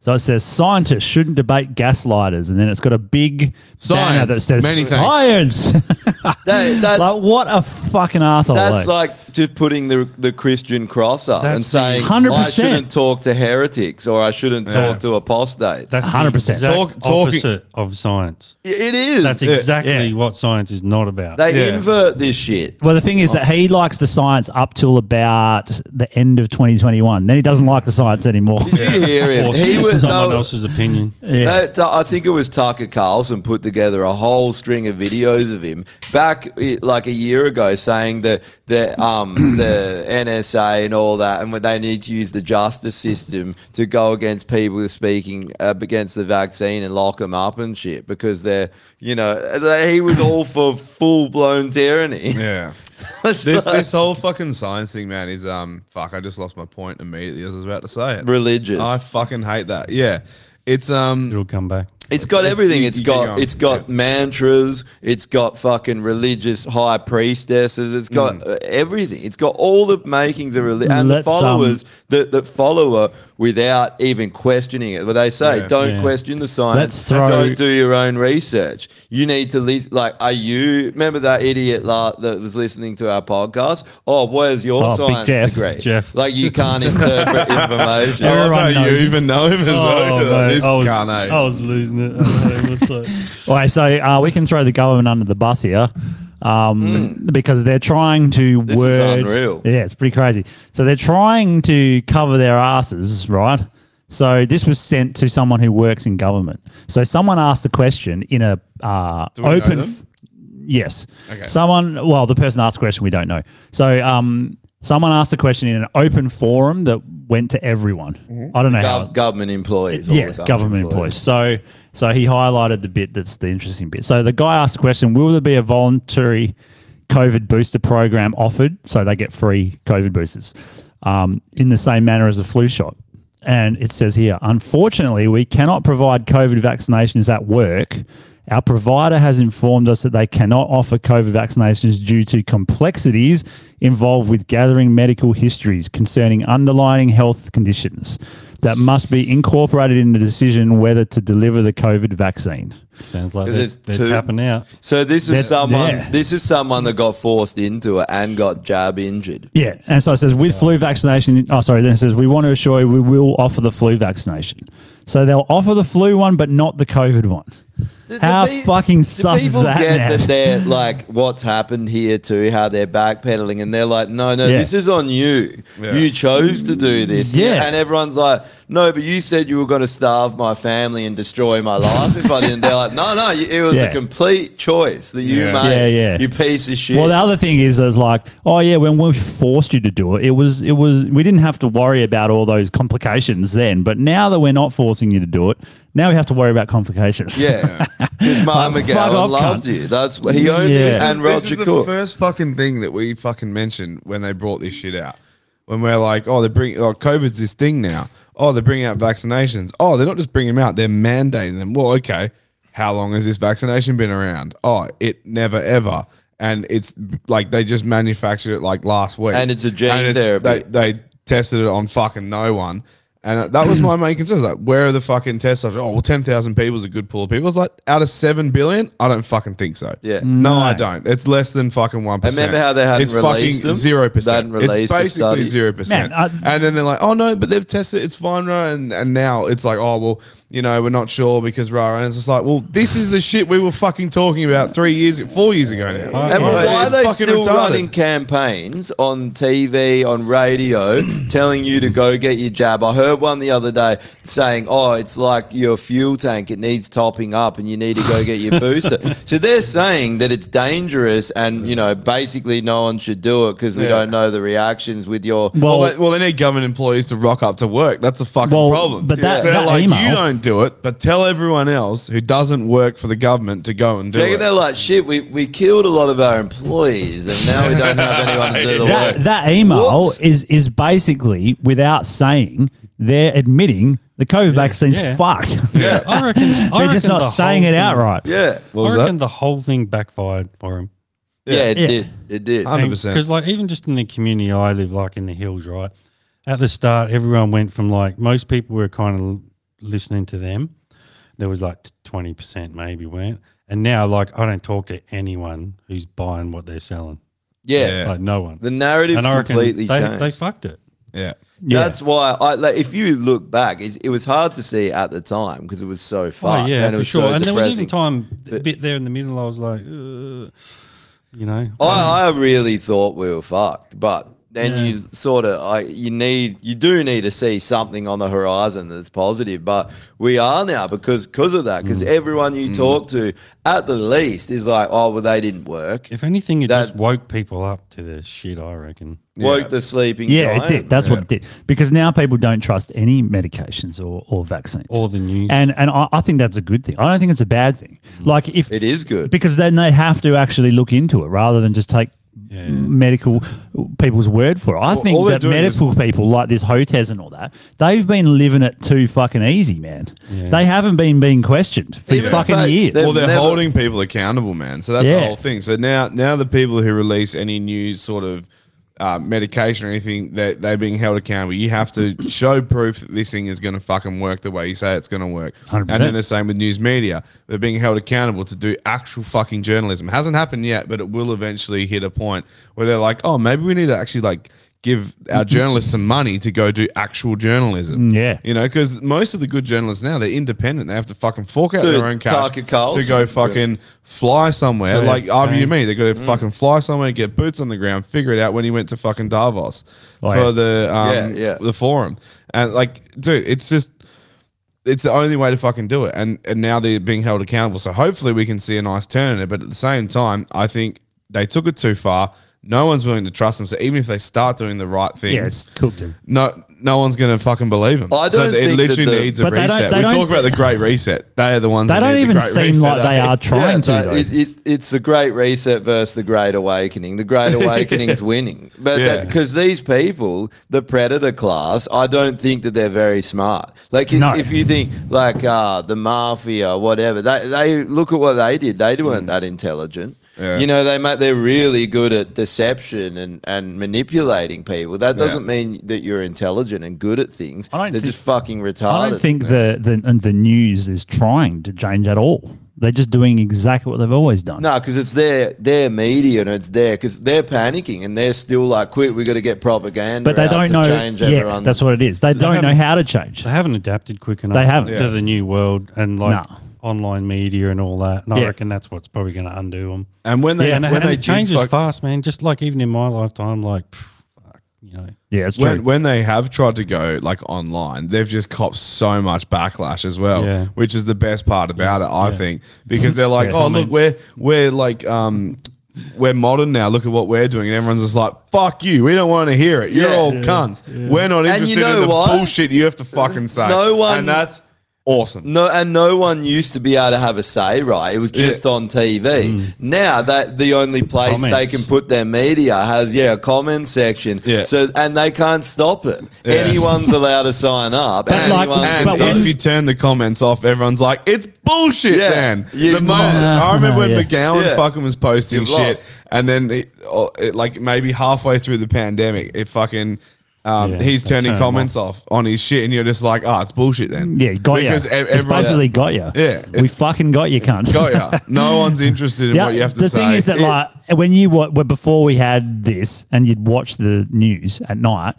Speaker 2: So it says scientists shouldn't debate gaslighters, and then it's got a big banner
Speaker 4: Science.
Speaker 2: that says
Speaker 4: Many thanks.
Speaker 2: science.
Speaker 3: That- that's
Speaker 2: like what a fucking asshole!
Speaker 3: That's
Speaker 2: like,
Speaker 3: like just putting the the Christian cross up and
Speaker 9: That's the-
Speaker 3: saying I
Speaker 2: 100%.
Speaker 3: shouldn't talk to heretics or I shouldn't talk to apostates.
Speaker 9: That's
Speaker 2: 100%.
Speaker 9: the exact
Speaker 4: Talk- talking-
Speaker 9: opposite of science.
Speaker 3: it is.
Speaker 9: That's exactly what science is not about.
Speaker 3: they
Speaker 4: yeah.
Speaker 3: invert this shit.
Speaker 2: Well, the thing is
Speaker 3: Oh.
Speaker 2: that he likes the science up till about the end of 2021. Then he doesn't like the science anymore.
Speaker 3: Did you hear him?
Speaker 9: or
Speaker 3: He was
Speaker 9: someone
Speaker 3: no,
Speaker 9: else's opinion.
Speaker 3: No, Tu- uh, I think it was Tucker Carlson put together a whole string of videos of him back eh, like a year ago, saying that the um the NSA and all that, and when they need to use the justice system to go against people who are speaking uh, against the vaccine and lock them up and shit because they're you know they- he was all for full blown tyranny.
Speaker 4: Yeah.
Speaker 3: It's
Speaker 4: This
Speaker 3: like
Speaker 4: this whole fucking science thing, man, is um fuck. I just lost my point immediately as I was about to say it.
Speaker 3: religious.
Speaker 4: I fucking hate that. Yeah, it's um
Speaker 9: It'll come back.
Speaker 3: It's got
Speaker 4: It's-
Speaker 3: everything.
Speaker 4: you-
Speaker 3: It's
Speaker 4: you
Speaker 3: got
Speaker 4: keep going.
Speaker 3: it's got
Speaker 4: Yeah.
Speaker 3: mantras. It's got fucking religious high priestesses. It's got
Speaker 4: Mm.
Speaker 3: uh, everything. It's got all the makings of religion and
Speaker 2: Let's,
Speaker 3: the
Speaker 2: um,
Speaker 3: followers that that follow her without even questioning it. But they say,
Speaker 4: Yeah.
Speaker 3: don't
Speaker 2: Yeah.
Speaker 3: question the science.
Speaker 2: Let's throw-
Speaker 3: Don't do your own research. You need to listen. Like, are you remember that idiot la- that was listening to our podcast? Oh, where's your
Speaker 2: Oh, Big
Speaker 3: science
Speaker 2: Jeff.
Speaker 3: degree?
Speaker 9: Jeff.
Speaker 3: Like, you can't interpret information.
Speaker 4: I love
Speaker 2: Everyone
Speaker 4: how you
Speaker 2: knows. Oh,
Speaker 4: even know him as well.
Speaker 9: Oh, mate,
Speaker 4: this
Speaker 9: I, was,
Speaker 4: cunt, eh?
Speaker 9: I was losing it. I was like-
Speaker 2: All right, so uh, we can throw the government under the bus here um,
Speaker 4: Hmm.
Speaker 2: because they're trying to
Speaker 3: This is
Speaker 2: word.
Speaker 3: unreal.
Speaker 2: Yeah, it's pretty crazy. So they're trying to cover their asses, right? So this was sent to someone who works in government. So someone asked the question in a uh,
Speaker 4: we know
Speaker 2: open.
Speaker 4: them?
Speaker 2: Yes.
Speaker 4: Okay.
Speaker 2: Someone, well, the person asked the question, we don't know. So, um, someone asked the question in an open forum that went to everyone.
Speaker 4: Mm-hmm.
Speaker 2: I don't know how.
Speaker 3: Gov- government employees. all the
Speaker 2: yeah, government employees. So, so he highlighted the bit that's the interesting bit. So the guy asked the question: Will there be a voluntary COVID booster program offered so they get free COVID boosters um, in the same manner as a flu shot? And it says here, unfortunately, we cannot provide COVID vaccinations at work. Our provider has informed us that they cannot offer COVID vaccinations due to complexities involved with gathering medical histories concerning underlying health conditions that must be incorporated in the decision whether to deliver the COVID vaccine.
Speaker 9: Sounds like
Speaker 3: Is
Speaker 9: they're,
Speaker 3: it
Speaker 9: they're
Speaker 3: two?
Speaker 9: tapping out.
Speaker 3: So this is
Speaker 2: That's-
Speaker 3: someone.
Speaker 2: yeah.
Speaker 3: This is someone that got forced into it and got jab injured.
Speaker 2: Yeah, and so it says with flu vaccination. Oh, sorry. Then it says we want to assure you we will offer the flu vaccination. So they'll offer the flu one, but not the COVID one. How
Speaker 3: pe-
Speaker 2: fucking
Speaker 3: do
Speaker 2: sus is
Speaker 3: people
Speaker 2: that?
Speaker 3: get
Speaker 2: man?
Speaker 3: that they're like what's happened here too? How they're backpedaling and they're like, no, no,
Speaker 2: Yeah.
Speaker 3: this is on you. You chose to do this.
Speaker 2: Yeah.
Speaker 3: and everyone's like, no, but you said you were going to starve my family and destroy my life if I didn't. They're like, no, no, you- it was
Speaker 2: Yeah.
Speaker 3: a complete choice that you
Speaker 4: Yeah.
Speaker 3: made.
Speaker 2: Yeah, yeah.
Speaker 3: You piece of shit.
Speaker 2: Well, the other thing is, is like, oh yeah, when we forced you to do it, it was, it was, we didn't have to worry about all those complications then. But now that we're not forcing you to do it, now we have to worry about complications.
Speaker 3: yeah, because Martin
Speaker 2: Like, fuck
Speaker 3: McGowan
Speaker 2: off,
Speaker 3: loved
Speaker 2: cunt.
Speaker 3: you. That's what he owned
Speaker 2: Yeah.
Speaker 3: you
Speaker 2: This is-
Speaker 3: and
Speaker 4: this
Speaker 3: Roger
Speaker 4: is the
Speaker 3: Cook.
Speaker 4: first fucking thing that we fucking mentioned when they brought this shit out. When we're like, oh, they're bringing, oh, COVID's this thing now. Oh, they're bringing out vaccinations. Oh, they're not just bringing them out, they're mandating them. Well, okay, how long has this vaccination been around? Oh, it never ever. And it's like they just manufactured it like last week.
Speaker 3: And it's a gene therapy.
Speaker 4: They, they tested it on fucking no one. And uh, that was my main concern. It's Like, where are the fucking tests? I was like, oh, well, 10,000 people is a good pool of people. It's like, out of 7 billion? I don't fucking think so.
Speaker 3: Yeah.
Speaker 4: No, I don't. It's less than fucking 1%.
Speaker 3: And remember how they hadn't
Speaker 4: It's
Speaker 3: released
Speaker 4: fucking
Speaker 3: them?
Speaker 4: 0%.
Speaker 3: They hadn't released
Speaker 4: it's
Speaker 3: the
Speaker 4: basically
Speaker 3: study.
Speaker 4: 0%.
Speaker 2: Man, I-
Speaker 4: and then they're like, oh, no, but they've tested it. It's fine, right? And, and now it's like, oh, well, you know, we're not sure because, rah, And it's just like, well, this is the shit we were fucking talking about three years, four years ago now.
Speaker 3: And
Speaker 4: Like,
Speaker 3: why are
Speaker 4: it's
Speaker 3: they
Speaker 4: fucking
Speaker 3: still
Speaker 4: retarded.
Speaker 3: running campaigns on TV, on radio, telling you to go get your jab? I heard one the other day saying, "Oh, it's like your fuel tank; it needs topping up, and you need to go get your booster." so they're saying that it's dangerous, and you know, basically, no one should do it because we
Speaker 4: Yeah.
Speaker 3: don't know the reactions with your.
Speaker 2: Well,
Speaker 4: Well, they, well, they need government employees to rock up to work. That's a fucking
Speaker 2: Well,
Speaker 4: problem.
Speaker 2: but that-
Speaker 4: So they're
Speaker 2: that
Speaker 4: like,
Speaker 2: email-
Speaker 4: you don't do it, but tell everyone else who doesn't work for the government to go and do
Speaker 3: Do you reckon
Speaker 4: it.
Speaker 3: they're like, "Shit, we, we killed a lot of our employees, and now we don't have anyone to do the work."
Speaker 2: that, that email
Speaker 3: Whoops.
Speaker 2: is is basically without saying they're admitting the COVID vaccine's
Speaker 9: yeah.
Speaker 2: fucked.
Speaker 9: Yeah, I reckon I
Speaker 2: they're just
Speaker 9: reckon
Speaker 2: not
Speaker 9: the
Speaker 2: saying
Speaker 9: whole
Speaker 2: it
Speaker 9: thing-
Speaker 2: outright.
Speaker 3: yeah,
Speaker 4: What was
Speaker 9: I reckon
Speaker 4: that?
Speaker 9: the whole thing backfired for him.
Speaker 3: yeah, it
Speaker 2: Yeah.
Speaker 3: did, it did.
Speaker 4: 100%.
Speaker 9: Because like even just in the community I live, like in the hills, right? At the start, everyone went from like most people were kind of listening to them. There was like twenty percent maybe went, and now like I don't talk to anyone who's buying what they're selling.
Speaker 3: Yeah.
Speaker 9: Like no one.
Speaker 3: The narrative's
Speaker 9: And I reckon
Speaker 3: completely
Speaker 9: they,
Speaker 3: changed.
Speaker 9: They fucked it.
Speaker 4: Yeah.
Speaker 3: That's why I like, if you look back, it's, it was hard to see at the time because it was so far.
Speaker 9: oh yeah,
Speaker 3: and it
Speaker 9: for
Speaker 3: was
Speaker 9: sure.
Speaker 3: So
Speaker 9: and there was even
Speaker 3: depressing.
Speaker 9: time a bit there in the middle. I was like, uh, you know,
Speaker 3: I, I really thought we were fucked, but then
Speaker 9: Yeah.
Speaker 3: you sort of I you need you do need to see something on the horizon that's positive. But we are now because because of that
Speaker 9: Mm.
Speaker 3: because everyone you talk to at the least is like oh well they didn't work
Speaker 9: if anything, it
Speaker 3: That-
Speaker 9: just woke people up to this shit. I reckon.
Speaker 3: woke the sleeping
Speaker 2: Yeah, it
Speaker 3: giant.
Speaker 2: did. That's what it did. Because now people don't trust any medications or, or vaccines.
Speaker 9: Or the news. Mm.
Speaker 2: And and I, I think that's a good thing. I don't think it's a bad thing. Like if
Speaker 3: It is good.
Speaker 2: Because then they have to actually look into it rather than just take medical people's word for it. I
Speaker 4: all
Speaker 2: think
Speaker 4: they're
Speaker 2: that
Speaker 4: doing
Speaker 2: medical people like this Hotez and all that, they've been living it too fucking easy, man. They haven't been being questioned for
Speaker 3: Even if
Speaker 2: fucking
Speaker 3: they-
Speaker 2: years.
Speaker 3: they're-
Speaker 4: Well, they're
Speaker 3: never-
Speaker 4: holding people accountable, man. So that's the
Speaker 2: Yeah.
Speaker 4: whole thing. So now, now the people who release any new sort of uh, medication or anything, they they're being held accountable. You have to show proof that this thing is going to fucking work the way you say it's going to work.
Speaker 2: 100%.
Speaker 4: And then the same with news media. They're being held accountable to do actual fucking journalism. hasn't happened yet, but it will eventually hit a point where they're like, oh, maybe we need to actually like give our journalists some money to go do actual journalism.
Speaker 2: Yeah.
Speaker 4: You know, because most of the good journalists now, they're independent. They have to fucking fork out
Speaker 3: Dude,
Speaker 4: their own cash
Speaker 3: Tucker Carlson.
Speaker 4: to go fucking fly somewhere.
Speaker 9: So,
Speaker 4: like
Speaker 9: yeah,
Speaker 4: Avi
Speaker 9: same.
Speaker 4: and me, they got to fucking fly somewhere, get boots on the ground, figure it out. When he went to fucking Davos
Speaker 2: Oh,
Speaker 4: for
Speaker 2: yeah.
Speaker 4: the um,
Speaker 3: Yeah, yeah.
Speaker 4: the forum, and like, dude, it's just. It's the only way to fucking do it, and and now they're being held accountable. So hopefully we can see a nice turn in it. But at the same time, I think they took it too far. No one's willing to trust them. So even if they start doing the right things,
Speaker 2: yeah, it's cooked him.
Speaker 4: no, no one's going to fucking believe him.
Speaker 3: I
Speaker 4: so
Speaker 3: don't
Speaker 4: it
Speaker 3: think that
Speaker 4: literally
Speaker 3: the-
Speaker 4: needs a
Speaker 2: But they don't-
Speaker 4: reset.
Speaker 2: they
Speaker 4: We
Speaker 2: don't-
Speaker 4: talk about the Great Reset. They are the ones.
Speaker 2: They
Speaker 4: that
Speaker 2: don't
Speaker 4: need the
Speaker 2: even
Speaker 4: Great
Speaker 2: seem
Speaker 4: Reset,
Speaker 2: like they
Speaker 4: eh?
Speaker 2: are trying
Speaker 3: Yeah,
Speaker 2: to.
Speaker 3: but
Speaker 2: Though.
Speaker 3: It, it, it's the Great Reset versus the Great Awakening. The Great Awakening's winning,
Speaker 4: Yeah.
Speaker 3: but because these people, the predator class, I don't think that they're very smart. Like if,
Speaker 2: No.
Speaker 3: if you think like uh, the mafia, whatever, they, they look at what they did. They
Speaker 2: Mm.
Speaker 3: weren't that intelligent.
Speaker 4: Yeah.
Speaker 3: You know, they ma- they're really good at deception and, and manipulating people. That doesn't mean that you're intelligent and good at things.
Speaker 2: I
Speaker 3: They're
Speaker 2: don't think-
Speaker 3: just fucking retarded.
Speaker 2: I don't think the, the and the news is trying to change at all. They're just doing exactly what they've always done.
Speaker 3: No, because it's their their media and it's there because they're panicking and they're still like, "Quick, we got to get propaganda."
Speaker 2: but they
Speaker 3: out
Speaker 2: don't
Speaker 3: to
Speaker 2: know.
Speaker 3: Change
Speaker 2: Yeah,
Speaker 3: everyone.
Speaker 2: that's what it is. They don't know
Speaker 9: haven't-
Speaker 2: how to change.
Speaker 9: They haven't adapted quick enough.
Speaker 2: They haven't.
Speaker 9: to the new world and like
Speaker 2: No.
Speaker 9: online media and all that. And I
Speaker 2: Yeah.
Speaker 9: reckon that's what's probably going to undo them.
Speaker 4: And when they
Speaker 9: and,
Speaker 4: when
Speaker 9: and
Speaker 4: they
Speaker 9: it changes
Speaker 4: did fuck-
Speaker 9: fast, man. Just like even in my lifetime, like pff, fuck, you know.
Speaker 2: Yeah, it's true.
Speaker 4: when, when they have tried to go like online, they've just copped so much backlash as well,
Speaker 9: Yeah.
Speaker 4: which is the best part about it, I think, because they're like,
Speaker 9: Yeah.
Speaker 4: "Oh, look,
Speaker 9: Comments.
Speaker 4: we're we're like um." We're modern now. Look at what we're doing, and everyone's just like, "Fuck you! We don't want to hear it. You're
Speaker 3: Yeah.
Speaker 4: all cunts. We're not
Speaker 3: you
Speaker 4: interested
Speaker 3: know
Speaker 4: in the
Speaker 3: what?
Speaker 4: bullshit you have to fucking say."
Speaker 3: No one-
Speaker 4: and that's awesome.
Speaker 3: no, and no one used to be able to have a say, right? It was just on TV.
Speaker 2: Mm.
Speaker 3: Now that the only place they
Speaker 9: Comments.
Speaker 3: can put their media has yeah a comment section.
Speaker 4: Yeah.
Speaker 3: So and they can't stop it. Anyone's allowed to sign up.
Speaker 2: But
Speaker 3: and
Speaker 2: like-
Speaker 3: anyone
Speaker 4: And
Speaker 3: can
Speaker 2: But
Speaker 3: do
Speaker 4: if
Speaker 2: when-
Speaker 3: it.
Speaker 4: you turn the comments off, everyone's like, "It's bullshit."
Speaker 3: Yeah.
Speaker 4: Then
Speaker 3: You've
Speaker 4: the most.
Speaker 3: lost.
Speaker 4: I remember when
Speaker 2: Yeah.
Speaker 4: McGowan
Speaker 3: Yeah.
Speaker 4: fucking was posting
Speaker 3: You've
Speaker 4: shit,
Speaker 3: lost.
Speaker 4: and then it, oh, it, like maybe halfway through the pandemic, it fucking. Um,
Speaker 9: Yeah,
Speaker 4: he's
Speaker 9: they
Speaker 4: turning
Speaker 9: turn 'em
Speaker 4: comments off. on his shit, and you're just like, "Oh, it's bullshit." Then
Speaker 2: yeah, got
Speaker 4: because
Speaker 2: you.
Speaker 4: e-
Speaker 2: it's
Speaker 4: everyone's
Speaker 2: basically got you.
Speaker 4: Yeah,
Speaker 2: we
Speaker 4: it's-
Speaker 2: fucking got you, cunt.
Speaker 4: got ya. No one's interested in
Speaker 2: Yeah,
Speaker 4: what you have to
Speaker 2: the
Speaker 4: say.
Speaker 2: thing is that like when you wa- well, before we had this and you'd watch the news at night,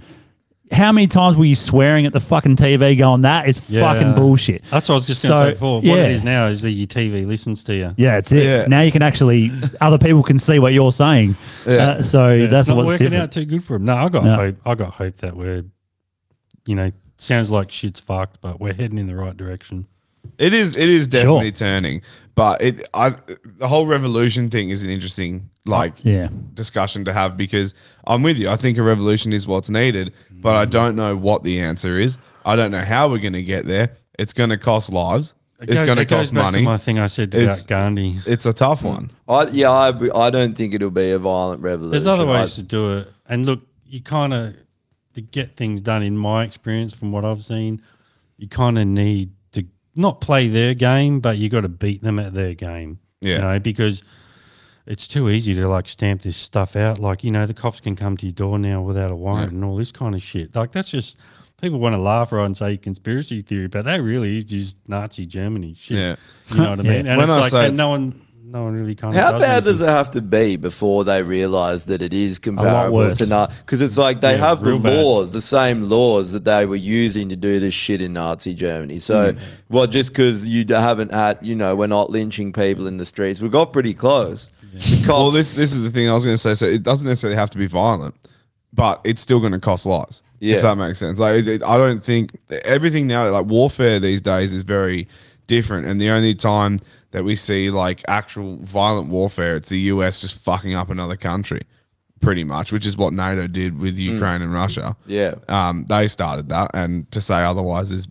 Speaker 2: how many times were you swearing at the fucking TV going that is fucking bullshit?
Speaker 9: That's what I was just going to
Speaker 2: So,
Speaker 9: say before. What
Speaker 2: yeah.
Speaker 9: it is now is that your TV listens to you.
Speaker 2: Yeah, it's it.
Speaker 4: Yeah.
Speaker 2: Now you can actually other people can see what you're saying. Uh, so that's
Speaker 9: it's not
Speaker 2: what's
Speaker 9: working
Speaker 2: different.
Speaker 9: out too good for him. No, I got
Speaker 2: No.
Speaker 9: hope. I got hope that we're, you know, sounds like shit's fucked, but we're heading in the right direction.
Speaker 4: It is. It is definitely turning, but it. I the whole revolution thing is an interesting like
Speaker 2: Yeah.
Speaker 4: discussion to have because I'm with you. I think a revolution is what's needed, but I don't know what the answer is. I don't know how we're going to get there. It's going to cost lives.
Speaker 9: It
Speaker 4: it's
Speaker 9: go-
Speaker 4: going to
Speaker 9: it goes
Speaker 4: cost
Speaker 9: back to
Speaker 4: money.
Speaker 9: my thing I said
Speaker 4: It's-
Speaker 9: about Gandhi.
Speaker 4: it's a tough one.
Speaker 3: I, yeah, I, I don't think it'll be a violent revolution.
Speaker 9: There's other
Speaker 3: I-
Speaker 9: ways to do it. And look, you kind of to get things done. In my experience, from what I've seen, you kind of need to not play their game, but you got to beat them at their game.
Speaker 4: Yeah.
Speaker 9: you know, because it's too easy to like stamp this stuff out. Like you know, the cops can come to your door now without a warrant and all this kind of shit. Like that's just people want to laugh right and say conspiracy theory, but that really is just Nazi Germany shit.
Speaker 4: Yeah.
Speaker 9: You know what I mean? And
Speaker 4: When
Speaker 9: it's
Speaker 4: I
Speaker 9: like
Speaker 4: say
Speaker 9: and
Speaker 4: it's-
Speaker 9: no one no one really kind of.
Speaker 3: How bad does it have to be before they realise that it is comparable
Speaker 2: worse.
Speaker 3: to Nazi? Because it's like they have the
Speaker 9: real bad.
Speaker 3: laws, the same laws that they were using to do this shit in Nazi Germany.
Speaker 4: Hmm.
Speaker 3: So, well, just because you d- haven't had, you know, we're not lynching people in the streets, we got pretty close. The cops,
Speaker 4: Well, this this is the thing I was going to say. So it doesn't necessarily have to be violent, but it's still going to cost lives.
Speaker 3: Yeah.
Speaker 4: If that makes sense. Like, it, it- I don't think everything now, like warfare these days, is very different. And the only time that we see like actual violent warfare, it's the US just fucking up another country, pretty much, which is what NATO did with Ukraine and Russia.
Speaker 3: Mm. Yeah.
Speaker 4: Um, they started that, and to say otherwise is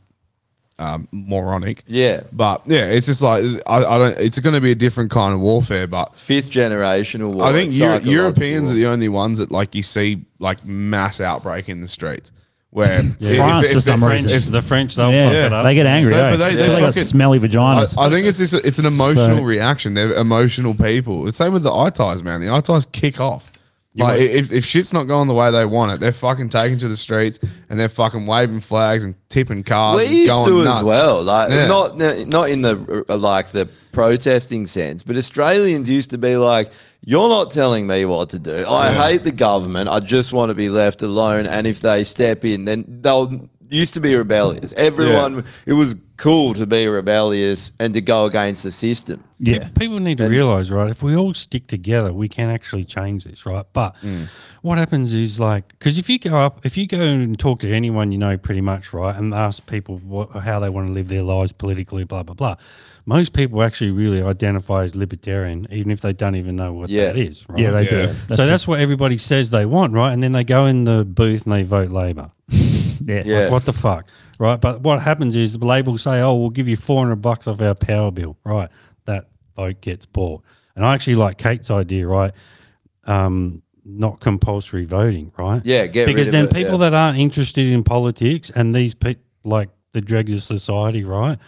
Speaker 4: um, moronic.
Speaker 3: yeah,
Speaker 4: But yeah, it's just like I, I don't. It's going to be a different kind of warfare, but
Speaker 3: fifth generational war.
Speaker 4: I think
Speaker 3: it's
Speaker 4: Euro-
Speaker 3: psychological
Speaker 4: Europeans
Speaker 3: war.
Speaker 4: are the only ones that like you see like mass outbreak in the streets. Where if-
Speaker 2: France
Speaker 4: if-
Speaker 2: for
Speaker 4: if
Speaker 2: some
Speaker 4: they're-
Speaker 9: French,
Speaker 2: reason.
Speaker 9: the French, they'll
Speaker 2: Yeah,
Speaker 9: fuck it up.
Speaker 2: they get angry.
Speaker 4: They-
Speaker 2: They,
Speaker 4: but they-
Speaker 2: they,
Speaker 4: they
Speaker 2: they got
Speaker 4: fucking-
Speaker 2: smelly vaginas.
Speaker 4: I, I think it's just, it's an emotional reaction. They're emotional people. The same with the eye ties, man. The eye ties kick off. Like if, if shit's not going the way they want it, they're fucking taking to the streets and they're fucking waving flags and tipping cars.
Speaker 3: We
Speaker 4: and
Speaker 3: used
Speaker 4: going
Speaker 3: to
Speaker 4: nuts.
Speaker 3: as well, like
Speaker 4: Yeah.
Speaker 3: not not in the uh, like the protesting sense, but Australians used to be like, "You're not telling me what to do. I hate the government. I just want to be left alone." And if they step in, then they'll used to be rebellious. Everyone, it was cool to be rebellious and to go against the system.
Speaker 2: yeah.
Speaker 9: People need to realize, right? If we all stick together, we can actually change this, right? But
Speaker 2: Hmm.
Speaker 9: what happens is like, because if you go up, if you go and talk to anyone you know, pretty much, right, and ask people what, how they want to live their lives politically, blah blah blah, most people actually really identify as libertarian, even if they don't even know what
Speaker 3: Yeah.
Speaker 9: that is, right?
Speaker 2: Yeah, they do.
Speaker 9: so that's what everybody says they want, right? And then they go in the booth and they vote Labor.
Speaker 2: Yeah.
Speaker 3: Yeah.
Speaker 9: What the fuck, right? But what happens is the label say, "Oh, we'll give you four hundred bucks off our power bill." Right, that boat gets bought. And I actually like Kate's idea, right? Um, not compulsory voting, right?
Speaker 3: Yeah, get rid
Speaker 9: because
Speaker 3: of
Speaker 9: then
Speaker 3: it,
Speaker 9: people
Speaker 3: yeah.
Speaker 9: that aren't interested in politics and these pe- like the dregs of society, right?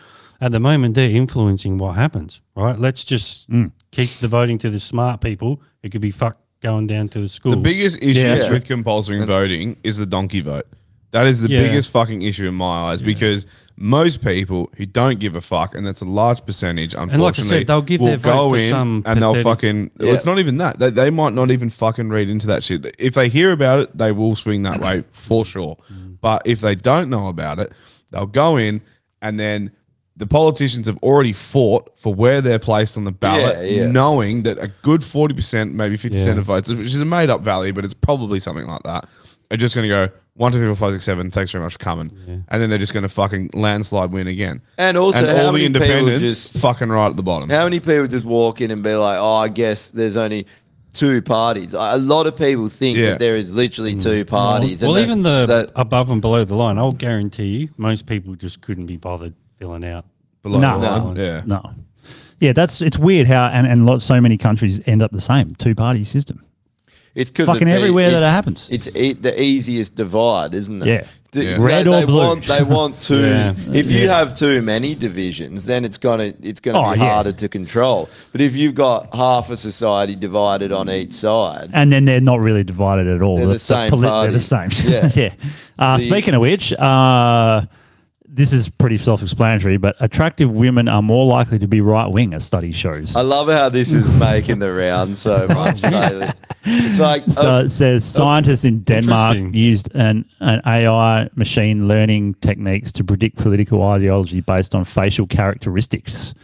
Speaker 9: At the moment, they're influencing what happens, right? Let's just
Speaker 3: Mm.
Speaker 9: keep the voting to the smart people. It could be fuck going down to the school.
Speaker 4: The biggest issues
Speaker 3: Yeah.
Speaker 4: with compulsory voting is the donkey vote. That is the
Speaker 9: Yeah.
Speaker 4: biggest fucking issue in my eyes because most people who don't give a fuck, and that's a large percentage, unfortunately,
Speaker 9: like I said, they'll give
Speaker 4: will
Speaker 9: their vote
Speaker 4: go
Speaker 9: for
Speaker 4: in
Speaker 9: some
Speaker 4: and they'll
Speaker 9: pathetic-
Speaker 4: fucking. well, It's not even that. They, they might not even fucking read into that shit. If they hear about it, they will swing that way for sure.
Speaker 9: Mm.
Speaker 4: But if they don't know about it, they'll go in and then. The politicians have already fought for where they're placed on the ballot,
Speaker 3: Yeah, yeah.
Speaker 4: knowing that a good 40%, maybe 50%
Speaker 9: Yeah.
Speaker 4: of votes, which is a made up value, but it's probably something like that, are just going to go one, two, three, four, five, six, seven. Thanks very much for coming. And then they're just going to fucking landslide win again.
Speaker 3: And also,
Speaker 4: all
Speaker 3: how
Speaker 4: the
Speaker 3: many people
Speaker 4: independents
Speaker 3: just-
Speaker 4: fucking right at the bottom.
Speaker 3: How many people just walk in and be like, "Oh, I guess there's only." Two parties. A lot of people think
Speaker 4: Yeah.
Speaker 3: that there is literally two parties.
Speaker 9: Mm.
Speaker 3: and
Speaker 9: Well,
Speaker 3: that-
Speaker 9: even the
Speaker 3: that-
Speaker 9: above and below the line, I'll guarantee you, most people just couldn't be bothered filling out.
Speaker 4: Below
Speaker 2: No.
Speaker 4: the
Speaker 3: No.
Speaker 4: line. Yeah.
Speaker 2: No. Yeah, that's it's weird how and and lot so many countries end up the same two party system.
Speaker 3: It's because
Speaker 2: Fucking everywhere that it happens.
Speaker 3: It's e- the easiest divide, isn't it?
Speaker 2: Yeah.
Speaker 3: D-
Speaker 4: Yeah.
Speaker 2: Red or blue.
Speaker 3: Want, they want two.
Speaker 9: Yeah.
Speaker 3: If you have too many divisions, then it's gonna it's gonna
Speaker 2: Oh,
Speaker 3: be
Speaker 2: yeah.
Speaker 3: harder to control. But if you've got half a society divided on each side,
Speaker 2: And then they're not really divided at all.
Speaker 3: They're the same
Speaker 2: They're the same.
Speaker 3: party. Yeah.
Speaker 2: Uh,
Speaker 3: The-
Speaker 2: speaking of which, uh, this is pretty self-explanatory, but attractive women are more likely to be right-wing, as study shows.
Speaker 3: I love how this is making the round so much lately. It's like
Speaker 2: So
Speaker 3: uh,
Speaker 2: it says scientists in Denmark
Speaker 9: Oh. Interesting.
Speaker 2: used an, an AI machine learning techniques to predict political ideology based on facial characteristics.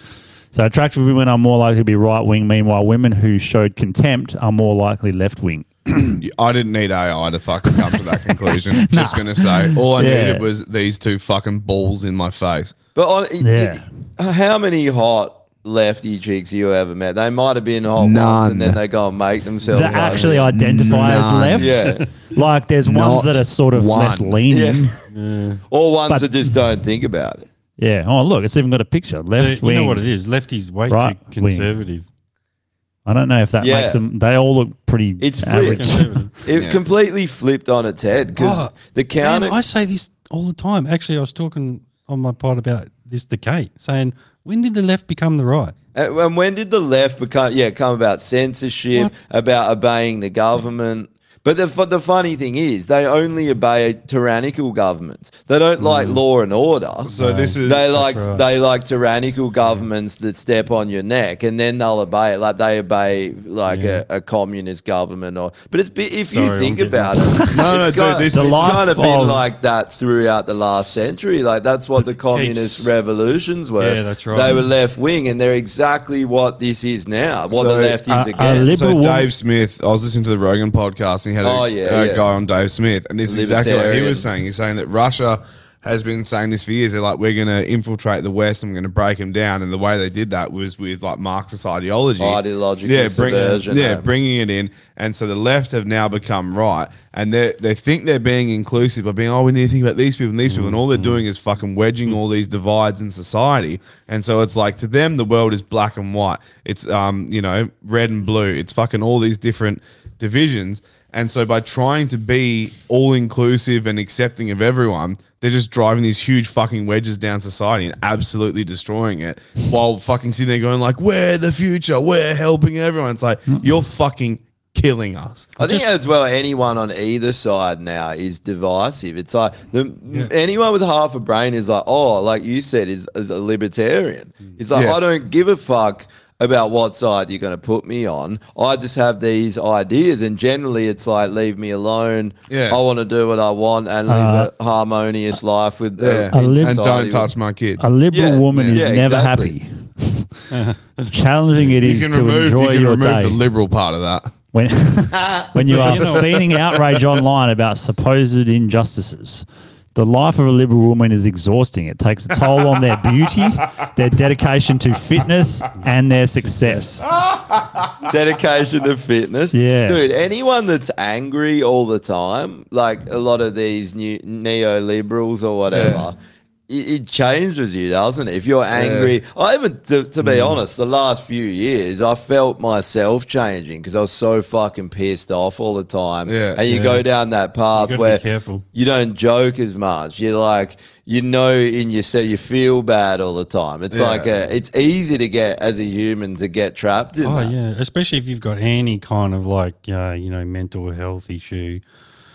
Speaker 2: So attractive women are more likely to be right wing. Meanwhile, women who showed contempt are more likely left wing.
Speaker 4: I didn't need AI to fucking come to that conclusion. Just going to say, all I
Speaker 2: Yeah.
Speaker 4: needed was these two fucking balls in my face.
Speaker 3: But on, it-
Speaker 2: Yeah.
Speaker 3: it- how many hot lefty chicks you ever met? They might have been hot once, and then they go and make themselves.
Speaker 2: That
Speaker 3: like-
Speaker 2: actually identify as
Speaker 4: None.
Speaker 2: left.
Speaker 3: Yeah.
Speaker 2: Like there's ones that are sort of
Speaker 4: one.
Speaker 2: left leaning.
Speaker 3: Yeah.
Speaker 2: Yeah.
Speaker 3: or ones
Speaker 2: But-
Speaker 3: that just don't think about it.
Speaker 2: Oh look, it's even got a picture. Left
Speaker 9: You
Speaker 2: wing.
Speaker 9: know what it is? Lefties way
Speaker 2: Right
Speaker 9: too
Speaker 2: wing.
Speaker 9: conservative.
Speaker 2: I don't know if that
Speaker 3: Yeah.
Speaker 2: makes them. They all look pretty.
Speaker 3: It's
Speaker 2: average.
Speaker 3: flipped.
Speaker 9: Conservative.
Speaker 3: It completely flipped on its head because
Speaker 9: Oh,
Speaker 3: the counter.
Speaker 9: Man, I say this all the time. Actually, I was talking on my pod about this to Kate, saying, when did the left become the right?
Speaker 3: Uh, and and when did the left become? Yeah, come about censorship, about obeying the government. But the, fu- the funny thing is, they only obey tyrannical governments. They don't like law and order.
Speaker 4: So this is
Speaker 3: they like
Speaker 9: right.
Speaker 3: they like tyrannical governments that step on your neck, and then they'll obey. it. Like they obey like a, a communist government, or but it's be- if you
Speaker 9: Sorry, I'm
Speaker 3: think
Speaker 9: getting-
Speaker 3: about it,
Speaker 4: No, no,
Speaker 3: it's
Speaker 4: dude,
Speaker 3: kind,
Speaker 4: this
Speaker 2: The
Speaker 3: it's
Speaker 2: life
Speaker 3: kind of been
Speaker 2: of-
Speaker 3: like that throughout the last century. Like that's what the communist
Speaker 9: keeps-
Speaker 3: revolutions were.
Speaker 9: Yeah, that's right.
Speaker 3: They were left wing, and they're exactly what this is now. What the
Speaker 4: So,
Speaker 3: left is
Speaker 2: uh, uh,
Speaker 3: again.
Speaker 2: lib-
Speaker 4: So
Speaker 2: Liberal woman-
Speaker 4: Dave Smith, I was listening to the Rogan podcast, and he had a,
Speaker 3: Oh, yeah,
Speaker 4: a
Speaker 3: yeah.
Speaker 4: guy on Dave Smith, and this is exactly what he
Speaker 3: Libertarian.
Speaker 4: was saying. He's saying that Russia has been saying this for years. They're like, we're going to infiltrate the West, and we're going to break them down. And the way they did that was with like Marxist ideology,
Speaker 3: Ideological subversion,
Speaker 4: yeah,
Speaker 3: eh?
Speaker 4: bringing it in. And so the left have now become right, and they they think they're being inclusive by being, oh, we need to think about these people and these people, and all they're doing is fucking wedging all these divides in society. And so it's like to them, the world is black and white. It's um, you know, red and blue. It's fucking all these different divisions. And so by trying to be all inclusive and accepting of everyone, they're just driving these huge fucking wedges down society and absolutely destroying it while fucking sitting there going like, We're the future, we're helping everyone. It's like you're fucking killing us.
Speaker 3: I think as well, anyone on either side now is divisive. It's like the, anyone with half a brain is like, oh, like you said, is, is a libertarian.
Speaker 9: Mm.
Speaker 3: It's like,
Speaker 4: Yes.
Speaker 3: I don't give a fuck about what side you're going to put me on. I just have these ideas. And generally, it's like, leave me alone.
Speaker 4: Yeah. Uh,
Speaker 3: I want to do what I want and live a harmonious life with
Speaker 4: Yeah.
Speaker 3: the in
Speaker 4: and
Speaker 3: society.
Speaker 4: don't touch my kids.
Speaker 2: A liberal
Speaker 3: Yeah,
Speaker 2: woman
Speaker 3: yeah,
Speaker 2: is
Speaker 3: yeah,
Speaker 2: never
Speaker 3: exactly.
Speaker 2: happy. Challenging it
Speaker 4: Uh-huh. You
Speaker 2: is
Speaker 4: can
Speaker 2: to
Speaker 4: remove, you
Speaker 2: enjoy
Speaker 4: can
Speaker 2: your
Speaker 4: remove
Speaker 2: day.
Speaker 4: the liberal part of that.
Speaker 2: when, when you are feigning outrage online about supposed injustices. The life of a liberal woman is exhausting. It takes a toll on their beauty, their dedication to fitness, and their success.
Speaker 3: dedication to fitness.
Speaker 2: Yeah.
Speaker 3: dude. Anyone that's angry all the time, like a lot of these new neoliberals or whatever. It it changes you, doesn't it? If you're angry, I even, to, to be honest, the last few years, I felt myself changing because I was so fucking pissed off all the time.
Speaker 4: Yeah.
Speaker 3: and you go down that path
Speaker 9: gotta be
Speaker 3: where
Speaker 9: careful.
Speaker 3: you don't joke as much. You're like, you know, in yourself, you feel bad all the time. It's
Speaker 4: Yeah.
Speaker 3: like a, it's easy to get as a human to get trapped in
Speaker 9: Oh
Speaker 3: that.
Speaker 9: yeah, especially if you've got any kind of like uh, you know mental health issue,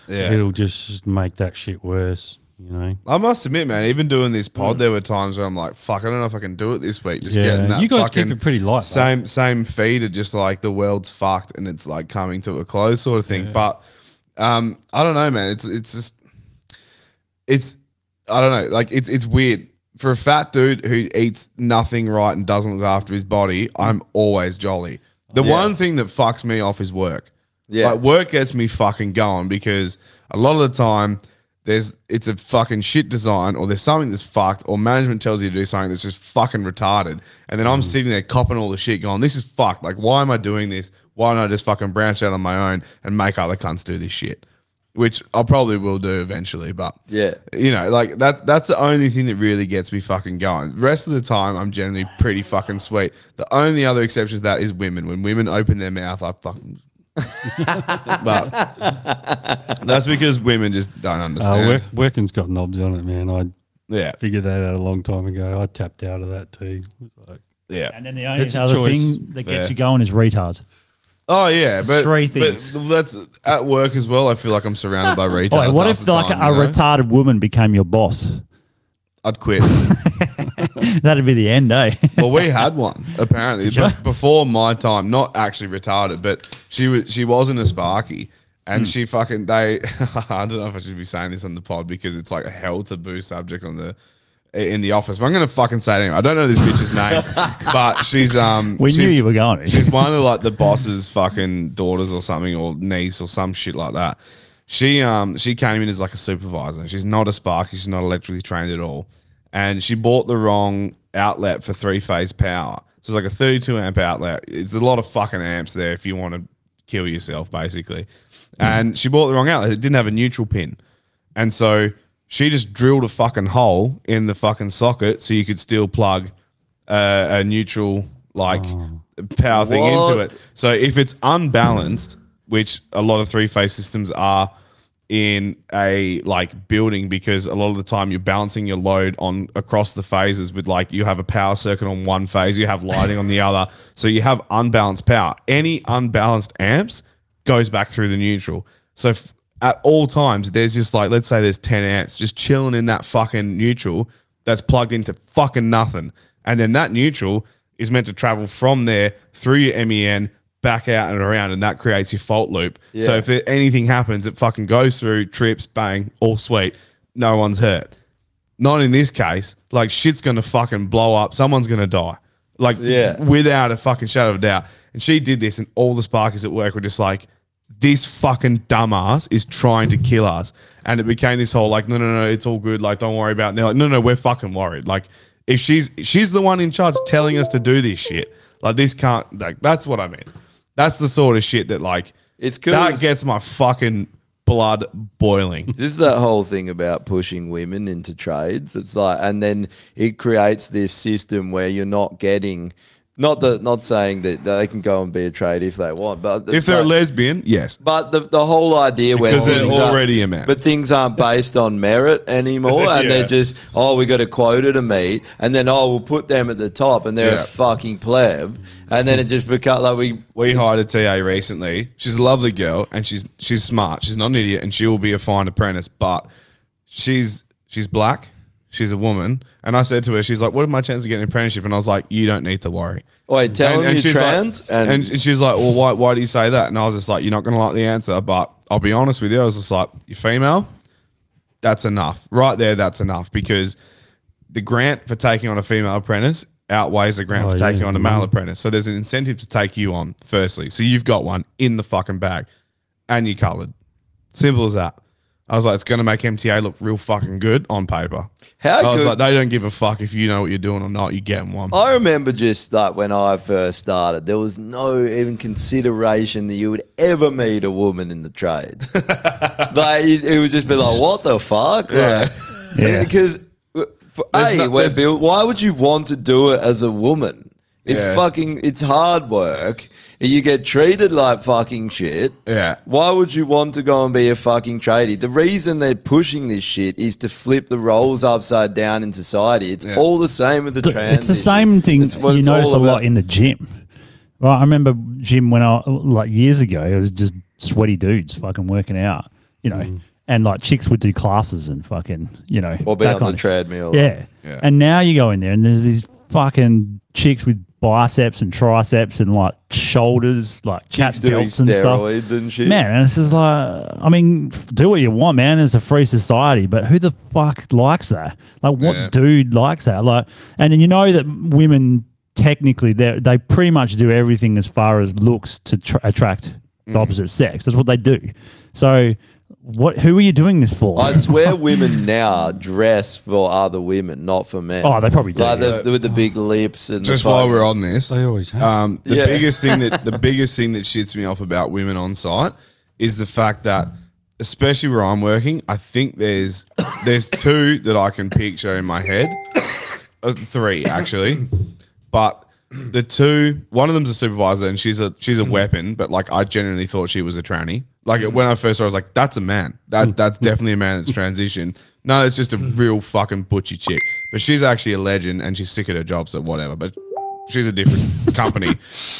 Speaker 4: Yeah.
Speaker 9: it'll just make that shit worse. You know.
Speaker 4: I must admit, man, even doing this pod, there were times where I'm like, fuck, I don't know if I can do it this week. Just
Speaker 9: Mm. Yeah,
Speaker 4: getting that
Speaker 9: you guys
Speaker 4: fucking
Speaker 9: keep it pretty light, though.
Speaker 4: Same same feed of just like the world's fucked and it's like coming to a close sort of thing. But um, I don't know, man. It's it's just it's I don't know, like it's it's weird. For a fat dude who eats nothing right and doesn't look after his body, I'm always jolly. The one thing that fucks me off is work.
Speaker 3: Yeah.
Speaker 4: Like work gets me fucking going because a lot of the time there's it's a fucking shit design or there's something that's fucked or management tells you to do something that's just fucking retarded. And
Speaker 3: Mm.
Speaker 4: then I'm sitting there copping all the shit going, This is fucked. Like why am I doing this? Why don't I just fucking branch out on my own and make other cunts do this shit? Which I probably will do eventually, but
Speaker 3: Yeah.
Speaker 4: you know, like that that's the only thing that really gets me fucking going. The rest of the time I'm generally pretty fucking sweet. The only other exception to that is women. When women open their mouth, I fucking but that's because women just don't
Speaker 9: Uh,
Speaker 4: understand.
Speaker 9: work, working's got knobs on it, man. I
Speaker 4: yeah.
Speaker 9: figured that out a long time ago. I tapped out of that too. Like,
Speaker 4: Yeah.
Speaker 2: And then the only
Speaker 9: It's a
Speaker 2: other
Speaker 9: choice.
Speaker 2: thing that gets
Speaker 4: Yeah.
Speaker 2: you going is retards.
Speaker 4: Oh yeah, but
Speaker 2: Three
Speaker 4: but
Speaker 2: things.
Speaker 4: that's at work as well. I feel like I'm surrounded by retards.
Speaker 2: Oh, what
Speaker 4: half
Speaker 2: if
Speaker 4: the
Speaker 2: like
Speaker 4: time,
Speaker 2: a
Speaker 4: you know?
Speaker 2: retarded woman became your boss?
Speaker 4: I'd quit.
Speaker 2: That'd be the end, eh?
Speaker 4: well, we had one apparently
Speaker 2: you?
Speaker 4: but before my time. Not actually retarded, but she was she wasn't a sparky, and
Speaker 2: Hmm.
Speaker 4: she fucking they. I don't know if I should be saying this on the pod because it's like a hell taboo subject on the in the office. But I'm gonna fucking say it anyway. I don't know this bitch's name, but she's um.
Speaker 2: we knew
Speaker 4: she's-
Speaker 2: you were going.
Speaker 4: She's one of like the boss's fucking daughters or something or niece or some shit like that. She um she came in as like a supervisor. She's not a sparky. She's not electrically trained at all, and she bought the wrong outlet for three phase power. So it's like a 32 amp outlet. It's a lot of fucking amps there if you want to kill yourself basically. And she bought the wrong outlet. It didn't have a neutral pin. And so she just drilled a fucking hole in the fucking socket so you could still plug uh, a neutral like power thing into
Speaker 3: What?
Speaker 4: it. So if it's unbalanced, which a lot of three phase systems are in a like building because a lot of the time you're balancing your load on across the phases with like you have a power circuit on one phase, you have lighting on the other. So you have unbalanced power. Any unbalanced amps goes back through the neutral. So f- at all times, there's just like, let's say there's 10 amps just chilling in that fucking neutral that's plugged into fucking nothing. And then that neutral is meant to travel from there through your MEN back out and around, and that creates your fault loop. So
Speaker 3: Yeah.
Speaker 4: if it, anything happens, it fucking goes through, trips, bang, all sweet. No one's hurt. Not in this case. Like shit's gonna fucking blow up. Someone's gonna die. Like
Speaker 3: Yeah.
Speaker 4: without a fucking shadow of a doubt. And she did this, and all the sparkers at work were just like, "This fucking dumbass is trying to kill us." And it became this whole like, "No, no, no, it's all good. Like, don't worry about." It. And they're like, "No, no, we're fucking worried. Like, if she's she's the one in charge telling us to do this shit, like this can't like that's what I mean. That's the sort of shit that like
Speaker 3: It's cool.
Speaker 4: that gets my fucking blood boiling.
Speaker 3: This is that whole thing about pushing women into trades. It's like, and then it creates this system where you're not getting, not that, not saying that they can go and be a trade if they want, but
Speaker 4: if they're a
Speaker 3: but-
Speaker 4: lesbian, yes.
Speaker 3: But the, the whole idea where
Speaker 4: Because they're
Speaker 3: things aren't-
Speaker 4: already a man.
Speaker 3: But things aren't based on merit anymore. And
Speaker 4: Yeah.
Speaker 3: they're just, oh, we got a quota to meet. And then, oh, we'll put them at the top and they're
Speaker 4: Yeah.
Speaker 3: a fucking pleb. And then it just becomes like we.
Speaker 4: We hired a TA recently. She's a lovely girl and she's she's smart. She's not an idiot and she will be a fine apprentice, but she's she's black, she's a woman. And I said to her, she's like, What are my chances of getting an apprenticeship? And I was like, You don't need to worry.
Speaker 3: Wait, tell them you're
Speaker 4: she's
Speaker 3: trans.
Speaker 4: Like,
Speaker 3: and,
Speaker 4: and, she's like, Well, why why do you say that? And I was just like, You're not gonna like the answer, but I'll be honest with you. I was just like, You're female, that's enough. Right there, that's enough because the grant for taking on a female apprentice outweighs the grant
Speaker 9: Oh,
Speaker 4: for taking
Speaker 9: yeah.
Speaker 4: on a male apprentice. So there's an incentive to take you on, firstly. So you've got one in the fucking bag and you're coloured. Simple as that. I was like, it's going to make MTA look real fucking good on paper.
Speaker 3: How
Speaker 4: I was
Speaker 3: good-
Speaker 4: like, they don't give a fuck if you know what you're doing or not. You're getting one.
Speaker 3: I remember just like when I first started, there was no even consideration that you would ever meet a woman in the trades. like it, it would just be like, what the fuck? Yeah.
Speaker 2: Yeah.
Speaker 3: Because uh, for,
Speaker 4: There's
Speaker 3: a,
Speaker 4: no-
Speaker 3: we're
Speaker 4: there's-
Speaker 3: built- why would you want to do it as a woman? It
Speaker 4: Yeah.
Speaker 3: fucking it's hard work. You get treated like fucking shit.
Speaker 4: Yeah.
Speaker 3: Why would you want to go and be a fucking tradie? The reason they're pushing this shit is to flip the roles upside down in society. It's
Speaker 4: Yeah.
Speaker 3: all the same with the
Speaker 2: Dude,
Speaker 3: trans.
Speaker 2: It's the
Speaker 3: issue.
Speaker 2: same thing
Speaker 3: It's what
Speaker 2: you
Speaker 3: it's
Speaker 2: notice a
Speaker 3: all
Speaker 2: lot
Speaker 3: about.
Speaker 2: in the gym. Well, I remember gym when I like years ago, it was just sweaty dudes fucking working out, you know, and like chicks would do classes and fucking, you know,
Speaker 3: Mm. Or be
Speaker 2: that
Speaker 3: on
Speaker 2: kind
Speaker 3: the
Speaker 2: of-
Speaker 3: treadmill.
Speaker 2: Yeah.
Speaker 4: Yeah.
Speaker 2: And now you go in there and there's these fucking chicks with biceps and triceps and like shoulders, like cat
Speaker 3: doing
Speaker 2: belts and stuff.
Speaker 3: steroids and shit.
Speaker 2: Man, and it's just like, I mean, f- do what you want, man. It's a free society, but who the fuck likes that? Like, what
Speaker 4: Yeah.
Speaker 2: dude likes that? Like, and then you know that women technically they they pretty much do everything as far as looks to tr- attract
Speaker 4: Mm.
Speaker 2: the opposite sex. That's what they do. So, what? Who are you doing this for?
Speaker 3: I swear women now dress for other women, not for men.
Speaker 2: Oh, they probably do.
Speaker 3: Like the, with the big lips and
Speaker 4: Just
Speaker 3: the
Speaker 4: while
Speaker 3: fucking-
Speaker 4: we're on this,
Speaker 9: They always have.
Speaker 4: Um, the
Speaker 3: Yeah.
Speaker 4: biggest thing that the biggest thing that shits me off about women on site is the fact that, especially where I'm working, I think there's there's two that I can picture in my head, Uh, three actually, but the two one of them's a supervisor and she's a she's a weapon, but like I genuinely thought she was a tranny. Like when I first saw, her, I was like, "That's a man. That that's definitely a man that's transitioned." No, it's just a real fucking butchy chick. But she's actually a legend, and she's sick at her job, so whatever. But she's a different company.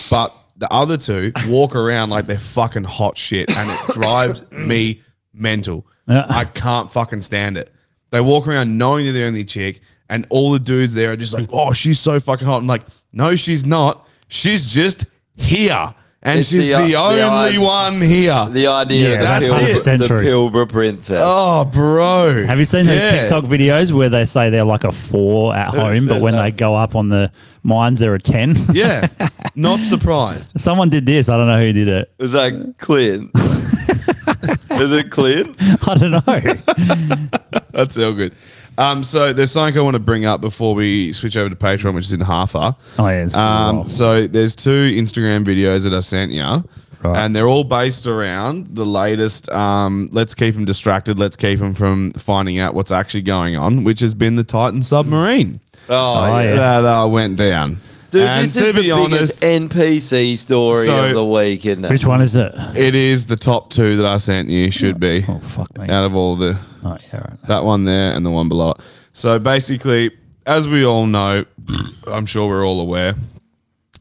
Speaker 4: But the other two walk around like they're fucking hot shit and it drives me mental.
Speaker 2: Yeah.
Speaker 4: I can't fucking stand it. They walk around knowing they're the only chick and all the dudes there are just like, oh, she's so fucking hot. I'm like, no, she's not. She's just here. And
Speaker 3: It's
Speaker 4: she's
Speaker 3: the, uh,
Speaker 4: the,
Speaker 3: the
Speaker 4: only
Speaker 3: idea-
Speaker 4: one here.
Speaker 3: The idea
Speaker 2: Yeah,
Speaker 3: of
Speaker 4: that's
Speaker 3: the,
Speaker 2: 100%
Speaker 3: Pilbara, the
Speaker 2: true.
Speaker 3: Pilbara princess.
Speaker 4: oh, bro.
Speaker 2: Have you seen those
Speaker 4: Yeah.
Speaker 2: TikTok videos where they say they're like a four at home, but when they go up on the mines, they're a 10?
Speaker 4: Yeah. Not surprised.
Speaker 2: Someone did this. I don't know who did it.
Speaker 3: Is that Clint? Is it Clint? Oh,
Speaker 2: I don't know.
Speaker 4: That's so good. Um, so there's something I want to bring up before we switch over to Patreon, which is in half hour.
Speaker 2: Oh, yeah, it's
Speaker 4: Um,
Speaker 2: rough.
Speaker 4: so there's two Instagram videos that I sent you,
Speaker 2: Right.
Speaker 4: and they're all based around the latest. Um, let's keep them distracted. Let's keep them from finding out what's actually going on, which has been the Titan submarine
Speaker 3: Oh,
Speaker 2: Oh, yeah.
Speaker 4: that uh, went down.
Speaker 3: dude,
Speaker 4: and
Speaker 3: this
Speaker 4: to
Speaker 3: is
Speaker 4: be
Speaker 3: the
Speaker 4: honest,
Speaker 3: biggest NPC story
Speaker 4: So-
Speaker 3: of the week, isn't it?
Speaker 2: Which one is it?
Speaker 4: it is the top two that I sent you. Should be
Speaker 2: Oh, fuck me.
Speaker 4: out of all the
Speaker 2: Oh, yeah, right.
Speaker 4: that one there and the one below it. So basically, as we all know, I'm sure we're all aware,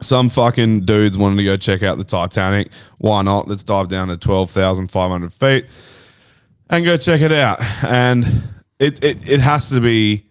Speaker 4: some fucking dudes wanted to go check out the Titanic. Why not? Let's dive down to 12,500 feet and go check it out. And it, it, it has to be,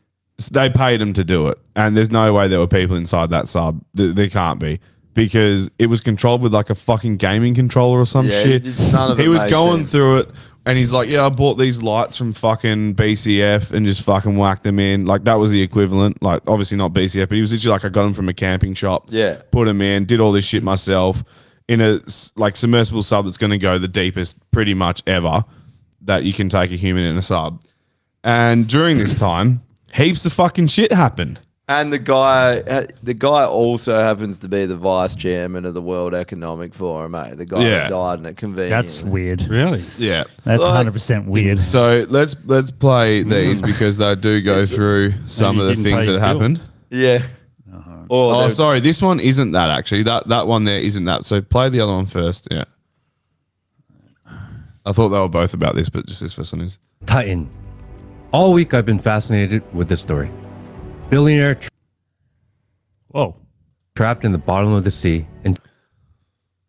Speaker 4: they paid them to do it. And there's no way there were people inside that sub. Th- There can't be because it was controlled with like a fucking gaming controller or some
Speaker 3: Yeah,
Speaker 4: shit.
Speaker 3: it- none of
Speaker 4: he
Speaker 3: it
Speaker 4: was
Speaker 3: made
Speaker 4: going
Speaker 3: sense.
Speaker 4: through it and he's like, yeah, I bought these lights from fucking BCF and just fucking whacked them in. Like that was the equivalent. Like obviously not BCF, but he was literally like, I got them from a camping shop.
Speaker 3: Yeah.
Speaker 4: Put them in, did all this shit myself in a s- like submersible sub that's going to go the deepest pretty much ever that you can take a human in a sub. And during this time, heaps of fucking shit happened.
Speaker 3: And the guy, uh, the guy also happens to be the vice chairman of the World Economic Forum, mate. The guy
Speaker 4: Yeah.
Speaker 3: that died in a convenience.
Speaker 2: That's weird.
Speaker 9: Really?
Speaker 4: Yeah.
Speaker 2: That's
Speaker 3: like-
Speaker 2: 100% weird.
Speaker 4: So let's let's play these
Speaker 9: Mm.
Speaker 4: because they do go through some
Speaker 9: Maybe
Speaker 4: of
Speaker 9: he
Speaker 4: the
Speaker 9: didn't
Speaker 4: things that
Speaker 9: pay his bill.
Speaker 4: happened.
Speaker 3: yeah. Or
Speaker 4: Oh,
Speaker 3: the-
Speaker 4: sorry. This one isn't that actually. That that one there isn't that. So play the other one first. Yeah. I thought they were both about this, but just this first one is.
Speaker 10: Titan. All week I've been fascinated with this story. Billionaire tra-
Speaker 2: Whoa.
Speaker 10: trapped in the bottom of the sea in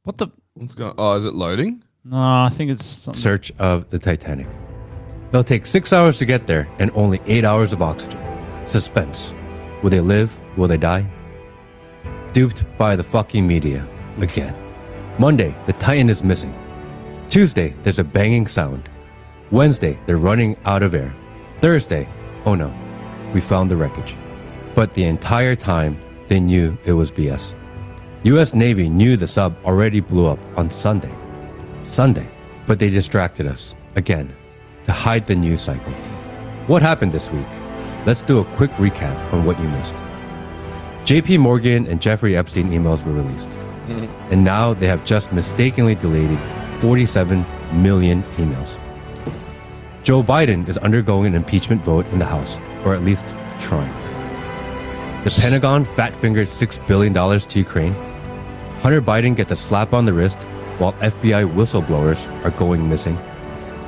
Speaker 2: What the?
Speaker 4: What's going? Oh, is it loading?
Speaker 2: No, I think it's something.
Speaker 10: search of the Titanic. They'll take six hours to get there and only eight hours of oxygen. Suspense. Will they live? Will they die? Duped by the fucking media again. Monday, the Titan is missing. Tuesday, there's a banging sound. Wednesday, they're running out of air. Thursday, oh no, we found the wreckage. But the entire time, they knew it was BS. US Navy knew the sub already blew up on Sunday. Sunday, but they distracted us again to hide the news cycle. What happened this week? Let's do a quick recap on what you missed. JP Morgan and Jeffrey Epstein emails were released, and now they have just mistakenly deleted 47 million emails. Joe Biden is undergoing an impeachment vote in the House, or at least trying. The Pentagon fat fingered $6 billion to Ukraine. Hunter Biden gets a slap on the wrist while FBI whistleblowers are going missing.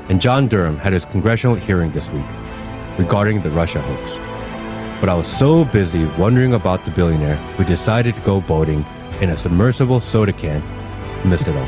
Speaker 10: And John Durham had his congressional hearing this week regarding the Russia hoax. But I was so busy wondering about the billionaire who decided to go boating in a submersible soda can, missed it all.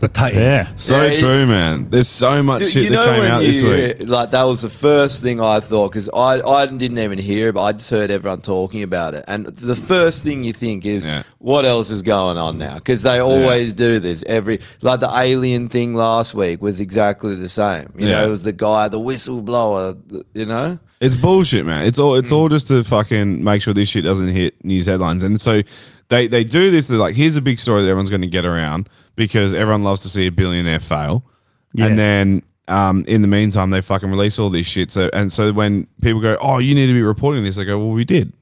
Speaker 10: the Titan.
Speaker 2: Yeah.
Speaker 4: So
Speaker 3: Yeah, it-
Speaker 4: true, man. There's so much
Speaker 3: Dude,
Speaker 4: shit that came out this week.
Speaker 3: Like that was the first thing I thought because I, I didn't even hear it, but I just heard everyone talking about it. And the first thing you think is,
Speaker 4: Yeah.
Speaker 3: what else is going on now? Because they always do this every like the alien thing last week was exactly the same. You
Speaker 4: Yeah.
Speaker 3: know, it was the guy, the whistleblower. th- You know,
Speaker 4: It's bullshit, man. It's all it's all just to fucking make sure this shit doesn't hit news headlines. And so they they do this. They're like, here's a big story that everyone's going to get around because everyone loves to see a billionaire fail.
Speaker 2: Yeah.
Speaker 4: And then um, in the meantime, they fucking release all this shit. So and so when people go, oh, you need to be reporting this, I go, well, we did,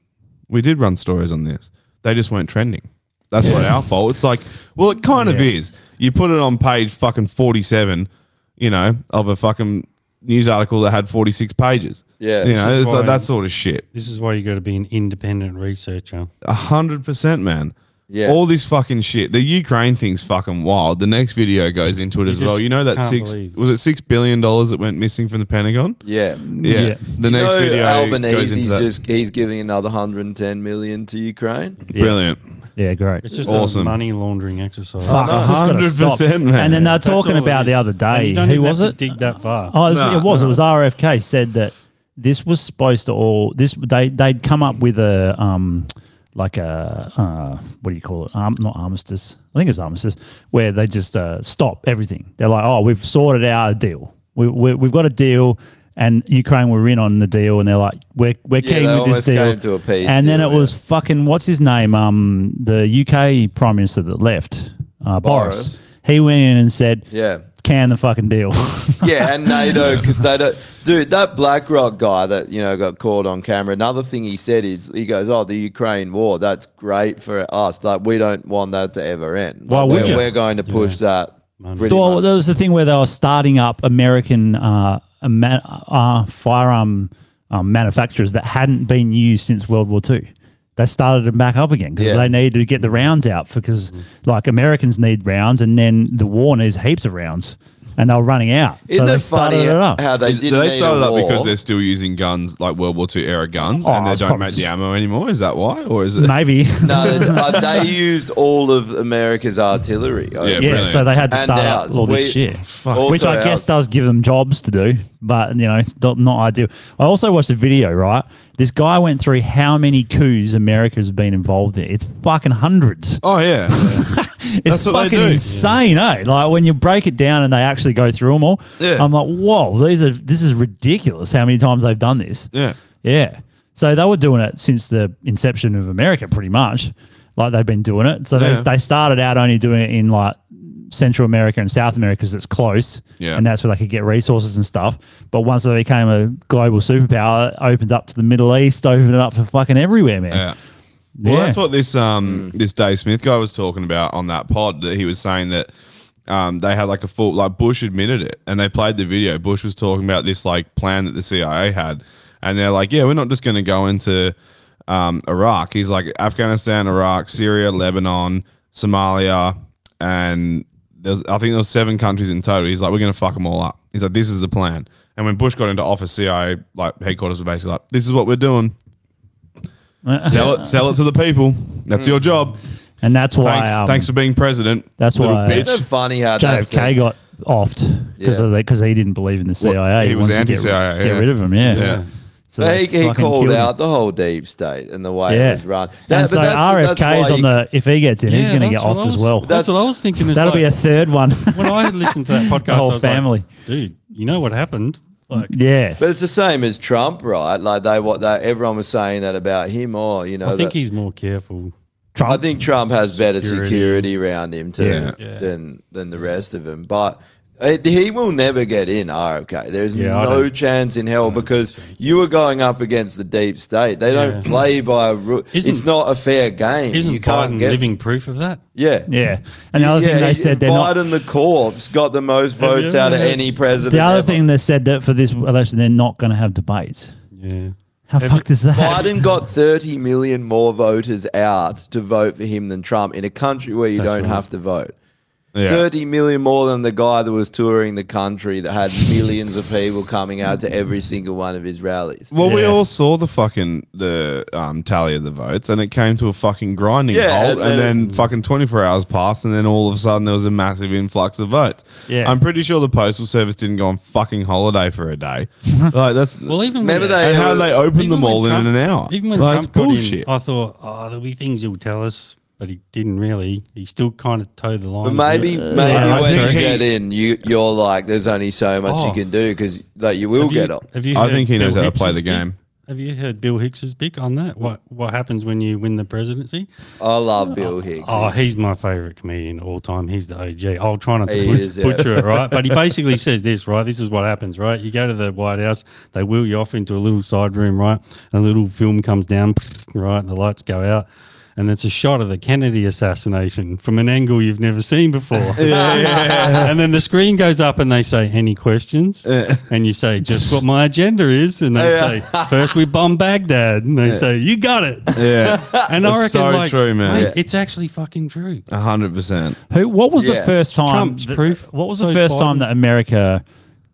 Speaker 4: we did run stories on this. They just weren't trending. That's not our fault. It's like, well, it kind of is. You put it on page fucking forty-seven, you know, of a fucking news article that had forty-six pages.
Speaker 3: Yeah.
Speaker 4: you know,
Speaker 9: This is
Speaker 4: it's like
Speaker 9: why-
Speaker 4: that sort of shit.
Speaker 9: This is why you got to be an independent researcher.
Speaker 4: A hundred percent, man.
Speaker 3: Yeah.
Speaker 4: All this fucking shit. The Ukraine thing's fucking wild. The next video goes into it as
Speaker 9: just
Speaker 4: well. You know that
Speaker 9: can't
Speaker 4: six
Speaker 9: believe.
Speaker 4: was it six billion dollars that went missing from the Pentagon? Yeah.
Speaker 3: yeah.
Speaker 2: Yeah.
Speaker 4: The next video
Speaker 3: you know,
Speaker 4: goes into
Speaker 3: Albanese's
Speaker 4: that.
Speaker 3: just he's giving another 110 million to Ukraine.
Speaker 4: brilliant.
Speaker 2: Yeah, great.
Speaker 9: It's just
Speaker 4: Awesome.
Speaker 9: a money laundering exercise.
Speaker 2: Fuck, this has gotta stop.
Speaker 4: 100%, man.
Speaker 2: And then they're
Speaker 9: That's
Speaker 2: talking
Speaker 9: all it
Speaker 2: about the
Speaker 9: is.
Speaker 2: other
Speaker 9: And
Speaker 2: day.
Speaker 9: you don't
Speaker 2: Who
Speaker 9: even have
Speaker 2: was
Speaker 9: to
Speaker 2: it?
Speaker 9: dig that far.
Speaker 2: Oh, it was,
Speaker 4: Nah,
Speaker 2: it was. It was RFK said that this was supposed to all this. They they'd come up with a um like a uh, what do you call it? Um, not armistice. I think it's armistice where they just uh, stop everything. They're like, oh, we've sorted out a deal. We, we we've got a deal. And Ukraine were in on the deal, and they're like, "We're we're
Speaker 3: Yeah,
Speaker 2: keen
Speaker 3: they
Speaker 2: with this
Speaker 3: almost
Speaker 2: deal."
Speaker 3: came to a peace
Speaker 2: and then
Speaker 3: deal,
Speaker 2: it was fucking what's his name? Um, the UK Prime Minister that left, uh, Boris.
Speaker 3: Boris.
Speaker 2: He went in and said,
Speaker 3: Yeah.
Speaker 2: can the fucking deal."
Speaker 3: Yeah, and NATO because they don't, dude. That BlackRock guy that you know got caught on camera. Another thing he said is he goes, "Oh, the Ukraine war. That's great for us. Like we don't want that to ever end.
Speaker 2: Why
Speaker 3: Like,
Speaker 2: would
Speaker 3: we're,
Speaker 2: you?
Speaker 3: we're going to push that." pretty
Speaker 2: well,
Speaker 3: much.
Speaker 2: that was the thing where they were starting up American uh, ama- uh, firearm um, manufacturers that hadn't been used since World War II. They started them back up again because
Speaker 3: Yeah. Mm-hmm.
Speaker 2: they needed to get the rounds out because, like, Americans need rounds, and then the war needs heaps of rounds. and they were running out. so they started it up.
Speaker 4: Is- they started up because they're still using guns like World War II era guns,
Speaker 2: Oh,
Speaker 4: and they
Speaker 2: it's
Speaker 4: don't
Speaker 2: probably
Speaker 4: make the ammo anymore. Is that why, or is it
Speaker 2: Maybe.
Speaker 3: no, they, uh, they used all of America's artillery. I
Speaker 2: Yeah,
Speaker 3: think.
Speaker 2: so they had to
Speaker 3: And
Speaker 2: start up
Speaker 3: ours.
Speaker 2: all this
Speaker 3: We-
Speaker 2: shit,
Speaker 3: also
Speaker 2: which I guess
Speaker 3: ours.
Speaker 2: does give them jobs to do, but you know, not, not ideal. I also watched a video. Right, this guy went through how many coups America has been involved in. It's fucking hundreds.
Speaker 4: Oh yeah,
Speaker 2: it's
Speaker 4: That's what they
Speaker 2: fucking
Speaker 4: do.
Speaker 2: insane, eh? Like when you break it down and they actually go through them all.
Speaker 4: Yeah.
Speaker 2: I'm like, whoa, these are this is ridiculous. How many times they've done this?
Speaker 4: Yeah.
Speaker 2: Yeah. So they were doing it since the inception of America, pretty much. Like they've been doing it. So
Speaker 4: Yeah.
Speaker 2: they, they started out only doing it in like Central America and South America because it's close.
Speaker 4: Yeah.
Speaker 2: And that's where they could get resources and stuff. But once they became a global superpower, it opened up to the Middle East, opened it up to fucking everywhere, man.
Speaker 4: Yeah. Well,
Speaker 2: Yeah.
Speaker 4: that's what this um this Dave Smith guy was talking about on that pod. That he was saying that um they had like a full like Bush admitted it, and they played the video. Bush was talking about this like plan that the CIA had, and they're like, yeah, we're not just going to go into um Iraq. He's like Afghanistan, Iraq, Syria, Lebanon, Somalia, and there's I think there was seven countries in total. He's like, we're going to fuck them all up. He's like, this is the plan. And when Bush got into office, CIA like headquarters were basically like, this is what we're doing sell it, sell it to the people. That's your job.
Speaker 2: And that's why.
Speaker 4: Thanks,
Speaker 2: um,
Speaker 4: thanks for being president.
Speaker 2: That's
Speaker 4: little
Speaker 2: why
Speaker 4: bitch.
Speaker 2: JFK got offed because
Speaker 4: Yeah.
Speaker 2: because he didn't believe in the CIA.
Speaker 4: he was
Speaker 2: wanted to get-
Speaker 4: anti-CIA,
Speaker 2: Get,
Speaker 4: yeah.
Speaker 2: rid of him. Yeah.
Speaker 4: Yeah.
Speaker 2: So
Speaker 3: But
Speaker 2: they
Speaker 3: he, he
Speaker 2: fucking
Speaker 3: called
Speaker 2: killed him.
Speaker 3: out the whole deep state and the way
Speaker 2: yeah.
Speaker 3: it was run.
Speaker 2: and so RFK is on the. If he gets in, he's
Speaker 9: Yeah,
Speaker 2: going to get
Speaker 9: that's what
Speaker 2: offed
Speaker 9: I
Speaker 2: as
Speaker 9: was-
Speaker 2: well.
Speaker 9: that's what I was thinking is
Speaker 2: That'll be a
Speaker 9: like-
Speaker 2: third one.
Speaker 9: when I listened to that podcast,
Speaker 2: The whole
Speaker 9: I was like,
Speaker 2: family.
Speaker 9: dude, you know what happened? Like,
Speaker 2: yeah.
Speaker 3: But it's the same as Trump, right? Like they what they everyone was saying that about him or you know
Speaker 9: I think
Speaker 3: that-
Speaker 9: he's more careful.
Speaker 3: I think Trump has better
Speaker 9: Security.
Speaker 3: security around him too
Speaker 9: Yeah. Yeah.
Speaker 3: than than the rest of them. But it, he will never get in RFK. There's
Speaker 9: Yeah, I
Speaker 3: no
Speaker 9: don't-
Speaker 3: chance in hell because you are going up against the deep state. They don't
Speaker 9: Yeah.
Speaker 3: play by a rule. It's
Speaker 9: Isn't-
Speaker 3: not a fair game.
Speaker 9: Isn't
Speaker 3: you can't
Speaker 9: Biden
Speaker 3: get
Speaker 9: living proof of that?
Speaker 3: Yeah.
Speaker 2: Yeah. And the other thing they
Speaker 3: he-
Speaker 2: said they're not-
Speaker 3: Biden the corpse got the most
Speaker 2: Have you
Speaker 3: votes
Speaker 2: ever
Speaker 3: out of
Speaker 2: heard-
Speaker 3: any president.
Speaker 2: The other
Speaker 3: ever.
Speaker 2: thing they said that for this election, they're not going to have debates.
Speaker 9: Yeah.
Speaker 2: How fucked is that?
Speaker 3: Biden got 30 million more voters out to vote for him than Trump in a country where you
Speaker 9: That's
Speaker 3: don't
Speaker 9: right.
Speaker 3: have to vote.
Speaker 4: Yeah.
Speaker 3: 30 million more than the guy that was touring the country that had millions of people coming out to every single one of his rallies.
Speaker 4: Well, we all saw the fucking the um, tally of the votes, and it came to a fucking grinding
Speaker 3: Yeah,
Speaker 4: halt,
Speaker 3: and
Speaker 4: and
Speaker 3: then-
Speaker 4: then fucking twenty four hours passed, and then all of a sudden there was a massive influx of votes.
Speaker 3: Yeah.
Speaker 4: I'm pretty sure the postal service didn't go on fucking holiday for a day. like that's well,
Speaker 9: even
Speaker 3: Remember when- they-
Speaker 4: and how they opened
Speaker 9: Even
Speaker 4: them
Speaker 9: when
Speaker 4: all
Speaker 9: Trump-
Speaker 4: in an hour.
Speaker 9: Even when
Speaker 4: Like,
Speaker 9: Trump
Speaker 4: that's
Speaker 9: got
Speaker 4: bullshit.
Speaker 9: in, I thought, oh, there'll be things he'll tell us, but he didn't really. He still kind of towed the
Speaker 3: But
Speaker 9: line.
Speaker 3: maybe,
Speaker 9: Yeah.
Speaker 3: maybe when you get in, you you're like, there's only so much
Speaker 9: Oh.
Speaker 3: you can do because like you will
Speaker 9: Have you-
Speaker 3: get up.
Speaker 9: have you
Speaker 4: I
Speaker 9: heard
Speaker 4: think he knows
Speaker 9: Bill
Speaker 4: how to play
Speaker 9: Hicks's
Speaker 4: the
Speaker 9: bit?
Speaker 4: game.
Speaker 9: Have you heard Bill Hicks's big on that? What what happens when you win the presidency?
Speaker 3: I love Bill Hicks.
Speaker 9: Oh, he's my favorite comedian of all time. He's the OG. I'll try not to
Speaker 3: He
Speaker 9: but-
Speaker 3: is, yeah.
Speaker 9: butcher it, right? But he basically says this, right? This is what happens, right? You go to the White House, they wheel you off into a little side room, right? And a little film comes down, right? And the lights go out. And it's a shot of the Kennedy assassination from an angle you've never seen before. And then the screen goes up and they say, Any questions? And you say, Just what my agenda is. And they
Speaker 4: Yeah.
Speaker 9: say, First we bomb Baghdad. And they
Speaker 4: Yeah.
Speaker 9: say, You got it.
Speaker 4: Yeah.
Speaker 9: And I reckon,
Speaker 4: That's so
Speaker 9: like,
Speaker 4: true, man.
Speaker 9: mate,
Speaker 4: Yeah.
Speaker 9: It's actually fucking true.
Speaker 4: A hundred percent.
Speaker 2: Who? What was
Speaker 9: Yeah.
Speaker 2: the first time?
Speaker 9: Trump's
Speaker 2: that-
Speaker 9: proof.
Speaker 2: What was the
Speaker 9: So is
Speaker 2: first time
Speaker 9: Biden.
Speaker 2: that America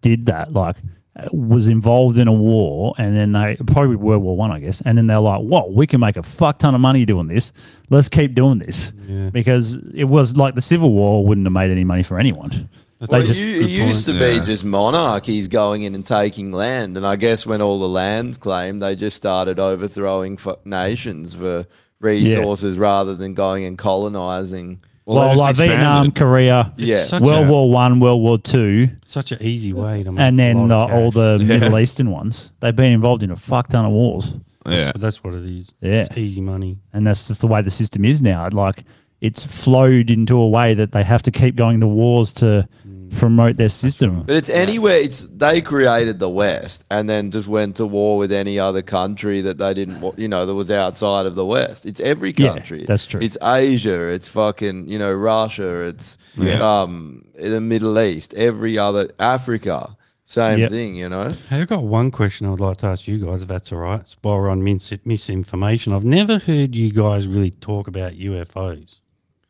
Speaker 2: did that? Like, uh, was involved in a war, and then they probably World War One, I guess. And then they're like, "Whoa, we can make a fuck ton of money doing this. Let's keep doing this." Because it was like the Civil War wouldn't have made any money for anyone. They
Speaker 3: Well, it
Speaker 2: just-
Speaker 3: u- it used to be just monarchies going in and taking land, and I guess when all the land's claimed, they just started overthrowing f- nations for resources rather than going and colonizing.
Speaker 2: Well, like Vietnam, Korea,
Speaker 3: It's Yeah. such
Speaker 2: World
Speaker 3: a-
Speaker 2: War One, World War Two,
Speaker 9: Such an easy way to make
Speaker 2: and
Speaker 9: a
Speaker 2: then the,
Speaker 9: lot of
Speaker 2: all
Speaker 9: cash.
Speaker 2: the
Speaker 9: Yeah.
Speaker 2: Middle Eastern ones. They've been involved in a fuck ton of wars.
Speaker 9: That's, that's what it is.
Speaker 2: Yeah.
Speaker 9: It's easy money.
Speaker 2: and that's just the way the system is now. Like it's flowed into a way that they have to keep going to wars to
Speaker 3: Mm.
Speaker 2: promote their system.
Speaker 3: But it's anywhere. It's they created the West, and then just went to war with any other country that they didn't, wa- you know, that was outside of the West. It's every
Speaker 2: Yeah,
Speaker 3: country.
Speaker 2: that's true.
Speaker 3: It's Asia. It's fucking, you know, Russia. It's
Speaker 2: Yeah.
Speaker 3: um the Middle East. Every other Africa. Same
Speaker 9: Yep.
Speaker 3: thing, you know.
Speaker 9: Hey, I've got one question I would like to ask you guys, if that's all right. It's while we're on mis- misinformation. I've never heard you guys really talk about UFOs.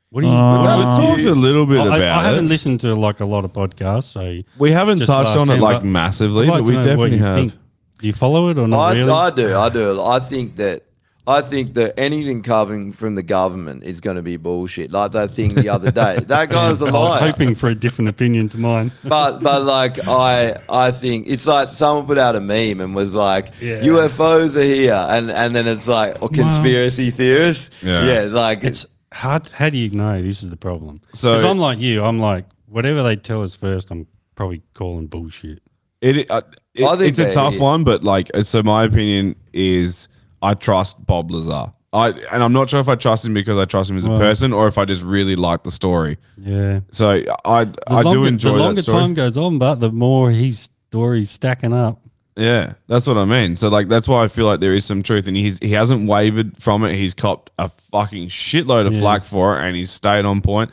Speaker 9: What do you?
Speaker 4: Uh,
Speaker 9: what do
Speaker 4: We've
Speaker 9: you-
Speaker 4: talked a little bit
Speaker 9: I- I,
Speaker 4: about
Speaker 9: I haven't
Speaker 4: it.
Speaker 9: listened to like a lot of podcasts, so
Speaker 4: We haven't
Speaker 9: just
Speaker 4: touched
Speaker 9: last
Speaker 4: on it,
Speaker 9: time,
Speaker 4: like,
Speaker 9: but
Speaker 4: massively,
Speaker 9: I'd like
Speaker 4: but
Speaker 9: to
Speaker 4: we
Speaker 9: know what
Speaker 4: definitely
Speaker 9: you
Speaker 4: have.
Speaker 9: think. Do you follow it or not
Speaker 3: Oh, I,
Speaker 9: really?
Speaker 3: I do, I do. I think that I think that anything coming from the government is going to be bullshit. Like that thing the other day. That guy's a
Speaker 9: I was
Speaker 3: liar.
Speaker 9: hoping for a different opinion to mine.
Speaker 3: But but like I I think it's like someone put out a meme and was like
Speaker 9: Yeah.
Speaker 3: UFOs are here and and then it's like oh, conspiracy theorists.
Speaker 9: Yeah.
Speaker 3: yeah, like
Speaker 9: It's hard. How do you know? This is the problem.
Speaker 4: So-
Speaker 9: Because I'm like you. I'm like whatever they tell us first. I'm probably calling bullshit.
Speaker 4: It, uh, it-
Speaker 9: I think
Speaker 4: it's a
Speaker 9: they-
Speaker 4: tough one, but like, so my opinion is I trust Bob Lazar. I and I'm not sure if I trust him because I trust him as a
Speaker 9: Well-
Speaker 4: person or if I just really like the story.
Speaker 9: Yeah.
Speaker 4: So I I do enjoy
Speaker 9: The longer
Speaker 4: that story.
Speaker 9: time goes on, but the more his story's stacking up.
Speaker 4: Yeah, that's what I mean. So like, that's why I feel like there is some truth, and he's he hasn't wavered from it. He's copped a fucking shitload of
Speaker 9: Yeah.
Speaker 4: flack for it, and he's stayed on point.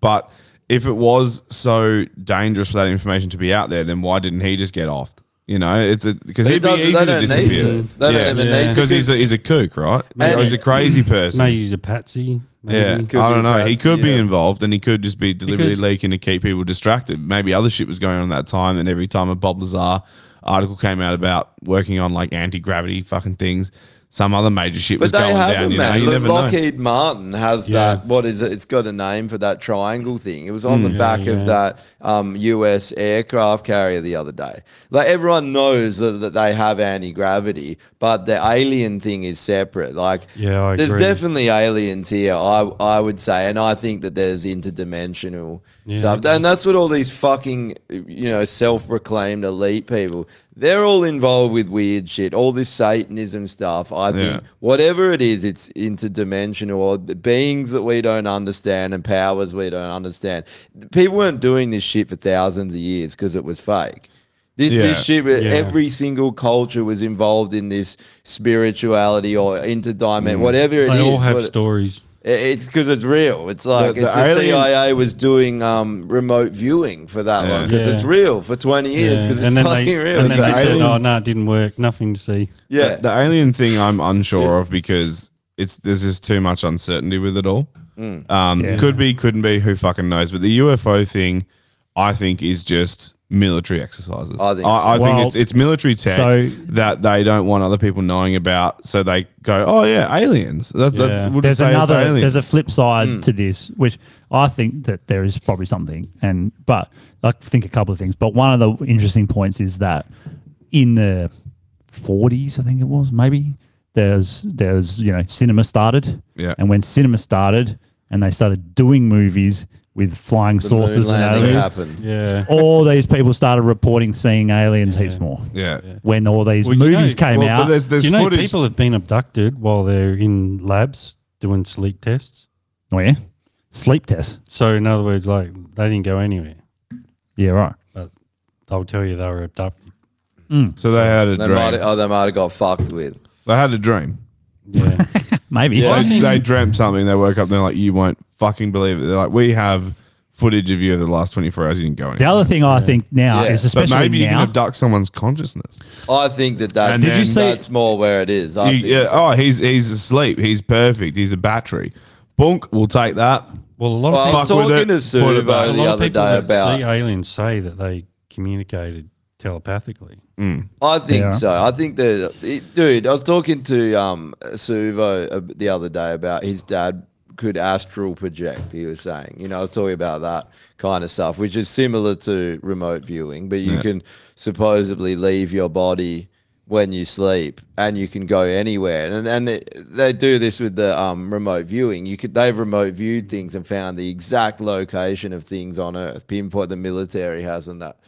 Speaker 4: But if it was so dangerous for that information to be out there, then why didn't he just get off? You know, it's because
Speaker 3: He
Speaker 4: he'd be
Speaker 3: doesn't-
Speaker 4: easy
Speaker 3: they
Speaker 4: to
Speaker 3: don't need
Speaker 4: disappear.
Speaker 3: to. They don't even need to.
Speaker 4: because he's a, he's a kook, right?
Speaker 3: Maybe-
Speaker 4: he's a crazy person.
Speaker 9: Maybe he's a patsy. Maybe.
Speaker 4: Yeah,
Speaker 9: Could
Speaker 4: I
Speaker 9: be
Speaker 4: don't know. he
Speaker 9: patsy,
Speaker 4: could be
Speaker 9: yeah.
Speaker 4: involved, and he could just be deliberately
Speaker 9: Because-
Speaker 4: leaking to keep people distracted. Maybe other shit was going on at that time, and every time a Bob Lazar article came out about working on like anti gravity fucking things, some other major shit was
Speaker 3: But they
Speaker 4: going
Speaker 3: haven't,
Speaker 4: down. You know,
Speaker 3: man.
Speaker 4: you
Speaker 3: Look,
Speaker 4: never know.
Speaker 3: Lockheed Martin has
Speaker 4: Yeah.
Speaker 3: that. What is it? It's got a name for that triangle thing. It was on
Speaker 4: Mm.
Speaker 3: the
Speaker 4: Yeah,
Speaker 3: back
Speaker 4: yeah.
Speaker 3: of that um, U.S. aircraft carrier the other day. Like everyone knows that, that they have anti gravity, but the alien thing is separate. Like,
Speaker 9: Yeah, I
Speaker 3: there's
Speaker 9: agree.
Speaker 3: definitely aliens here. I I would say, and I think that there's interdimensional
Speaker 9: Yeah,
Speaker 3: stuff, and that's what all these fucking you know self-proclaimed elite people. They're all involved with weird shit, all this Satanism stuff. I think
Speaker 4: Yeah.
Speaker 3: whatever it is, it's interdimensional or the beings that we don't understand and powers we don't understand. People weren't doing this shit for thousands of years because it was fake. This, this
Speaker 4: Yeah.
Speaker 3: shit, where
Speaker 4: Yeah.
Speaker 3: every single culture was involved in this spirituality or interdimension, whatever it
Speaker 9: they
Speaker 3: is.
Speaker 9: all have
Speaker 3: what-
Speaker 9: stories.
Speaker 3: it- It's because it's real. It's like
Speaker 4: The-
Speaker 3: it's
Speaker 4: the
Speaker 3: the
Speaker 4: alien-
Speaker 3: CIA was doing um, remote viewing for that
Speaker 4: Yeah.
Speaker 3: one because it's
Speaker 9: Yeah.
Speaker 3: real for 20 years
Speaker 9: Yeah.
Speaker 3: because
Speaker 9: and
Speaker 3: it's
Speaker 9: then
Speaker 3: fucking
Speaker 9: they,
Speaker 3: real.
Speaker 9: And then
Speaker 4: The
Speaker 9: they said,
Speaker 4: alien-
Speaker 9: "Oh no, it didn't work. Nothing to see."
Speaker 3: Yeah.
Speaker 4: the, the alien thing I'm unsure of because it's there's just too much uncertainty with it all.
Speaker 3: Mm.
Speaker 4: Um,
Speaker 9: Yeah.
Speaker 4: Could be, couldn't be. Who fucking knows? But the UFO thing, I think, is just military exercises.
Speaker 3: I think
Speaker 4: I,
Speaker 3: so.
Speaker 4: I think
Speaker 3: Well,
Speaker 4: it's it's military tech
Speaker 2: so-
Speaker 4: that they don't want other people knowing about, so they go, "Oh yeah, aliens." That's,
Speaker 2: Yeah.
Speaker 4: that's we'll just
Speaker 2: there's
Speaker 4: say it's
Speaker 2: another
Speaker 4: aliens.
Speaker 2: there's a flip side
Speaker 3: Mm.
Speaker 2: to this, which I think that there is probably something, and but I think a couple of things. But one of the interesting points is that in the 40s, I think it was maybe there's there's you know cinema started,
Speaker 4: Yeah.
Speaker 2: and when cinema started and they started doing movies with flying
Speaker 3: The moon
Speaker 2: saucers and
Speaker 3: landing
Speaker 2: aliens,
Speaker 3: happened.
Speaker 9: Yeah.
Speaker 2: all these people started reporting seeing aliens heaps more.
Speaker 4: Yeah.
Speaker 2: When all these
Speaker 9: Well, you
Speaker 2: movies
Speaker 9: know-
Speaker 2: came
Speaker 9: well,
Speaker 2: out,
Speaker 9: but you know, people have been abducted while they're in labs doing sleep tests.
Speaker 2: Oh yeah, sleep tests.
Speaker 9: So in other words, like they didn't go anywhere.
Speaker 2: Yeah, right.
Speaker 9: But they'll tell you they were abducted.
Speaker 4: so they had a
Speaker 3: They
Speaker 4: dream.
Speaker 3: might have, oh, they might have got fucked with.
Speaker 4: they had a dream.
Speaker 9: Yeah.
Speaker 2: Maybe.
Speaker 3: Yeah.
Speaker 4: They, they dreamt something. They woke up. They're like, "You won't fucking believe it." They're like, "We have footage of you over the last twenty four hours. You didn't go
Speaker 2: The
Speaker 4: anywhere."
Speaker 2: other thing I think now
Speaker 3: Yeah.
Speaker 2: is
Speaker 4: But
Speaker 2: especially
Speaker 4: maybe you can
Speaker 2: now.
Speaker 4: abduct someone's consciousness.
Speaker 3: I think that that's,
Speaker 4: And Did you then- say-
Speaker 3: that's more where it is. I
Speaker 4: You-
Speaker 3: think
Speaker 4: yeah,
Speaker 3: so.
Speaker 4: oh, he's he's asleep. He's perfect. He's a battery. Bonk, we'll take that.
Speaker 9: Well, a lot
Speaker 3: Well, I
Speaker 9: of
Speaker 3: was
Speaker 4: fuck with
Speaker 3: talking
Speaker 4: it,
Speaker 3: to
Speaker 4: put it
Speaker 3: Suvo
Speaker 4: back.
Speaker 9: a
Speaker 3: Uh, the
Speaker 9: lot of
Speaker 3: other
Speaker 9: people
Speaker 3: day
Speaker 9: that
Speaker 3: about.
Speaker 9: see aliens say that they communicated telepathically.
Speaker 3: I think
Speaker 2: Yeah.
Speaker 3: so. I think that, it, dude, I was talking to um, Suvo uh, the other day about his dad could astral project. He was saying, you know, I was talking about that kind of stuff, which is similar to remote viewing, but you can supposedly leave your body when you sleep and you can go anywhere. And and they, they do this with the um, remote viewing. You could they've remote viewed things and found the exact location of things on Earth. Pinpoint the military has and that.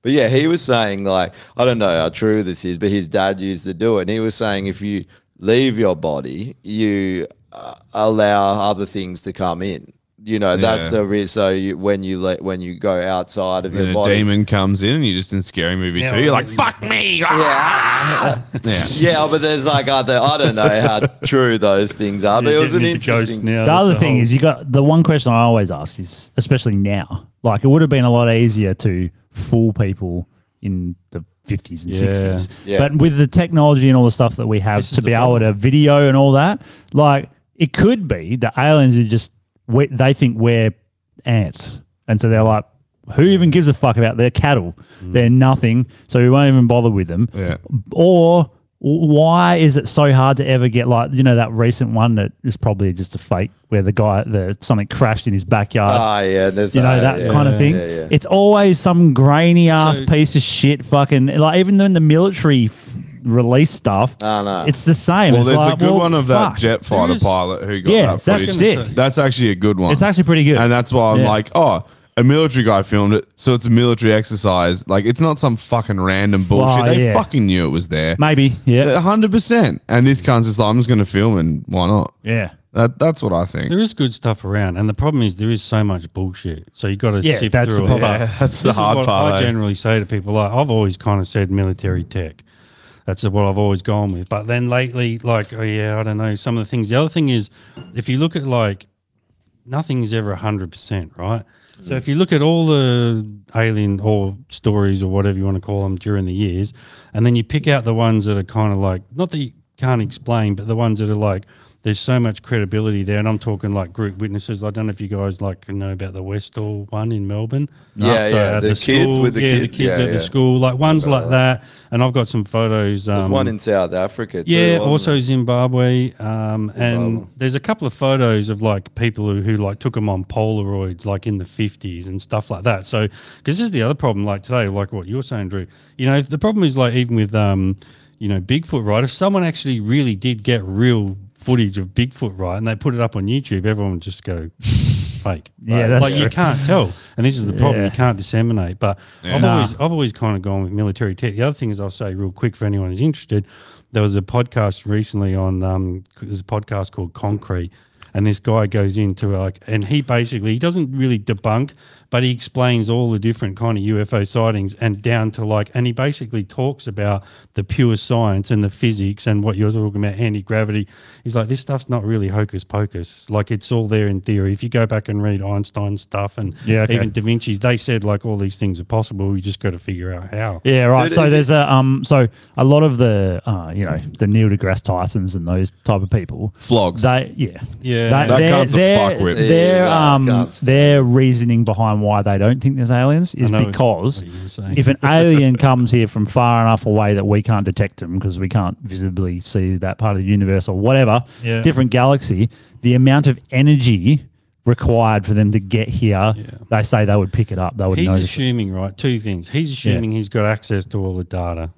Speaker 3: But yeah, he was saying like I don't know how true this is, but his dad used to do it. And he was saying if you leave your body, you uh, allow other things to come in. You know that's
Speaker 4: Yeah.
Speaker 3: the re- so you, when you let when you go outside of
Speaker 4: Then
Speaker 3: your
Speaker 4: a
Speaker 3: body.
Speaker 4: demon comes in, and you're just in scary movie too. You're like, fuck me.
Speaker 3: Yeah.
Speaker 4: Yeah.
Speaker 3: Yeah, but there's like other. I don't know how true those things are, but it was an interesting.
Speaker 2: the other thing is, you got the one question I always ask is, especially now, like it would have been a lot easier to fool people in the 50s and
Speaker 9: Yeah.
Speaker 2: 60s.
Speaker 3: Yeah.
Speaker 2: But with the technology and all the stuff that we have to be able to video and all that, like it could be the aliens are just we, they think we're ants, and so they're like, who even gives a fuck about their cattle? They're nothing, so we won't even bother with them.
Speaker 4: Yeah.
Speaker 2: Or why is it so hard to ever get like you know that recent one that is probably just a fake where the guy the something crashed in his backyard
Speaker 3: Ah, yeah, there's
Speaker 2: you know
Speaker 3: that,
Speaker 2: that
Speaker 3: yeah,
Speaker 2: kind of
Speaker 3: yeah,
Speaker 2: thing.
Speaker 3: yeah, yeah.
Speaker 2: It's always some grainy ass piece of shit. Fucking like even in the military f- release stuff,
Speaker 3: No, no.
Speaker 2: it's the same.
Speaker 4: Well,
Speaker 2: it's
Speaker 4: there's
Speaker 2: like,
Speaker 4: a good
Speaker 2: well,
Speaker 4: one of
Speaker 2: fuck.
Speaker 4: that jet fighter pilot who got
Speaker 2: Yeah,
Speaker 4: that
Speaker 2: that's
Speaker 4: footage.
Speaker 2: sick.
Speaker 4: That's actually a good one.
Speaker 2: It's actually pretty good.
Speaker 4: And that's why I'm
Speaker 2: Yeah.
Speaker 4: like, oh, a military guy filmed it, so it's a military exercise. Like, it's not some fucking random bullshit.
Speaker 2: Oh,
Speaker 4: they
Speaker 2: yeah.
Speaker 4: fucking knew it was there.
Speaker 2: Maybe, yeah,
Speaker 4: hundred percent. And this cunt's just like, I'm just going to film, and why not?
Speaker 2: Yeah.
Speaker 4: That that's what I think.
Speaker 9: There is good stuff around, and the problem is there is so much bullshit. So you got to
Speaker 2: Yeah,
Speaker 9: sift
Speaker 2: that's
Speaker 9: through
Speaker 2: the
Speaker 9: it.
Speaker 2: problem. Yeah,
Speaker 4: that's the
Speaker 9: This is
Speaker 4: hard
Speaker 9: what
Speaker 4: part,
Speaker 9: I
Speaker 4: eh?
Speaker 9: generally say to people, like I've always kind of said military tech. That's what I've always gone with. But then lately, like oh yeah, I don't know some of the things. The other thing is, if you look at like nothing's ever hundred percent, right?
Speaker 3: Mm.
Speaker 9: So if you look at all the alien or stories or whatever you want to call them during the years, and then you pick out the ones that are kind of like not that you can't explain, but the ones that are like there's so much credibility there, and I'm talking like group witnesses. I don't know if you guys like know about the Westall one in Melbourne.
Speaker 3: Yeah,
Speaker 9: So
Speaker 3: yeah,
Speaker 9: at
Speaker 3: the kids with the
Speaker 9: yeah,
Speaker 3: kids,
Speaker 9: the kids
Speaker 3: yeah,
Speaker 9: at
Speaker 3: yeah.
Speaker 9: the school, like ones like that. And I've got some photos. Um,
Speaker 3: There's one in South Africa. Too,
Speaker 9: yeah,
Speaker 3: wasn't
Speaker 9: also Zimbabwe, um,
Speaker 3: Zimbabwe.
Speaker 9: and there's a couple of photos of like people who, who like took them on Polaroids, like in the fifties and stuff like that. So, because this is the other problem, like today, like what you're saying, Drew. You know, the problem is like even with, um, you know, Bigfoot, right? If someone actually really did get real footage of Bigfoot, right, and they put it up on YouTube, everyone would just go fake.
Speaker 2: Yeah,
Speaker 9: Like,
Speaker 2: that's
Speaker 9: like you
Speaker 2: true.
Speaker 9: can't tell, and this is the problem.
Speaker 2: Yeah.
Speaker 9: You can't disseminate. But I've
Speaker 2: Nah.
Speaker 9: always I've always kind of gone with military tech. The other thing is, I'll say real quick for anyone who's interested. There was a podcast recently on um, there's a podcast called Concrete, and this guy goes into like, and he basically he doesn't really debunk, but he explains all the different kind of UFO sightings and down to like, and he basically talks about the pure science and the physics and what you're talking about anti gravity. He's like, this stuff's not really hocus pocus. Like it's all there in theory. If you go back and read Einstein's stuff and
Speaker 2: Yeah, okay.
Speaker 9: even Da Vinci's, they said like all these things are possible. We just got to figure out how.
Speaker 2: Yeah, right.
Speaker 3: Dude,
Speaker 2: So
Speaker 3: it-
Speaker 2: there's a um, so a lot of the uh, you know, the Neil deGrasse Tysons and those type of people.
Speaker 4: Flogs.
Speaker 2: They yeah
Speaker 9: Yeah.
Speaker 2: They-
Speaker 4: That
Speaker 2: their-
Speaker 4: cunt's a
Speaker 2: their-
Speaker 4: fuckwit.
Speaker 2: Their
Speaker 3: Yeah, that
Speaker 2: um
Speaker 3: cunt's-
Speaker 2: their reasoning behind why they don't think there's aliens is
Speaker 9: know exactly
Speaker 2: because
Speaker 9: what you're saying.
Speaker 2: if an alien comes here from far enough away that we can't detect them because we can't visibly see that part of the universe or whatever
Speaker 9: Yeah.
Speaker 2: different galaxy, the amount of energy required for them to get here, they say they would pick it up. They would
Speaker 9: He's
Speaker 2: notice. it.
Speaker 9: assuming, right? Two things. He's assuming he's got access to all the data.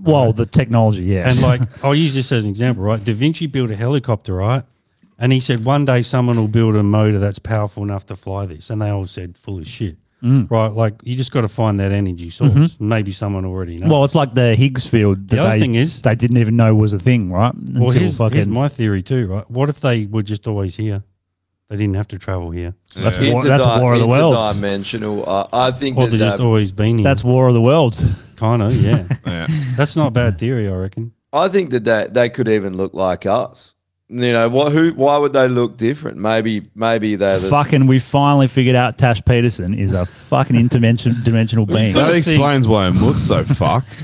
Speaker 2: Well, the technology, yeah,
Speaker 9: And like, I'll use this as an example, right? Da Vinci built a helicopter, right? And he said, one day someone will build a motor that's powerful enough to fly this. And they all said, full of shit,
Speaker 2: Mm.
Speaker 9: right? Like, you just got to find that energy source. Maybe someone already knows.
Speaker 2: Mm-hmm. Well, it's like the Higgs field. That
Speaker 9: The other
Speaker 2: they,
Speaker 9: thing is-
Speaker 2: they didn't even know was a thing, right? Until
Speaker 9: Well, here's, here's my theory too, right? What if they were just always here? They didn't have to travel here.
Speaker 2: that's,
Speaker 3: it?
Speaker 2: war, that's
Speaker 3: Interdi-
Speaker 2: War of the Worlds.
Speaker 3: Interdimensional. Uh, I think
Speaker 9: Or
Speaker 3: that,
Speaker 9: they've just
Speaker 3: that-
Speaker 9: always
Speaker 4: Mm.
Speaker 9: been here.
Speaker 2: That's War of the Worlds.
Speaker 9: kind of, yeah.
Speaker 4: Yeah.
Speaker 9: that's not a bad theory, I reckon.
Speaker 3: I think that they, they could even look like us. You know what? Who? Why would they look different? Maybe, maybe they're the
Speaker 2: fucking, we finally figured out Tash Peterson is a fucking interdimension dimensional being.
Speaker 4: That explains why Moot's so fucked.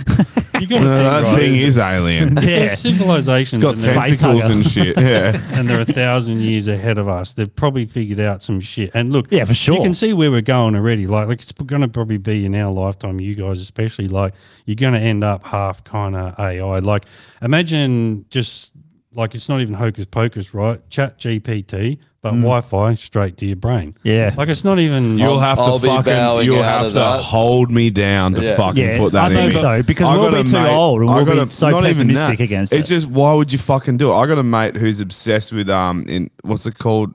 Speaker 9: You got
Speaker 4: No, that thing is alien. It's
Speaker 2: yeah.
Speaker 9: civilizations.
Speaker 4: got
Speaker 9: and they're-
Speaker 2: Face
Speaker 4: tentacles
Speaker 2: hugger.
Speaker 4: and shit. Yeah.
Speaker 9: and they're a thousand years ahead of us. They've probably figured out some shit. And look,
Speaker 2: Yeah, for sure.
Speaker 9: you can see where we're going already. Like, like it's going to probably be in our lifetime, you guys especially. Like, you're going to end up half kind of AI. Like, imagine just like it's not even hocus pocus, right? Chat GPT, but Wi-Fi straight to your brain.
Speaker 2: Yeah.
Speaker 9: like it's not even.
Speaker 4: You'll have
Speaker 3: I'll
Speaker 4: to
Speaker 3: be
Speaker 4: fucking.
Speaker 3: bowing
Speaker 4: You'll
Speaker 3: out
Speaker 4: have
Speaker 3: of
Speaker 4: to
Speaker 3: that.
Speaker 4: hold me down to
Speaker 3: Yeah.
Speaker 4: fucking
Speaker 2: Yeah,
Speaker 4: put that
Speaker 2: I
Speaker 4: in.
Speaker 2: think
Speaker 4: me.
Speaker 2: so, because we'll
Speaker 4: got
Speaker 2: be
Speaker 4: a
Speaker 2: too old and
Speaker 4: I
Speaker 2: we'll
Speaker 4: got
Speaker 2: be so
Speaker 4: not even
Speaker 2: pessimistic against
Speaker 4: It's
Speaker 2: it.
Speaker 4: just why would you fucking do it? I got a mate who's obsessed with um in what's it called?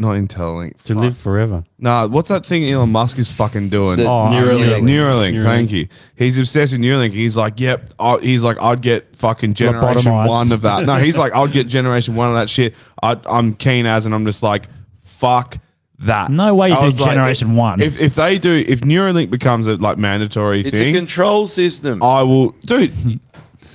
Speaker 4: Not Interlink.
Speaker 9: to
Speaker 4: fuck.
Speaker 9: live forever.
Speaker 4: Nah, what's that thing Elon Musk is fucking doing?
Speaker 3: The Oh,
Speaker 4: Neuralink.
Speaker 3: Neuralink.
Speaker 4: Thank you. He's obsessed with Neuralink. He's like, yep. I he's like, I'd get fucking generation
Speaker 2: Lobotomized.
Speaker 4: one of that. No, he's like, I'd get generation one of that shit. I, I'm keen as, and I'm just like, fuck that.
Speaker 2: No way you
Speaker 4: I
Speaker 2: do
Speaker 4: was
Speaker 2: generation one.
Speaker 4: If if they do, if Neuralink becomes a like mandatory
Speaker 3: It's a
Speaker 4: thing,
Speaker 3: control system.
Speaker 4: I will, dude.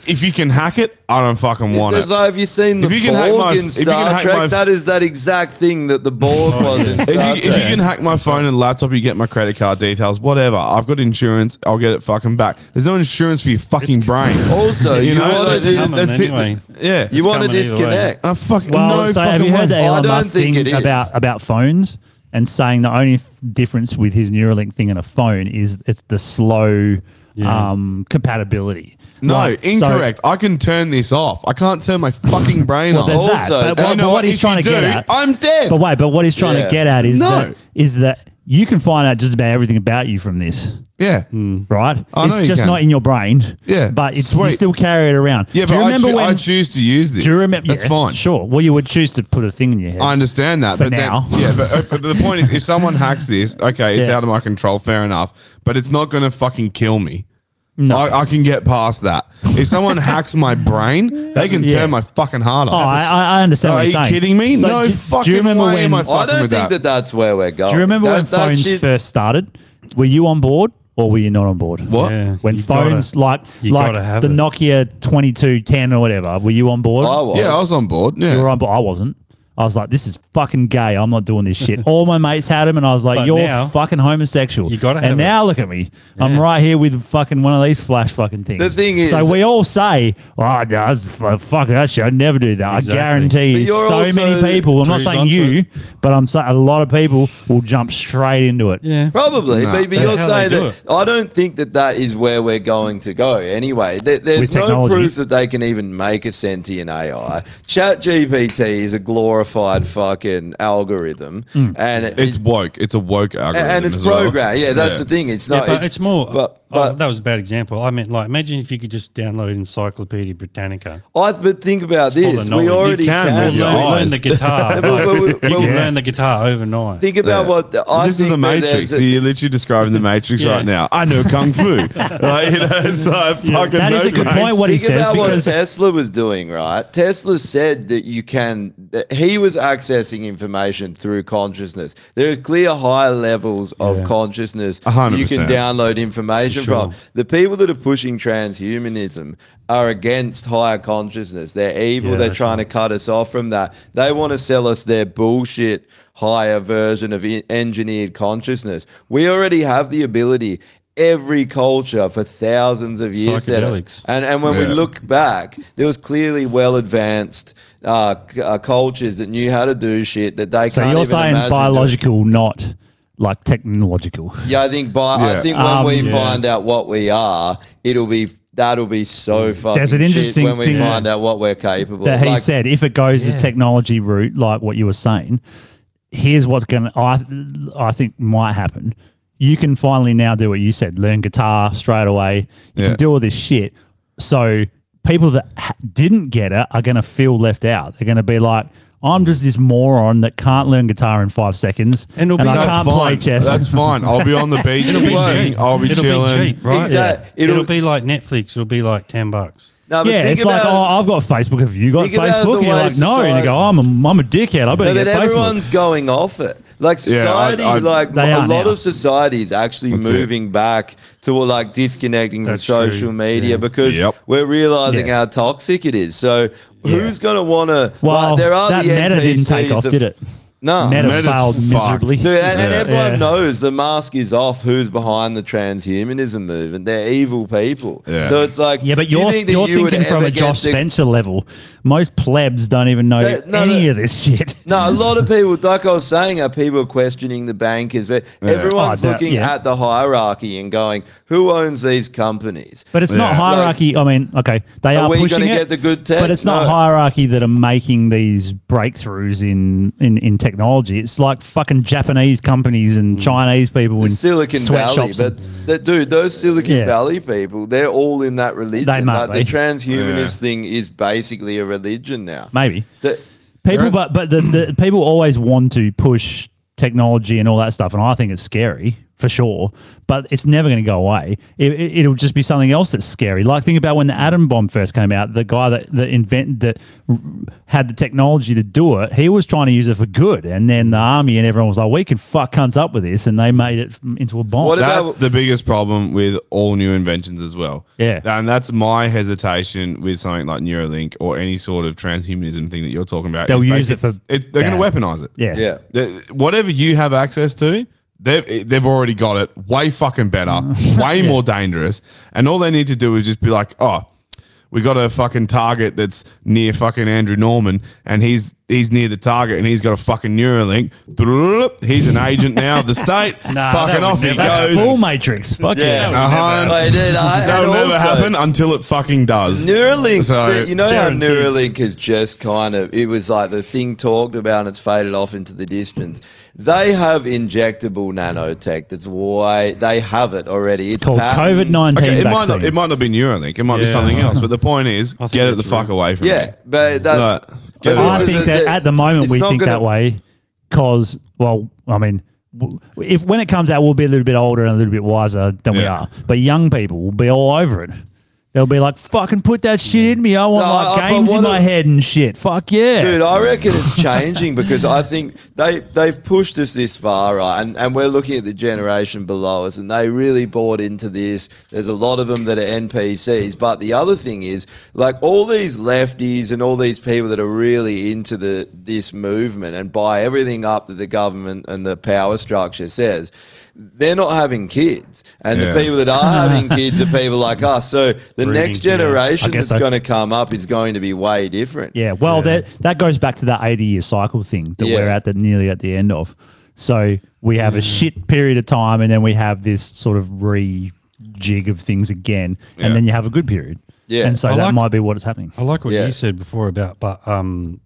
Speaker 4: if you can hack it, I don't fucking
Speaker 3: It's
Speaker 4: want
Speaker 3: as
Speaker 4: it.
Speaker 3: though, have you seen the
Speaker 4: If you can hack
Speaker 3: Borg
Speaker 4: my-
Speaker 3: in
Speaker 4: if you
Speaker 3: Star
Speaker 4: can hack
Speaker 3: Trek?
Speaker 4: my-
Speaker 3: that is that exact thing that the Borg was in
Speaker 4: If
Speaker 3: Star
Speaker 4: you,
Speaker 3: Trek.
Speaker 4: if you can hack my phone and laptop, you get my credit card details, whatever. I've got insurance. I'll get it fucking back. There's no insurance for your fucking brain.
Speaker 2: Oh,
Speaker 3: Also, you wanna dis- that's it.
Speaker 4: Yeah.
Speaker 3: You wanna disconnect.
Speaker 4: I fucking
Speaker 2: Well,
Speaker 4: no
Speaker 2: so have
Speaker 4: fucking
Speaker 2: you heard
Speaker 4: way.
Speaker 2: the
Speaker 4: I
Speaker 2: Elon
Speaker 4: don't
Speaker 2: Musk
Speaker 4: think it
Speaker 2: thing
Speaker 4: is.
Speaker 2: about about phones and saying the only th- difference with his Neuralink thing and a phone is it's the slow
Speaker 4: Yeah.
Speaker 2: um, compatibility.
Speaker 4: No,
Speaker 2: Like, so-
Speaker 4: incorrect. I can turn this off. I can't turn my fucking brain
Speaker 2: Well,
Speaker 4: off.
Speaker 2: there's that. but,
Speaker 4: And
Speaker 2: what-
Speaker 4: you know
Speaker 2: but what he's
Speaker 4: If
Speaker 2: trying
Speaker 4: you
Speaker 2: to get
Speaker 4: do,
Speaker 2: at,
Speaker 4: I'm dead.
Speaker 2: But wait, but what he's trying
Speaker 4: Yeah.
Speaker 2: to get at is
Speaker 4: No.
Speaker 2: that is that you can find out just about everything about you from this.
Speaker 4: Yeah.
Speaker 2: Hmm. Right.
Speaker 4: I know
Speaker 2: it's
Speaker 4: you
Speaker 2: just
Speaker 4: can.
Speaker 2: not in your brain.
Speaker 4: Yeah,
Speaker 2: But it's you
Speaker 4: sweet.
Speaker 2: still carry it around.
Speaker 4: Yeah,
Speaker 2: do
Speaker 4: but
Speaker 2: you
Speaker 4: I
Speaker 2: remember
Speaker 4: choo-
Speaker 2: when?
Speaker 4: I choose to use this.
Speaker 2: Do you remember?
Speaker 4: That's
Speaker 2: yeah,
Speaker 4: fine.
Speaker 2: Sure. Well, you would choose to put a thing in your head.
Speaker 4: I understand that.
Speaker 2: For
Speaker 4: but then-
Speaker 2: now.
Speaker 4: yeah, but, uh, but the point is, if someone hacks this, okay, it's
Speaker 2: Yeah.
Speaker 4: out of my control. Fair enough, but it's not going to fucking kill me. No, I, I can get past that. If someone hacks my brain, they can
Speaker 2: Yeah.
Speaker 4: turn my fucking heart
Speaker 2: Oh,
Speaker 4: off.
Speaker 2: I, I- I understand.
Speaker 4: Are
Speaker 2: what
Speaker 4: you
Speaker 2: you're saying.
Speaker 4: kidding me?
Speaker 2: So
Speaker 4: no
Speaker 2: do- do you
Speaker 4: fucking
Speaker 2: remember
Speaker 4: way am
Speaker 2: when-
Speaker 4: I
Speaker 3: Oh, I
Speaker 4: fucking
Speaker 3: don't
Speaker 4: with
Speaker 3: think
Speaker 4: that.
Speaker 3: that. that's where we're going.
Speaker 2: Do you remember
Speaker 3: That-
Speaker 2: when
Speaker 3: that
Speaker 2: phones
Speaker 3: shit-
Speaker 2: first started? Were you on board or were you not on board?
Speaker 4: What?
Speaker 9: Yeah,
Speaker 2: when
Speaker 9: you
Speaker 2: phones
Speaker 9: gotta-
Speaker 2: like
Speaker 9: you
Speaker 2: like
Speaker 9: gotta have
Speaker 2: the
Speaker 9: it.
Speaker 2: Nokia 2210 or whatever, were you on board?
Speaker 3: I was.
Speaker 4: Yeah, I was on board. Yeah.
Speaker 2: You were on board. I wasn't. I was like, this is fucking gay. I'm not doing this shit. All my mates had them, and I was like,
Speaker 9: But
Speaker 2: you're
Speaker 9: now-
Speaker 2: fucking homosexual.
Speaker 9: You gotta have
Speaker 2: And
Speaker 9: it.
Speaker 2: now look at me. I'm right here with fucking one of these flash fucking things.
Speaker 3: The thing is-
Speaker 2: so we all say, oh, no, that's f- fuck that shit. I'd never do that.
Speaker 9: Exactly.
Speaker 2: I guarantee
Speaker 3: But
Speaker 2: you,
Speaker 3: you're
Speaker 2: so
Speaker 3: also-
Speaker 2: many people. I'm not
Speaker 9: Drew's
Speaker 2: saying
Speaker 9: onto
Speaker 2: you, but I'm saying a lot of people will jump straight into it.
Speaker 9: Yeah.
Speaker 3: Probably,
Speaker 4: Nah.
Speaker 3: but but
Speaker 9: That's
Speaker 3: you're
Speaker 9: how
Speaker 3: saying
Speaker 9: they do
Speaker 3: that I don't think that that is where we're going to go. Anyway, there,
Speaker 2: With
Speaker 3: there's no
Speaker 2: technology.
Speaker 3: proof that they can even make a sentient AI. ChatGPT is a glorified fucking algorithm, and it,
Speaker 4: It's woke. It's a woke algorithm.
Speaker 3: and it's
Speaker 4: as well.
Speaker 3: programmed. Yeah, that's the thing. It's
Speaker 9: Yeah,
Speaker 3: not.
Speaker 9: but it's, more.
Speaker 3: But,
Speaker 9: oh,
Speaker 3: but
Speaker 9: that was a bad example. I meant like, imagine if you could just download Encyclopedia Britannica.
Speaker 3: I but think about
Speaker 9: full
Speaker 3: this.
Speaker 9: of
Speaker 3: We
Speaker 9: knowledge.
Speaker 3: already
Speaker 4: can,
Speaker 3: can.
Speaker 4: with your
Speaker 9: learn, learn
Speaker 4: eyes.
Speaker 9: the guitar.
Speaker 3: but-
Speaker 9: like,
Speaker 3: but-
Speaker 9: you
Speaker 3: but-
Speaker 9: can
Speaker 3: Yeah.
Speaker 9: learn the guitar overnight.
Speaker 3: Think about what the, I
Speaker 4: this is
Speaker 3: think
Speaker 4: the
Speaker 3: that
Speaker 4: Matrix.
Speaker 3: there's a-
Speaker 4: You're literally describing the Matrix
Speaker 9: Yeah.
Speaker 4: right now. I know kung fu. like, you know, it's like fucking
Speaker 2: That is
Speaker 4: no
Speaker 2: a good
Speaker 4: brains.
Speaker 2: point. What he
Speaker 3: Think
Speaker 2: says
Speaker 3: about
Speaker 2: because
Speaker 3: what Tesla was doing, right? Tesla said that you can. That he was accessing information through consciousness. There is clear high levels of consciousness
Speaker 4: A hundred
Speaker 3: you can
Speaker 4: percent.
Speaker 3: download information from. The people that are pushing transhumanism are against higher consciousness. They're evil.
Speaker 9: Yeah,
Speaker 3: They're
Speaker 9: that's
Speaker 3: trying to cut us off from that. They want to sell us their bullshit higher version of e- engineered consciousness. We already have the ability. Every culture for thousands of years said it.
Speaker 9: Psychedelics.
Speaker 3: And and when we
Speaker 4: Yeah.
Speaker 3: look back, there was clearly well advanced uh, c- uh, cultures that knew how to do shit that they
Speaker 2: so
Speaker 3: can't
Speaker 2: you're
Speaker 3: even
Speaker 2: saying
Speaker 3: imagine
Speaker 2: biological, not like technological.
Speaker 3: doing. Yeah, I think bi- I
Speaker 4: Yeah.
Speaker 3: think when we
Speaker 2: Um,
Speaker 3: find out what we are, it'll be that'll be so fucking.
Speaker 2: an
Speaker 3: shit
Speaker 2: interesting
Speaker 3: when we
Speaker 2: thing
Speaker 3: find out what we're capable.
Speaker 2: that
Speaker 3: of.
Speaker 2: he
Speaker 3: Like,
Speaker 2: said if it goes the technology route like what you were saying here's what's going to i i think might happen you can finally now do what you said learn guitar straight away you
Speaker 4: Yeah.
Speaker 2: can do all this shit so people that ha- didn't get it are going to feel left out they're going to be like I'm just this moron that can't learn guitar in five seconds, and,
Speaker 9: And it'll be-
Speaker 2: I
Speaker 4: That's
Speaker 2: can't
Speaker 4: fine.
Speaker 2: play chess.
Speaker 4: That's fine. I'll be on the beach.
Speaker 9: It'll be
Speaker 4: working.
Speaker 9: cheap.
Speaker 4: I'll be
Speaker 9: It'll
Speaker 4: chilling.
Speaker 9: be cheap, right?
Speaker 3: Exact-
Speaker 9: Yeah.
Speaker 3: it'll-
Speaker 9: It'll, be like Netflix. It'll be like ten bucks.
Speaker 3: no, but
Speaker 2: yeah,
Speaker 3: think
Speaker 2: it's like,
Speaker 3: about-
Speaker 2: oh, I've got Facebook. Have you got
Speaker 3: Think about the
Speaker 2: Facebook? And you're
Speaker 3: way
Speaker 2: like, no. And
Speaker 3: society-
Speaker 2: you go, I'm a, I'm a dickhead. I better
Speaker 3: No, but
Speaker 2: get Facebook.
Speaker 3: everyone's going off it. Like
Speaker 4: Yeah, I-
Speaker 3: society,
Speaker 4: I-
Speaker 3: like
Speaker 2: They
Speaker 3: a
Speaker 2: are
Speaker 3: lot
Speaker 2: now.
Speaker 3: of society is actually
Speaker 4: That's it.
Speaker 3: moving back to like disconnecting
Speaker 9: That's
Speaker 3: from
Speaker 9: true,
Speaker 3: social media
Speaker 9: yeah.
Speaker 3: because
Speaker 4: Yep.
Speaker 3: we're realizing
Speaker 2: Yeah.
Speaker 3: how toxic it is. So who's going to want to?
Speaker 2: Well,
Speaker 3: like, there are
Speaker 2: that
Speaker 3: the
Speaker 2: meta didn't take
Speaker 3: NPCs
Speaker 2: off,
Speaker 3: that-
Speaker 2: did it?
Speaker 3: No,
Speaker 2: Meta
Speaker 4: Meta's
Speaker 2: failed
Speaker 4: fucked.
Speaker 2: miserably.
Speaker 3: Dude, and, and
Speaker 4: Yeah.
Speaker 3: everyone
Speaker 2: Yeah.
Speaker 3: knows the mask is off. Who's behind the transhumanism movement? They're evil people.
Speaker 4: Yeah.
Speaker 3: So it's like,
Speaker 2: Yeah, but
Speaker 3: do you
Speaker 2: you're,
Speaker 3: think that
Speaker 2: you're
Speaker 3: you would
Speaker 2: thinking from
Speaker 3: ever
Speaker 2: a
Speaker 3: get
Speaker 2: Josh
Speaker 3: the-
Speaker 2: Spencer level. Most plebs don't even know
Speaker 3: That- no,
Speaker 2: any
Speaker 3: that-
Speaker 2: of this shit.
Speaker 3: No, a lot of people, like I was saying, are people are questioning the bankers, but everyone's
Speaker 2: Oh, that-
Speaker 3: looking
Speaker 2: yeah.
Speaker 3: at the hierarchy and going, "Who owns these companies?"
Speaker 2: But it's not
Speaker 4: Yeah.
Speaker 2: hierarchy. I mean, okay, they
Speaker 3: Are
Speaker 2: are,
Speaker 3: we
Speaker 2: pushing
Speaker 3: gonna
Speaker 2: it,
Speaker 3: get the good tech?
Speaker 2: but it's not
Speaker 3: No.
Speaker 2: hierarchy that are making these breakthroughs in, in, in technology. It's like fucking Japanese companies and Chinese people in
Speaker 3: Mm. Silicon Valley,
Speaker 2: sweatshops.
Speaker 3: but
Speaker 2: and-
Speaker 3: that dude, those Silicon
Speaker 2: Yeah.
Speaker 3: Valley people, they're all in that religion.
Speaker 2: They might
Speaker 3: like,
Speaker 2: be.
Speaker 3: the transhumanist thing is basically a religion now.
Speaker 2: maybe.
Speaker 3: That-
Speaker 2: people but but the, the people always want to push technology and all that stuff and i think it's scary for sure, but it's never going to go away. It, it, will just be something else that's scary. Like think about when the atom bomb first came out. The guy that that invented that r- had the technology to do it, he was trying to use it for good, and then the army and everyone was like, "We can fuck comes up with this," and they made it f- into a bomb.
Speaker 4: that's the biggest problem with all new inventions as well.
Speaker 2: Yeah.
Speaker 4: And that's my hesitation with something like Neuralink or any sort of transhumanism thing that you're talking about.
Speaker 2: They'll
Speaker 4: is
Speaker 2: use it
Speaker 4: basically-
Speaker 2: for
Speaker 4: they're going
Speaker 2: bad.
Speaker 4: to weaponize it.
Speaker 2: Yeah. Yeah.
Speaker 4: The- Whatever you have access to, they've, they've already got it way fucking better, way more dangerous. And all they need to do is just be like, oh, we got a fucking target that's near fucking Andrew Norman, and he's he's near the target, and he's got a fucking Neuralink. He's an agent now of the state.
Speaker 2: Nah, that
Speaker 4: fucking
Speaker 2: would
Speaker 4: off he
Speaker 2: never- that's
Speaker 4: goes.
Speaker 2: full matrix. Fuck yeah.
Speaker 4: Uh-huh.
Speaker 3: But it did, I-
Speaker 4: That'll
Speaker 3: and
Speaker 4: never
Speaker 3: also-
Speaker 4: happen until it fucking does.
Speaker 3: Neuralink,
Speaker 4: So-
Speaker 3: see, you know
Speaker 4: Guaranteed.
Speaker 3: how Neuralink is just kind of, it was like the thing talked about and it's faded off into the distance. They have injectable nanotech that's why they have it already. It's,
Speaker 2: called
Speaker 3: patented.
Speaker 2: COVID-19
Speaker 4: Okay, it might, not,
Speaker 2: vaccine.
Speaker 4: it might not be Neuralink. It might be
Speaker 2: Yeah.
Speaker 4: something else. But the point is, get it the
Speaker 3: it's
Speaker 4: fuck away from
Speaker 3: Yeah,
Speaker 4: me.
Speaker 3: but that,
Speaker 4: Like, get it
Speaker 2: I
Speaker 4: away.
Speaker 2: think that at the moment
Speaker 3: it's
Speaker 2: we
Speaker 3: not
Speaker 2: think
Speaker 3: gonna-
Speaker 2: that way because, well, I mean, w- if when it comes out, we'll be a little bit older and a little bit wiser than we
Speaker 4: Yeah.
Speaker 2: are. But young people will be all over it. They'll be like, "Fucking put that shit in me! I want
Speaker 3: No, uh,
Speaker 2: like
Speaker 3: but
Speaker 2: games in
Speaker 3: what
Speaker 2: my
Speaker 3: if-
Speaker 2: head and shit. Fuck yeah,
Speaker 3: Dude, I reckon it's changing because I think they they've pushed us this far, right? And and we're looking at the generation below us, and they really bought into this. There's a lot of them that are NPCs, but the other thing is, like all these lefties and all these people that are really into the this movement and buy everything up that the government and the power structure says. They're not having kids, and
Speaker 4: Yeah.
Speaker 3: the people that are having kids are people like us. So the
Speaker 9: Breeding,
Speaker 3: next
Speaker 9: yeah. I
Speaker 3: generation
Speaker 2: guess so.
Speaker 3: that's going to come up is going to be way different.
Speaker 2: yeah." Well, that that goes back to that eighty-year cycle thing that
Speaker 3: Yeah. Mm.
Speaker 2: we're at the nearly at the end of. So we have a shit period of time, and then we have this sort of rejig of things again,
Speaker 4: Yeah.
Speaker 2: and then you have a good period.
Speaker 3: Yeah.
Speaker 2: and so
Speaker 9: I
Speaker 2: that
Speaker 9: like-
Speaker 2: might be what is happening.
Speaker 9: I like what
Speaker 3: Yeah.
Speaker 9: you said before about but um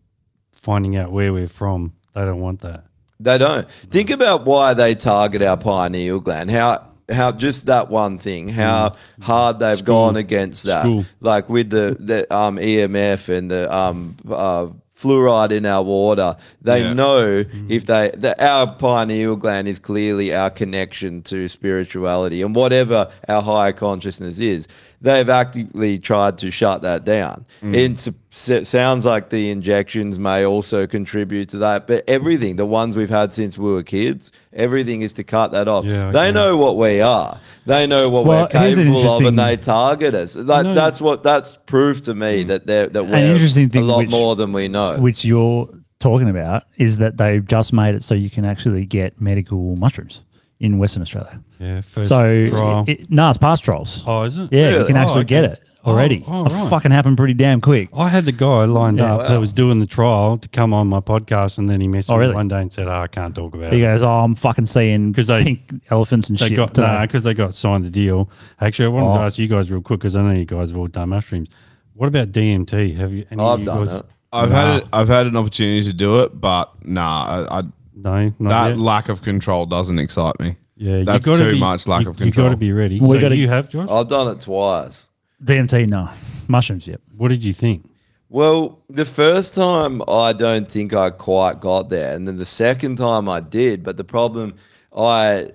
Speaker 9: finding out where we're from. They don't want that.
Speaker 3: They don't think about why they target our pineal gland. How how just that one thing. How hard they've gone against that.
Speaker 9: Mm. School.
Speaker 3: Like with the the um, EMF and the um, uh, fluoride in our water. They
Speaker 4: Yeah.
Speaker 3: know if they that our pineal gland is clearly our connection to spirituality and whatever our higher consciousness is. They've actively tried to shut that down. It's- It sounds like the injections may also contribute to that, but everything, the ones we've had since we were kids, everything is to cut that off.
Speaker 9: Yeah, I
Speaker 3: they
Speaker 9: get
Speaker 3: know what we are. They know what
Speaker 2: Well,
Speaker 3: we're
Speaker 2: here's an
Speaker 3: capable of, and
Speaker 2: interesting-
Speaker 3: they target us. That,
Speaker 9: No.
Speaker 3: That's what that's proof to me that they're that we're
Speaker 2: Mm. interesting thing
Speaker 3: a lot
Speaker 2: which-
Speaker 3: more than we know.
Speaker 2: which you're talking about is that they've just made it so you can actually get medical mushrooms in Western Australia.
Speaker 9: Yeah, first
Speaker 2: so
Speaker 9: trial.
Speaker 2: it, it- no, it's past trials.
Speaker 9: oh, is it?
Speaker 2: yeah, you can
Speaker 9: Oh,
Speaker 2: actually get
Speaker 9: okay.
Speaker 2: it already.
Speaker 9: Oh, oh,
Speaker 2: It
Speaker 9: right. Oh,
Speaker 2: fucking happened pretty damn quick.
Speaker 9: I had the guy lined
Speaker 2: Yeah.
Speaker 9: up that was doing the trial to come on my podcast, and then he messaged
Speaker 2: Oh, really?
Speaker 9: me one day and said, oh, "I can't talk about
Speaker 2: He
Speaker 9: it."
Speaker 2: goes, oh, I'm fucking seeing
Speaker 9: 'Cause they-
Speaker 2: pink elephants and
Speaker 9: They
Speaker 2: shit.
Speaker 9: got
Speaker 2: today."
Speaker 9: because they got signed the deal. Actually, I wanted
Speaker 2: Oh.
Speaker 9: to ask you guys real quick because I know you guys have all done mushrooms. What about DMT? Have you? Any of
Speaker 3: I've
Speaker 9: you
Speaker 3: done
Speaker 9: guys,
Speaker 3: it.
Speaker 4: I've had it, I've had an opportunity to do it, but nah, I, I,
Speaker 9: No, not
Speaker 4: that
Speaker 9: yet?
Speaker 4: lack of control doesn't excite me.
Speaker 9: yeah, you
Speaker 4: that's
Speaker 9: gotta
Speaker 4: too
Speaker 9: be-
Speaker 4: much lack
Speaker 9: you-
Speaker 4: of control.
Speaker 9: You got to be ready.
Speaker 2: We
Speaker 9: so
Speaker 2: gotta-
Speaker 9: you have Josh.
Speaker 3: I've done it twice.
Speaker 2: DMT, no. Mushrooms, yep.
Speaker 9: what did you think?
Speaker 3: Well, the first time I don't think I quite got there, and then the second time I did. But the problem, I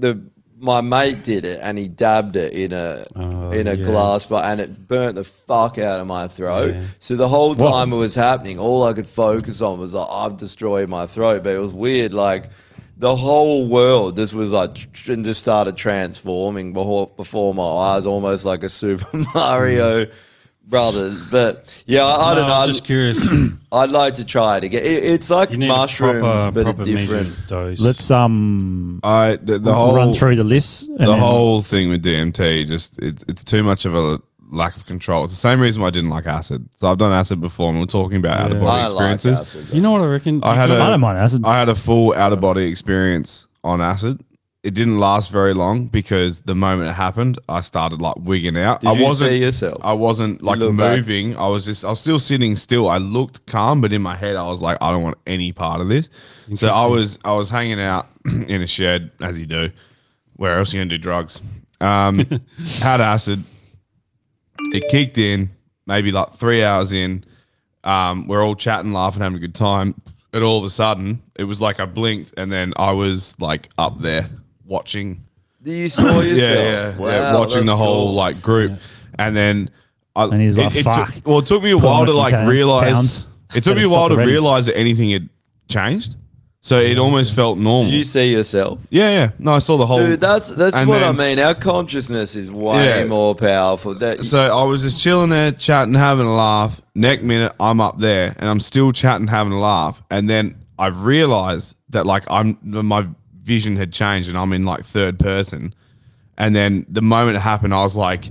Speaker 3: the my mate did it, and he dabbed it in a
Speaker 2: Oh,
Speaker 3: in a
Speaker 9: yeah.
Speaker 3: glass, but and it burnt the fuck out of my throat. So the whole time it was happening, all I could focus on was like I've destroyed my throat. But it was weird, like. The whole world just was like, tr- tr- and just started transforming before, before my eyes, almost like a Super Mario
Speaker 4: Hmm.
Speaker 3: Brothers. But yeah, I, I
Speaker 9: No,
Speaker 3: don't know.
Speaker 9: I
Speaker 3: I'd-
Speaker 9: was just curious.
Speaker 3: I'd like to try it again. It, it's like
Speaker 9: You need
Speaker 3: mushrooms,
Speaker 9: a proper,
Speaker 3: but
Speaker 9: proper
Speaker 3: a different.
Speaker 9: measured dose.
Speaker 2: Let's um
Speaker 4: I the, the whole
Speaker 2: run through the list. And
Speaker 4: the
Speaker 2: then-
Speaker 4: whole thing with DMT just it's it's too much of a lack of control. It's the same reason why I didn't like acid. So I've done acid before, and we're talking about out of
Speaker 3: I
Speaker 4: body
Speaker 3: don't like
Speaker 4: experiences.
Speaker 3: acid.
Speaker 9: You know what I reckon?
Speaker 4: I had
Speaker 2: I don't
Speaker 4: a
Speaker 2: mind acid.
Speaker 4: I had a full out of body experience on acid. It didn't last very long because the moment it happened, I started like wigging out.
Speaker 3: Did
Speaker 4: I
Speaker 3: you
Speaker 4: wasn't
Speaker 3: see yourself?
Speaker 4: I wasn't like
Speaker 3: looked back.
Speaker 4: moving. I was just I was still sitting still. I looked calm, but in my head I was like, I don't want any part of this. So I was I was hanging out in a shed as you do. Where else are you gonna do drugs? Um, had acid. It kicked in maybe like three hours in. Um, we're all chatting, laughing, having a good time. And all of a sudden, it was like I blinked, and then I was like up there, watching.
Speaker 3: You saw yourself.
Speaker 4: yeah, yeah, yeah,
Speaker 3: Wow,
Speaker 4: watching the
Speaker 3: that's
Speaker 4: whole
Speaker 3: cool.
Speaker 4: like group, and then I, and
Speaker 2: he's like,
Speaker 4: it,
Speaker 2: "Fuck."
Speaker 4: Took, well, it took me a
Speaker 2: Put on
Speaker 4: while to
Speaker 2: some
Speaker 4: like
Speaker 2: pound-
Speaker 4: realize.
Speaker 2: pounds.
Speaker 4: It took me
Speaker 2: Better
Speaker 4: a
Speaker 2: stop
Speaker 4: while to
Speaker 2: the Reds.
Speaker 4: realize that anything had changed, so it almost felt normal.
Speaker 3: You see yourself.
Speaker 4: yeah, yeah. No, I saw the whole.
Speaker 3: Dude, that's that's
Speaker 4: Oh, and
Speaker 3: what
Speaker 4: then-
Speaker 3: I mean. Our consciousness is way
Speaker 4: Yeah.
Speaker 3: more powerful. That,
Speaker 4: So I was just chilling there, chatting, having a laugh. Next minute, I'm up there and I'm still chatting, having a laugh. And then I realized that like I'm my vision had changed and I'm in like third person. And then the moment it happened, I was like,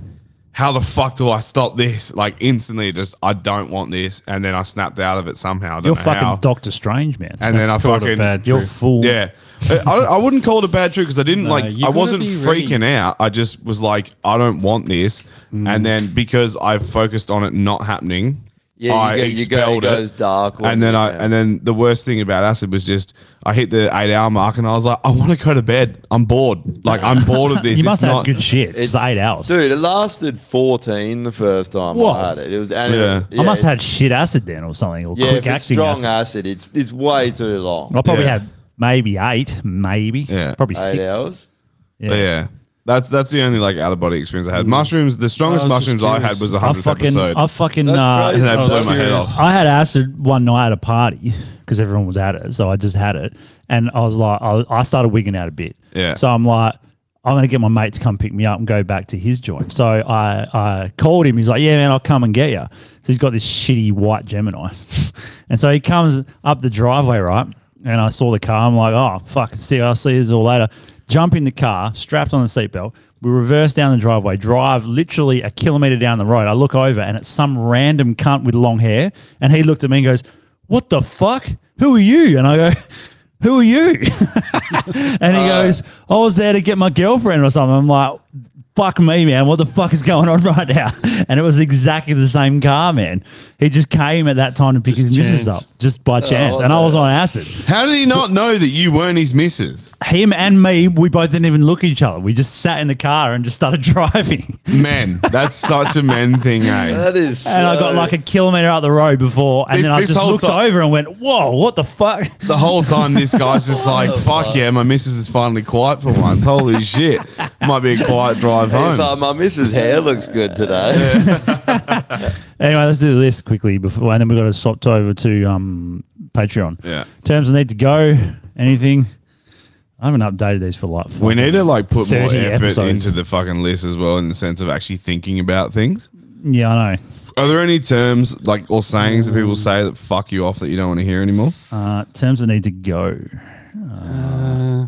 Speaker 4: "How the fuck do I stop this?" Like instantly, just I don't want this. And then I snapped out of it somehow. I don't
Speaker 2: You're
Speaker 4: know
Speaker 2: fucking
Speaker 4: how.
Speaker 2: Doctor Strange, man.
Speaker 4: and then
Speaker 2: That's
Speaker 4: I
Speaker 2: called a
Speaker 4: fucking
Speaker 2: bad you're
Speaker 4: trick.
Speaker 2: fool.
Speaker 4: Yeah, I, I- I wouldn't call it a bad trick because I didn't
Speaker 9: No, you
Speaker 4: like. I
Speaker 9: gotta
Speaker 4: wasn't
Speaker 9: be
Speaker 4: freaking
Speaker 9: ready.
Speaker 4: out. I just was like, I don't want this.
Speaker 2: Mm.
Speaker 4: And then because I focused on it not happening,
Speaker 3: Yeah, you
Speaker 4: I
Speaker 3: go- you go- it
Speaker 4: expelled
Speaker 3: goes dark when
Speaker 4: And then
Speaker 3: you-
Speaker 4: I
Speaker 3: yeah.
Speaker 4: and then the worst thing about acid was just I hit the eight hour mark and I was like, I want to go to bed. I'm bored. Like I'm bored of this.
Speaker 2: You must
Speaker 4: it's
Speaker 2: have
Speaker 4: not,
Speaker 2: good shit. It's, eight hours.
Speaker 3: dude, it lasted 14 the first time
Speaker 2: Whoa.
Speaker 3: I had it. It was, and
Speaker 4: Yeah.
Speaker 3: it,
Speaker 2: I must
Speaker 3: it's-
Speaker 2: have had shit acid then or something, or
Speaker 3: yeah,
Speaker 2: quick
Speaker 3: if it's
Speaker 2: acting Oh,
Speaker 3: strong
Speaker 2: acid.
Speaker 3: acid. It's it's way too long.
Speaker 2: I probably
Speaker 4: uh, Yeah.
Speaker 2: had maybe eight, maybe
Speaker 4: Yeah.
Speaker 2: probably
Speaker 3: Eight
Speaker 2: six.
Speaker 3: hours.
Speaker 4: But yeah. That's that's the only like out of body experience
Speaker 2: Mm.
Speaker 4: I had. Mushrooms. The strongest
Speaker 9: I was just
Speaker 4: mushrooms I had
Speaker 9: curious.
Speaker 4: was the
Speaker 2: I
Speaker 4: hundredth
Speaker 2: fucking,
Speaker 4: episode.
Speaker 2: I fucking,
Speaker 3: That's
Speaker 2: uh,
Speaker 3: crazy.
Speaker 4: that
Speaker 3: I was
Speaker 4: blew my head
Speaker 3: curious.
Speaker 4: off.
Speaker 2: I had acid one night at a party because everyone was at it, so I just had it, and I was like, I, I started wigging out a bit.
Speaker 4: Yeah.
Speaker 2: So I'm like, I'm gonna get my mates to come pick me up and go back to his joint. So I, I called him. He's like, Yeah, man, I'll come and get you. So he's got this shitty white Gemini, and so he comes up the driveway, right? And I saw the car. I'm like, Oh fuck, see, I'll see you all later. Jump in the car, strapped on the seatbelt. We reverse down the driveway, drive literally a kilometer down the road. I look over and it's some random cunt with long hair. And he looked at me and goes, What the fuck? Who are you? And I go, Who are you? and he goes, I was there to get my girlfriend or something. I'm like, Fuck me, man. What the fuck is going on right now? And it was exactly the same car, man. He just came at that time to pick
Speaker 9: Just
Speaker 2: his missus up
Speaker 9: chance.
Speaker 2: just
Speaker 4: Oh,
Speaker 2: by chance. and I was on acid.
Speaker 4: How did he not know that you weren't his missus?
Speaker 2: Him and me, we both didn't even look at each other. We just sat in the car and just started driving.
Speaker 4: Men. That's such a men thing, eh?
Speaker 3: That is. uh,
Speaker 2: And I got
Speaker 3: so-
Speaker 2: like a kilometer out the road before, and
Speaker 4: This-
Speaker 2: then I
Speaker 4: this
Speaker 2: just
Speaker 4: whole
Speaker 2: looked
Speaker 4: time-
Speaker 2: over and went, "Whoa, what the fuck?"
Speaker 4: The whole time this guy's just like, fuck yeah, my missus is finally quiet for once. Holy shit. Might be a quiet drive
Speaker 3: He's
Speaker 4: home.
Speaker 3: like, my missus' hair looks good today.
Speaker 2: Anyway, let's do the list quickly before, and then we got to swap over to um, Patreon.
Speaker 4: Yeah.
Speaker 2: Terms that need to go. Anything? I haven't updated these for like.
Speaker 4: We need to like put more
Speaker 2: 30
Speaker 4: effort
Speaker 2: episodes.
Speaker 4: into the fucking list as well in the sense of actually thinking about things.
Speaker 2: Yeah, I know.
Speaker 4: Are there any terms like or sayings that people say that fuck you off that you don't want to hear anymore?
Speaker 2: Uh, terms that need to go.
Speaker 9: Uh,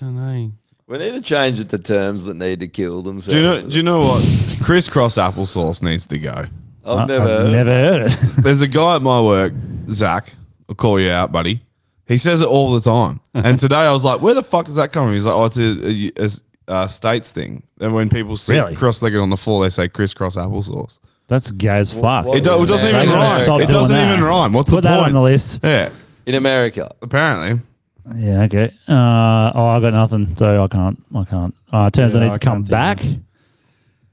Speaker 9: don't know.
Speaker 3: we need to change it to terms that need to kill themselves.
Speaker 4: Do you know do you know what? Crisscross applesauce needs to go.
Speaker 3: I've
Speaker 2: I-
Speaker 3: never.
Speaker 2: Uh, I've never heard it.
Speaker 4: There's a guy at my work, Zach. I'll call you out, buddy. He says it all the time. And today I was like, "Where the fuck does that come from?" He's like, "Oh, it's a, a- a, a states thing." And when people sit
Speaker 2: Really?
Speaker 4: cross-legged on the floor, they say crisscross applesauce.
Speaker 2: That's gay as fuck.
Speaker 3: what-
Speaker 4: It, do, it doesn't
Speaker 3: They
Speaker 4: even
Speaker 3: gotta
Speaker 4: rhyme.
Speaker 3: stop
Speaker 4: It
Speaker 2: doing
Speaker 4: doesn't
Speaker 2: that.
Speaker 4: even rhyme. What's
Speaker 2: Put
Speaker 4: the
Speaker 2: that
Speaker 4: point?
Speaker 2: on the list.
Speaker 4: Yeah,
Speaker 3: in America.
Speaker 4: apparently.
Speaker 2: Yeah. Okay. Uh, oh, I got nothing, so I can't. I can't. Uh, terms
Speaker 9: Yeah,
Speaker 2: that need to
Speaker 9: I
Speaker 2: come
Speaker 9: can't think
Speaker 2: back.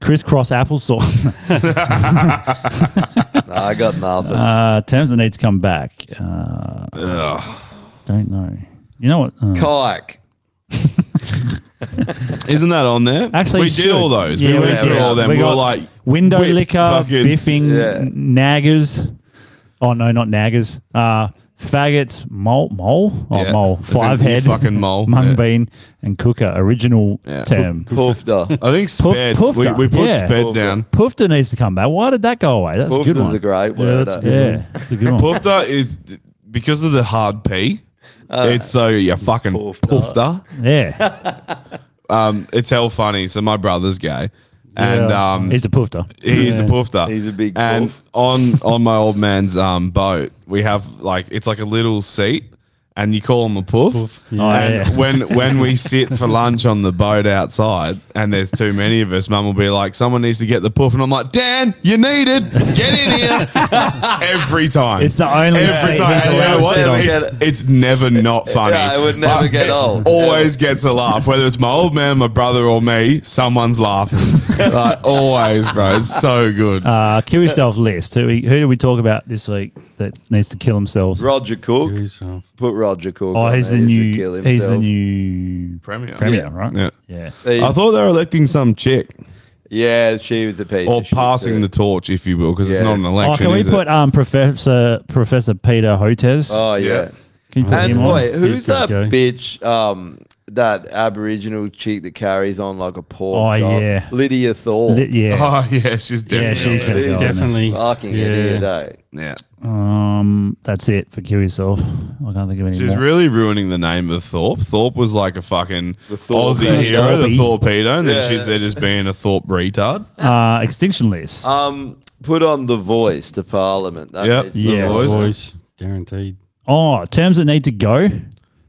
Speaker 2: Crisscross applesauce.
Speaker 3: No, I got nothing.
Speaker 2: Uh, terms that need to come back. Uh, don't know. You know what? Uh,
Speaker 3: Kike.
Speaker 4: Isn't that on there?
Speaker 2: actually,
Speaker 4: we
Speaker 2: you
Speaker 4: did
Speaker 2: should.
Speaker 4: all those.
Speaker 2: Yeah,
Speaker 4: we
Speaker 2: we
Speaker 4: went through
Speaker 2: did.
Speaker 4: all them.
Speaker 2: We
Speaker 4: We, were
Speaker 2: got
Speaker 4: like
Speaker 2: Window
Speaker 4: whip,
Speaker 2: liquor,
Speaker 4: fucking-
Speaker 2: biffing,
Speaker 3: yeah.
Speaker 2: n- naggers. Oh no, not naggers. Uh, faggots, mole, mole, oh,
Speaker 4: Yeah.
Speaker 2: mole,
Speaker 4: As in
Speaker 2: five
Speaker 4: you
Speaker 2: head,
Speaker 4: fucking mole.
Speaker 2: mung
Speaker 4: Yeah.
Speaker 2: bean, and cooker. Original
Speaker 4: Yeah.
Speaker 2: term.
Speaker 3: Poofda.
Speaker 4: I think sped.
Speaker 2: puffed
Speaker 4: we,
Speaker 2: up.
Speaker 4: we put
Speaker 2: Yeah.
Speaker 4: sped down.
Speaker 2: Poofda needs to come back. Why did that go away? That's a good
Speaker 3: Poofda's
Speaker 2: one.
Speaker 3: a great
Speaker 2: yeah,
Speaker 3: word.
Speaker 2: that's,
Speaker 3: eh?
Speaker 2: yeah, that's a good one.
Speaker 4: Poofda is because of the hard P.
Speaker 3: Uh,
Speaker 4: it's so you fucking
Speaker 3: Poofda.
Speaker 4: poofda.
Speaker 2: Yeah,
Speaker 4: Um, it's hell funny. So my brother's gay, and
Speaker 2: Yeah.
Speaker 4: um,
Speaker 2: he's a poofda.
Speaker 4: he's a poofda.
Speaker 3: He's a big
Speaker 4: and
Speaker 3: poof.
Speaker 4: on on my old man's um boat, we have like it's like a little seat, and you call him a poof.
Speaker 2: yeah. Oh,
Speaker 4: and
Speaker 2: yeah.
Speaker 4: when when we sit for lunch on the boat outside, and there's too many of us, Mum will be like, "Someone needs to get the poof," and I'm like, "Dan, you need it. Get in here." Every time.
Speaker 2: It's the only
Speaker 4: Every
Speaker 2: seat
Speaker 4: time.
Speaker 2: he's
Speaker 4: And you know
Speaker 2: allowed to
Speaker 4: what?
Speaker 2: sit on.
Speaker 4: It's, it's never not funny.
Speaker 3: Yeah, it would never
Speaker 4: But
Speaker 3: get
Speaker 4: it
Speaker 3: old.
Speaker 4: Always gets a laugh, whether it's my old man, my brother, or me. Someone's laughing. like, always, bro. It's so good.
Speaker 2: Uh, kill yourself list. Who, we, who did we talk about this week that needs to kill themselves?
Speaker 3: Roger Cook.
Speaker 9: uh,
Speaker 3: Put Roger Cook.
Speaker 2: Oh,
Speaker 3: on
Speaker 2: he's the
Speaker 3: there if you
Speaker 2: new.
Speaker 3: kill
Speaker 2: He's the
Speaker 3: himself.
Speaker 2: new
Speaker 4: premier.
Speaker 2: Premier,
Speaker 3: Yeah.
Speaker 2: right?
Speaker 4: Yeah.
Speaker 2: Yeah.
Speaker 4: I thought they were electing some chick
Speaker 3: Yeah, she was a piece.
Speaker 4: or
Speaker 3: of shit
Speaker 4: passing
Speaker 3: too.
Speaker 4: the torch, if you will, because it's
Speaker 3: Yeah.
Speaker 4: not an
Speaker 2: Oh,
Speaker 4: election.
Speaker 2: can we
Speaker 4: is
Speaker 2: put
Speaker 4: it?
Speaker 2: um Professor Professor Peter Hotez?
Speaker 3: Oh yeah.
Speaker 2: Can you put
Speaker 3: And
Speaker 2: him on?
Speaker 3: wait, who's
Speaker 2: He's good
Speaker 3: that
Speaker 2: to go.
Speaker 3: bitch? Um, that Aboriginal chick that carries on like a pork.
Speaker 2: Oh,
Speaker 3: chop?
Speaker 2: yeah.
Speaker 3: Lydia Thorpe.
Speaker 2: Li- yeah.
Speaker 4: Oh yeah, she's
Speaker 2: Yeah,
Speaker 4: definitely.
Speaker 2: she's gonna
Speaker 3: She's
Speaker 2: go. on there.
Speaker 9: Definitely.
Speaker 3: Fucking
Speaker 9: yeah.
Speaker 3: idiot, eh?
Speaker 4: yeah.
Speaker 2: Um, that's it for kill yourself. I can't think of any
Speaker 4: She's
Speaker 2: more.
Speaker 4: really ruining the name of Thorpe. Thorpe was like a fucking
Speaker 3: The Thorpe.
Speaker 4: Aussie hero, the
Speaker 2: Thorpe.
Speaker 4: Thorpedo, and then
Speaker 3: Yeah.
Speaker 4: she's there just being a Thorpe retard.
Speaker 2: uh, extinction list.
Speaker 3: Um, put on the voice to Parliament. That
Speaker 4: Yep.
Speaker 3: needs the
Speaker 2: Yes.
Speaker 4: voice.
Speaker 9: Voice guaranteed.
Speaker 2: oh, terms that need to go.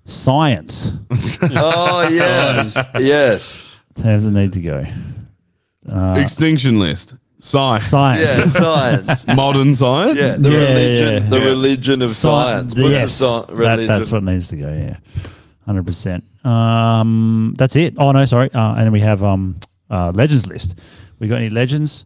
Speaker 2: Science.
Speaker 3: Oh yes, yes,
Speaker 2: Terms that need to go.
Speaker 4: Uh, Extinction list. Science.
Speaker 2: Science.
Speaker 3: yeah, science.
Speaker 4: Modern science.
Speaker 3: Yeah, the
Speaker 2: Yeah,
Speaker 3: religion,
Speaker 2: yeah,
Speaker 3: the
Speaker 4: yeah.
Speaker 3: religion of
Speaker 2: Sci-
Speaker 3: science. Put the
Speaker 2: yes,
Speaker 3: sci-
Speaker 2: that-
Speaker 3: religion.
Speaker 2: that's what needs to go. Yeah, hundred percent. Um, that's it. Oh no, sorry. Uh, and then we have um, uh, legends list. We got any legends?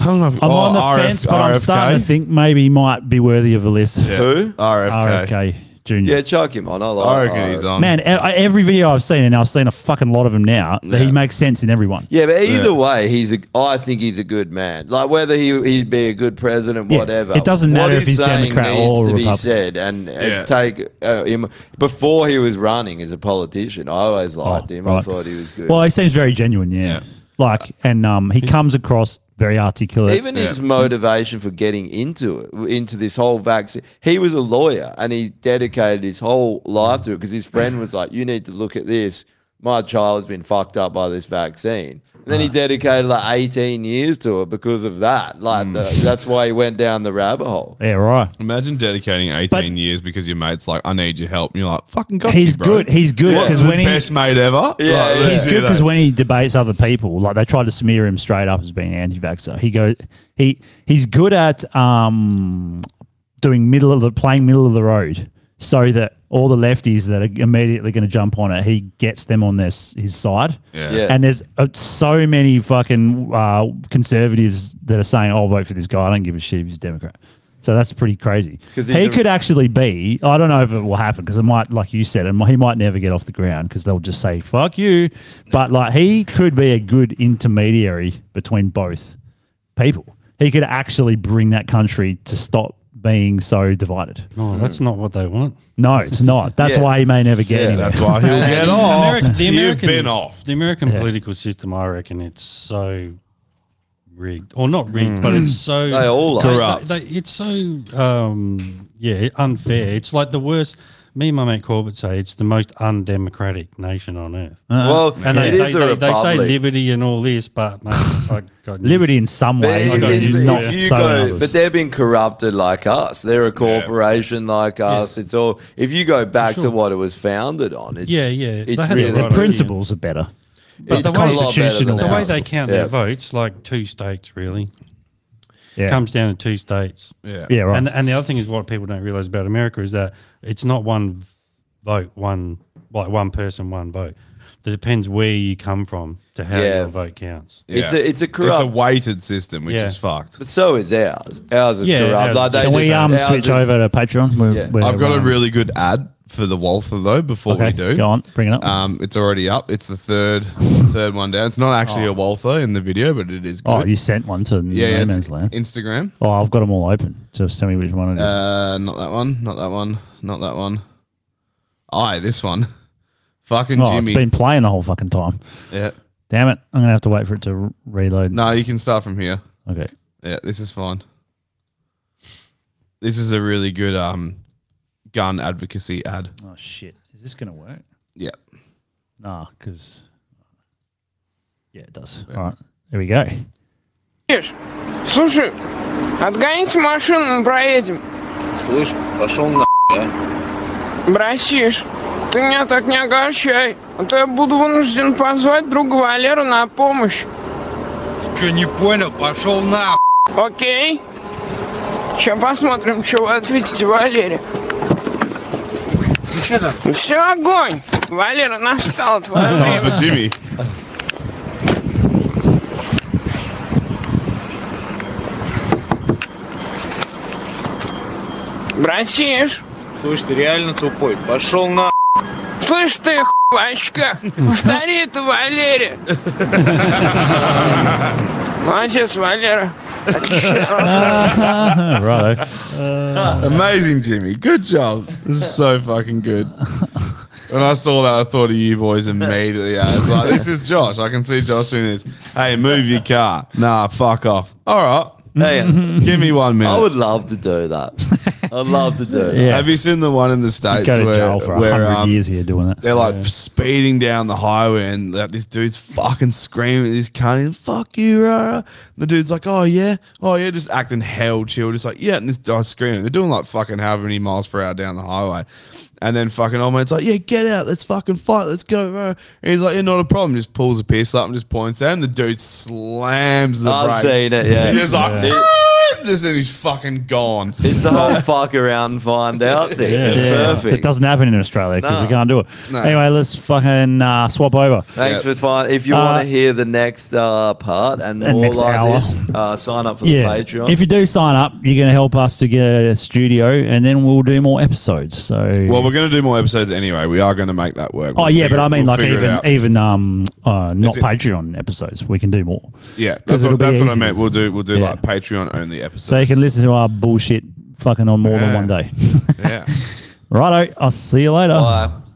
Speaker 4: I don't know. If,
Speaker 2: I'm
Speaker 4: oh,
Speaker 2: on the
Speaker 4: RF
Speaker 2: fence, but I'm
Speaker 4: RFK?
Speaker 2: starting to think maybe he might be worthy of a list.
Speaker 4: Yeah.
Speaker 3: Who?
Speaker 4: RFK.
Speaker 2: RFK Junior.
Speaker 3: Yeah, chuck him on. I like.
Speaker 4: I reckon he's on.
Speaker 2: Man, e- every video I've seen, and I've seen a fucking lot of them now, that he makes sense in everyone.
Speaker 3: Yeah, but either
Speaker 4: Yeah.
Speaker 3: way, he's a. I think he's a good man. Like whether he he'd be a good president,
Speaker 2: Yeah,
Speaker 3: whatever.
Speaker 2: it doesn't matter
Speaker 3: what
Speaker 2: if he's
Speaker 3: saying
Speaker 2: Democrat
Speaker 3: needs
Speaker 2: or
Speaker 3: to be
Speaker 2: Republican.
Speaker 3: said. And, and
Speaker 4: Yeah.
Speaker 3: take uh, him before he was running as a politician. I always liked him. I
Speaker 2: Oh, right.
Speaker 3: thought he was good.
Speaker 2: Well, he seems very genuine. Yeah,
Speaker 4: Yeah.
Speaker 2: like, and um, he comes across very articulate.
Speaker 3: Even his motivation for getting into it, into this whole vaccine, he was a lawyer and he dedicated his whole life to it because his friend was like, "You need to look at this. My child has been fucked up by this vaccine." And then he dedicated like 18 years to it because of that. Like
Speaker 9: Mm.
Speaker 3: the, that's why he went down the rabbit hole.
Speaker 2: yeah, right.
Speaker 4: Imagine dedicating 18
Speaker 2: But-
Speaker 4: years because your mate's like, I need your help. And you're like, fucking got
Speaker 2: He's
Speaker 4: you, bro.
Speaker 2: good. He's good
Speaker 4: What,
Speaker 2: because
Speaker 4: the
Speaker 2: when he
Speaker 4: best mate ever.
Speaker 3: Yeah,
Speaker 4: Like,
Speaker 3: yeah.
Speaker 4: let's
Speaker 2: He's
Speaker 4: do
Speaker 2: good
Speaker 4: that.
Speaker 2: because when he debates other people, like they try to smear him straight up as being anti-vaxxer. He goes, he he's good at um, doing middle of the playing middle of the road, so that all the lefties that are immediately going to jump on it, he gets them on this his side.
Speaker 4: Yeah.
Speaker 3: Yeah.
Speaker 2: And there's uh, so many fucking uh, conservatives that are saying, "I'll vote for this guy. I don't give a shit if he's a Democrat." So that's pretty crazy.
Speaker 3: 'Cause he's
Speaker 2: He
Speaker 3: a-
Speaker 2: could actually be. I don't know if it will happen because it might, like you said, it mi- he might never get off the ground because they'll just say "fuck you." But like he could be a good intermediary between both people. He could actually bring that country to stop being so divided.
Speaker 9: Oh, that's not what they want.
Speaker 2: No, it's not. That's
Speaker 3: Yeah.
Speaker 2: why he may never get
Speaker 3: Yeah,
Speaker 2: anywhere.
Speaker 4: That's why he'll get off.
Speaker 9: Ameri- the
Speaker 4: You've
Speaker 9: American-
Speaker 4: been off.
Speaker 9: The American political system, I reckon, it's so rigged, or not rigged, but it's so
Speaker 3: Mm. They all are.
Speaker 4: Corrupt.
Speaker 9: They, they- it's so um, yeah unfair. It's like the worst. Me and my mate Corbett say it's the most undemocratic nation on earth.
Speaker 3: Well,
Speaker 9: Uh-huh. and they,
Speaker 3: it is
Speaker 9: they,
Speaker 3: a
Speaker 9: they, they say
Speaker 3: republic.
Speaker 9: liberty and all this, but mate, I got news.
Speaker 2: Liberty in some
Speaker 3: But
Speaker 2: ways,
Speaker 3: if-
Speaker 9: gotta
Speaker 2: but
Speaker 3: if-
Speaker 9: use
Speaker 2: he's
Speaker 3: if
Speaker 2: not
Speaker 3: you
Speaker 2: so in
Speaker 3: go-
Speaker 2: others.
Speaker 3: but they're being corrupted like us. They're a corporation like us. It's all. If you go back to what it was founded on, it's,
Speaker 9: Yeah, yeah. They
Speaker 3: It's
Speaker 9: had
Speaker 3: really
Speaker 9: the
Speaker 2: the
Speaker 9: right
Speaker 2: principles are better.
Speaker 3: it's got
Speaker 9: the
Speaker 3: a lot better
Speaker 2: constitutional-
Speaker 3: than
Speaker 9: The way
Speaker 3: ours.
Speaker 9: they count
Speaker 3: Yeah.
Speaker 9: their votes, like two states, really
Speaker 2: Yeah,
Speaker 9: comes down to two states.
Speaker 2: yeah, right.
Speaker 9: And
Speaker 4: uh,
Speaker 9: and the other thing is what people don't realize about America is that it's not one vote, one like one person, one vote. It depends where you come from to how
Speaker 3: Yeah.
Speaker 9: your vote counts.
Speaker 3: It's a- it's a
Speaker 4: It's
Speaker 3: corrupt-
Speaker 4: a weighted system, which
Speaker 9: Yeah.
Speaker 4: is fucked.
Speaker 3: But so is ours. Ours is
Speaker 9: Yeah,
Speaker 3: corrupt.
Speaker 9: ours
Speaker 3: Like
Speaker 9: is-
Speaker 3: they
Speaker 2: Can we
Speaker 3: just-
Speaker 2: um,
Speaker 3: ours
Speaker 2: switch
Speaker 3: is-
Speaker 2: over to Patreon? We're-
Speaker 3: Yeah.
Speaker 2: we're
Speaker 4: I've got a
Speaker 2: running.
Speaker 4: really good ad for the Walther though. Before we do,
Speaker 2: Go on, bring it up.
Speaker 4: Um, it's already up. It's the third, third one down. It's not actually a Walther in the video, but it is. Good.
Speaker 2: oh, you sent one to
Speaker 4: yeah, yeah
Speaker 2: No
Speaker 4: it's
Speaker 2: Man's Land.
Speaker 4: Instagram.
Speaker 2: oh, I've got them all open. Just tell me which one it is.
Speaker 4: Uh, not that one. Not that one. Not that one. I this one. Fucking
Speaker 2: oh,
Speaker 4: Jimmy.
Speaker 2: it's been playing the whole fucking time.
Speaker 4: yeah.
Speaker 2: Damn it. I'm going to have to wait for it to r- reload.
Speaker 4: No, you can start from here.
Speaker 2: Okay.
Speaker 4: Yeah, this is fine. This is a really good um, gun advocacy ad.
Speaker 2: Oh, shit. Is this going to work?
Speaker 4: Yeah.
Speaker 2: Nah, because. Yeah, it does. All right. Here we go.
Speaker 11: Слушай, отгоните машину, проедем.
Speaker 5: Слышь, пошел а? на
Speaker 11: Братиш, ты меня так не огорчай, а то я буду вынужден позвать друга Валеру на помощь.
Speaker 5: Че, не понял? Пошел на
Speaker 11: Окей? Сейчас посмотрим, что вы ответите Валере.
Speaker 5: Ну,
Speaker 11: Все, огонь! Валера, настало твое
Speaker 4: Time
Speaker 11: время.
Speaker 4: for Jimmy.
Speaker 11: Братиш.
Speaker 12: Слушай, ты реально тупой. Пошел на.
Speaker 11: Слышь ты, хуй в очках, повтори это Валере. Молодец, Валера.
Speaker 2: Righto.
Speaker 4: Amazing, Jimmy. Good job. This is so fucking good. When I saw that, I thought of you boys immediately. I was like, this is Josh. I can see Josh doing this. Hey, move your car. Nah, fuck off. All right. Give me one minute. I would
Speaker 3: love to do that. I'd love to do
Speaker 4: Yeah. Have you seen the one in the States
Speaker 2: Go to
Speaker 4: where,
Speaker 2: jail for a
Speaker 4: where,
Speaker 2: hundred
Speaker 4: um,
Speaker 2: years here doing it.
Speaker 4: They're like speeding down the highway and like, this dude's fucking screaming at this cunt. he's, Fuck you, rah, rah." The dude's like, oh yeah, oh yeah, just acting hell chill. Just like, yeah. And this guy's screaming. They're doing like fucking however many miles per hour down the highway. And then fucking old man's like, yeah, get out. Let's fucking fight. Let's go. rah, rah." And he's like, yeah, not a problem. Just pulls a piece up and just points at him. The dude slams the
Speaker 3: I've
Speaker 4: brake.
Speaker 3: seen it, yeah.
Speaker 4: He's just like, "Ah,"
Speaker 3: Yeah.
Speaker 4: just and he's fucking gone.
Speaker 3: It's the whole fuck around and find out thing. It's perfect.
Speaker 2: It doesn't happen in Australia because
Speaker 3: No.
Speaker 2: we can't do it.
Speaker 3: No.
Speaker 2: Anyway, let's fucking uh, swap over.
Speaker 3: Thanks for finding. If you
Speaker 2: Uh,
Speaker 3: want to hear the next uh, part and
Speaker 2: The
Speaker 3: more
Speaker 2: next
Speaker 3: like
Speaker 2: hour.
Speaker 3: this, uh, sign up for the Patreon.
Speaker 2: If you do sign up, you're going to help us to get a studio, and then we'll do more episodes. So,
Speaker 4: Well, we're going to do more episodes anyway. We are going to make that work.
Speaker 2: oh
Speaker 4: We'll
Speaker 2: yeah,
Speaker 4: figure
Speaker 2: but
Speaker 4: it-
Speaker 2: I mean,
Speaker 4: we'll
Speaker 2: like
Speaker 4: figure it out.
Speaker 2: even even um uh, not
Speaker 4: it-
Speaker 2: Patreon episodes, we can do more.
Speaker 4: yeah, that's,
Speaker 2: 'cause it'll
Speaker 4: what,
Speaker 2: be
Speaker 4: that's what I
Speaker 2: easy.
Speaker 4: meant. We'll do we'll do like Patreon only episodes.
Speaker 2: So you can listen to our bullshit fucking on more
Speaker 4: Yeah.
Speaker 2: than one day.
Speaker 4: yeah.
Speaker 2: Righto, I'll see you later.
Speaker 3: Bye.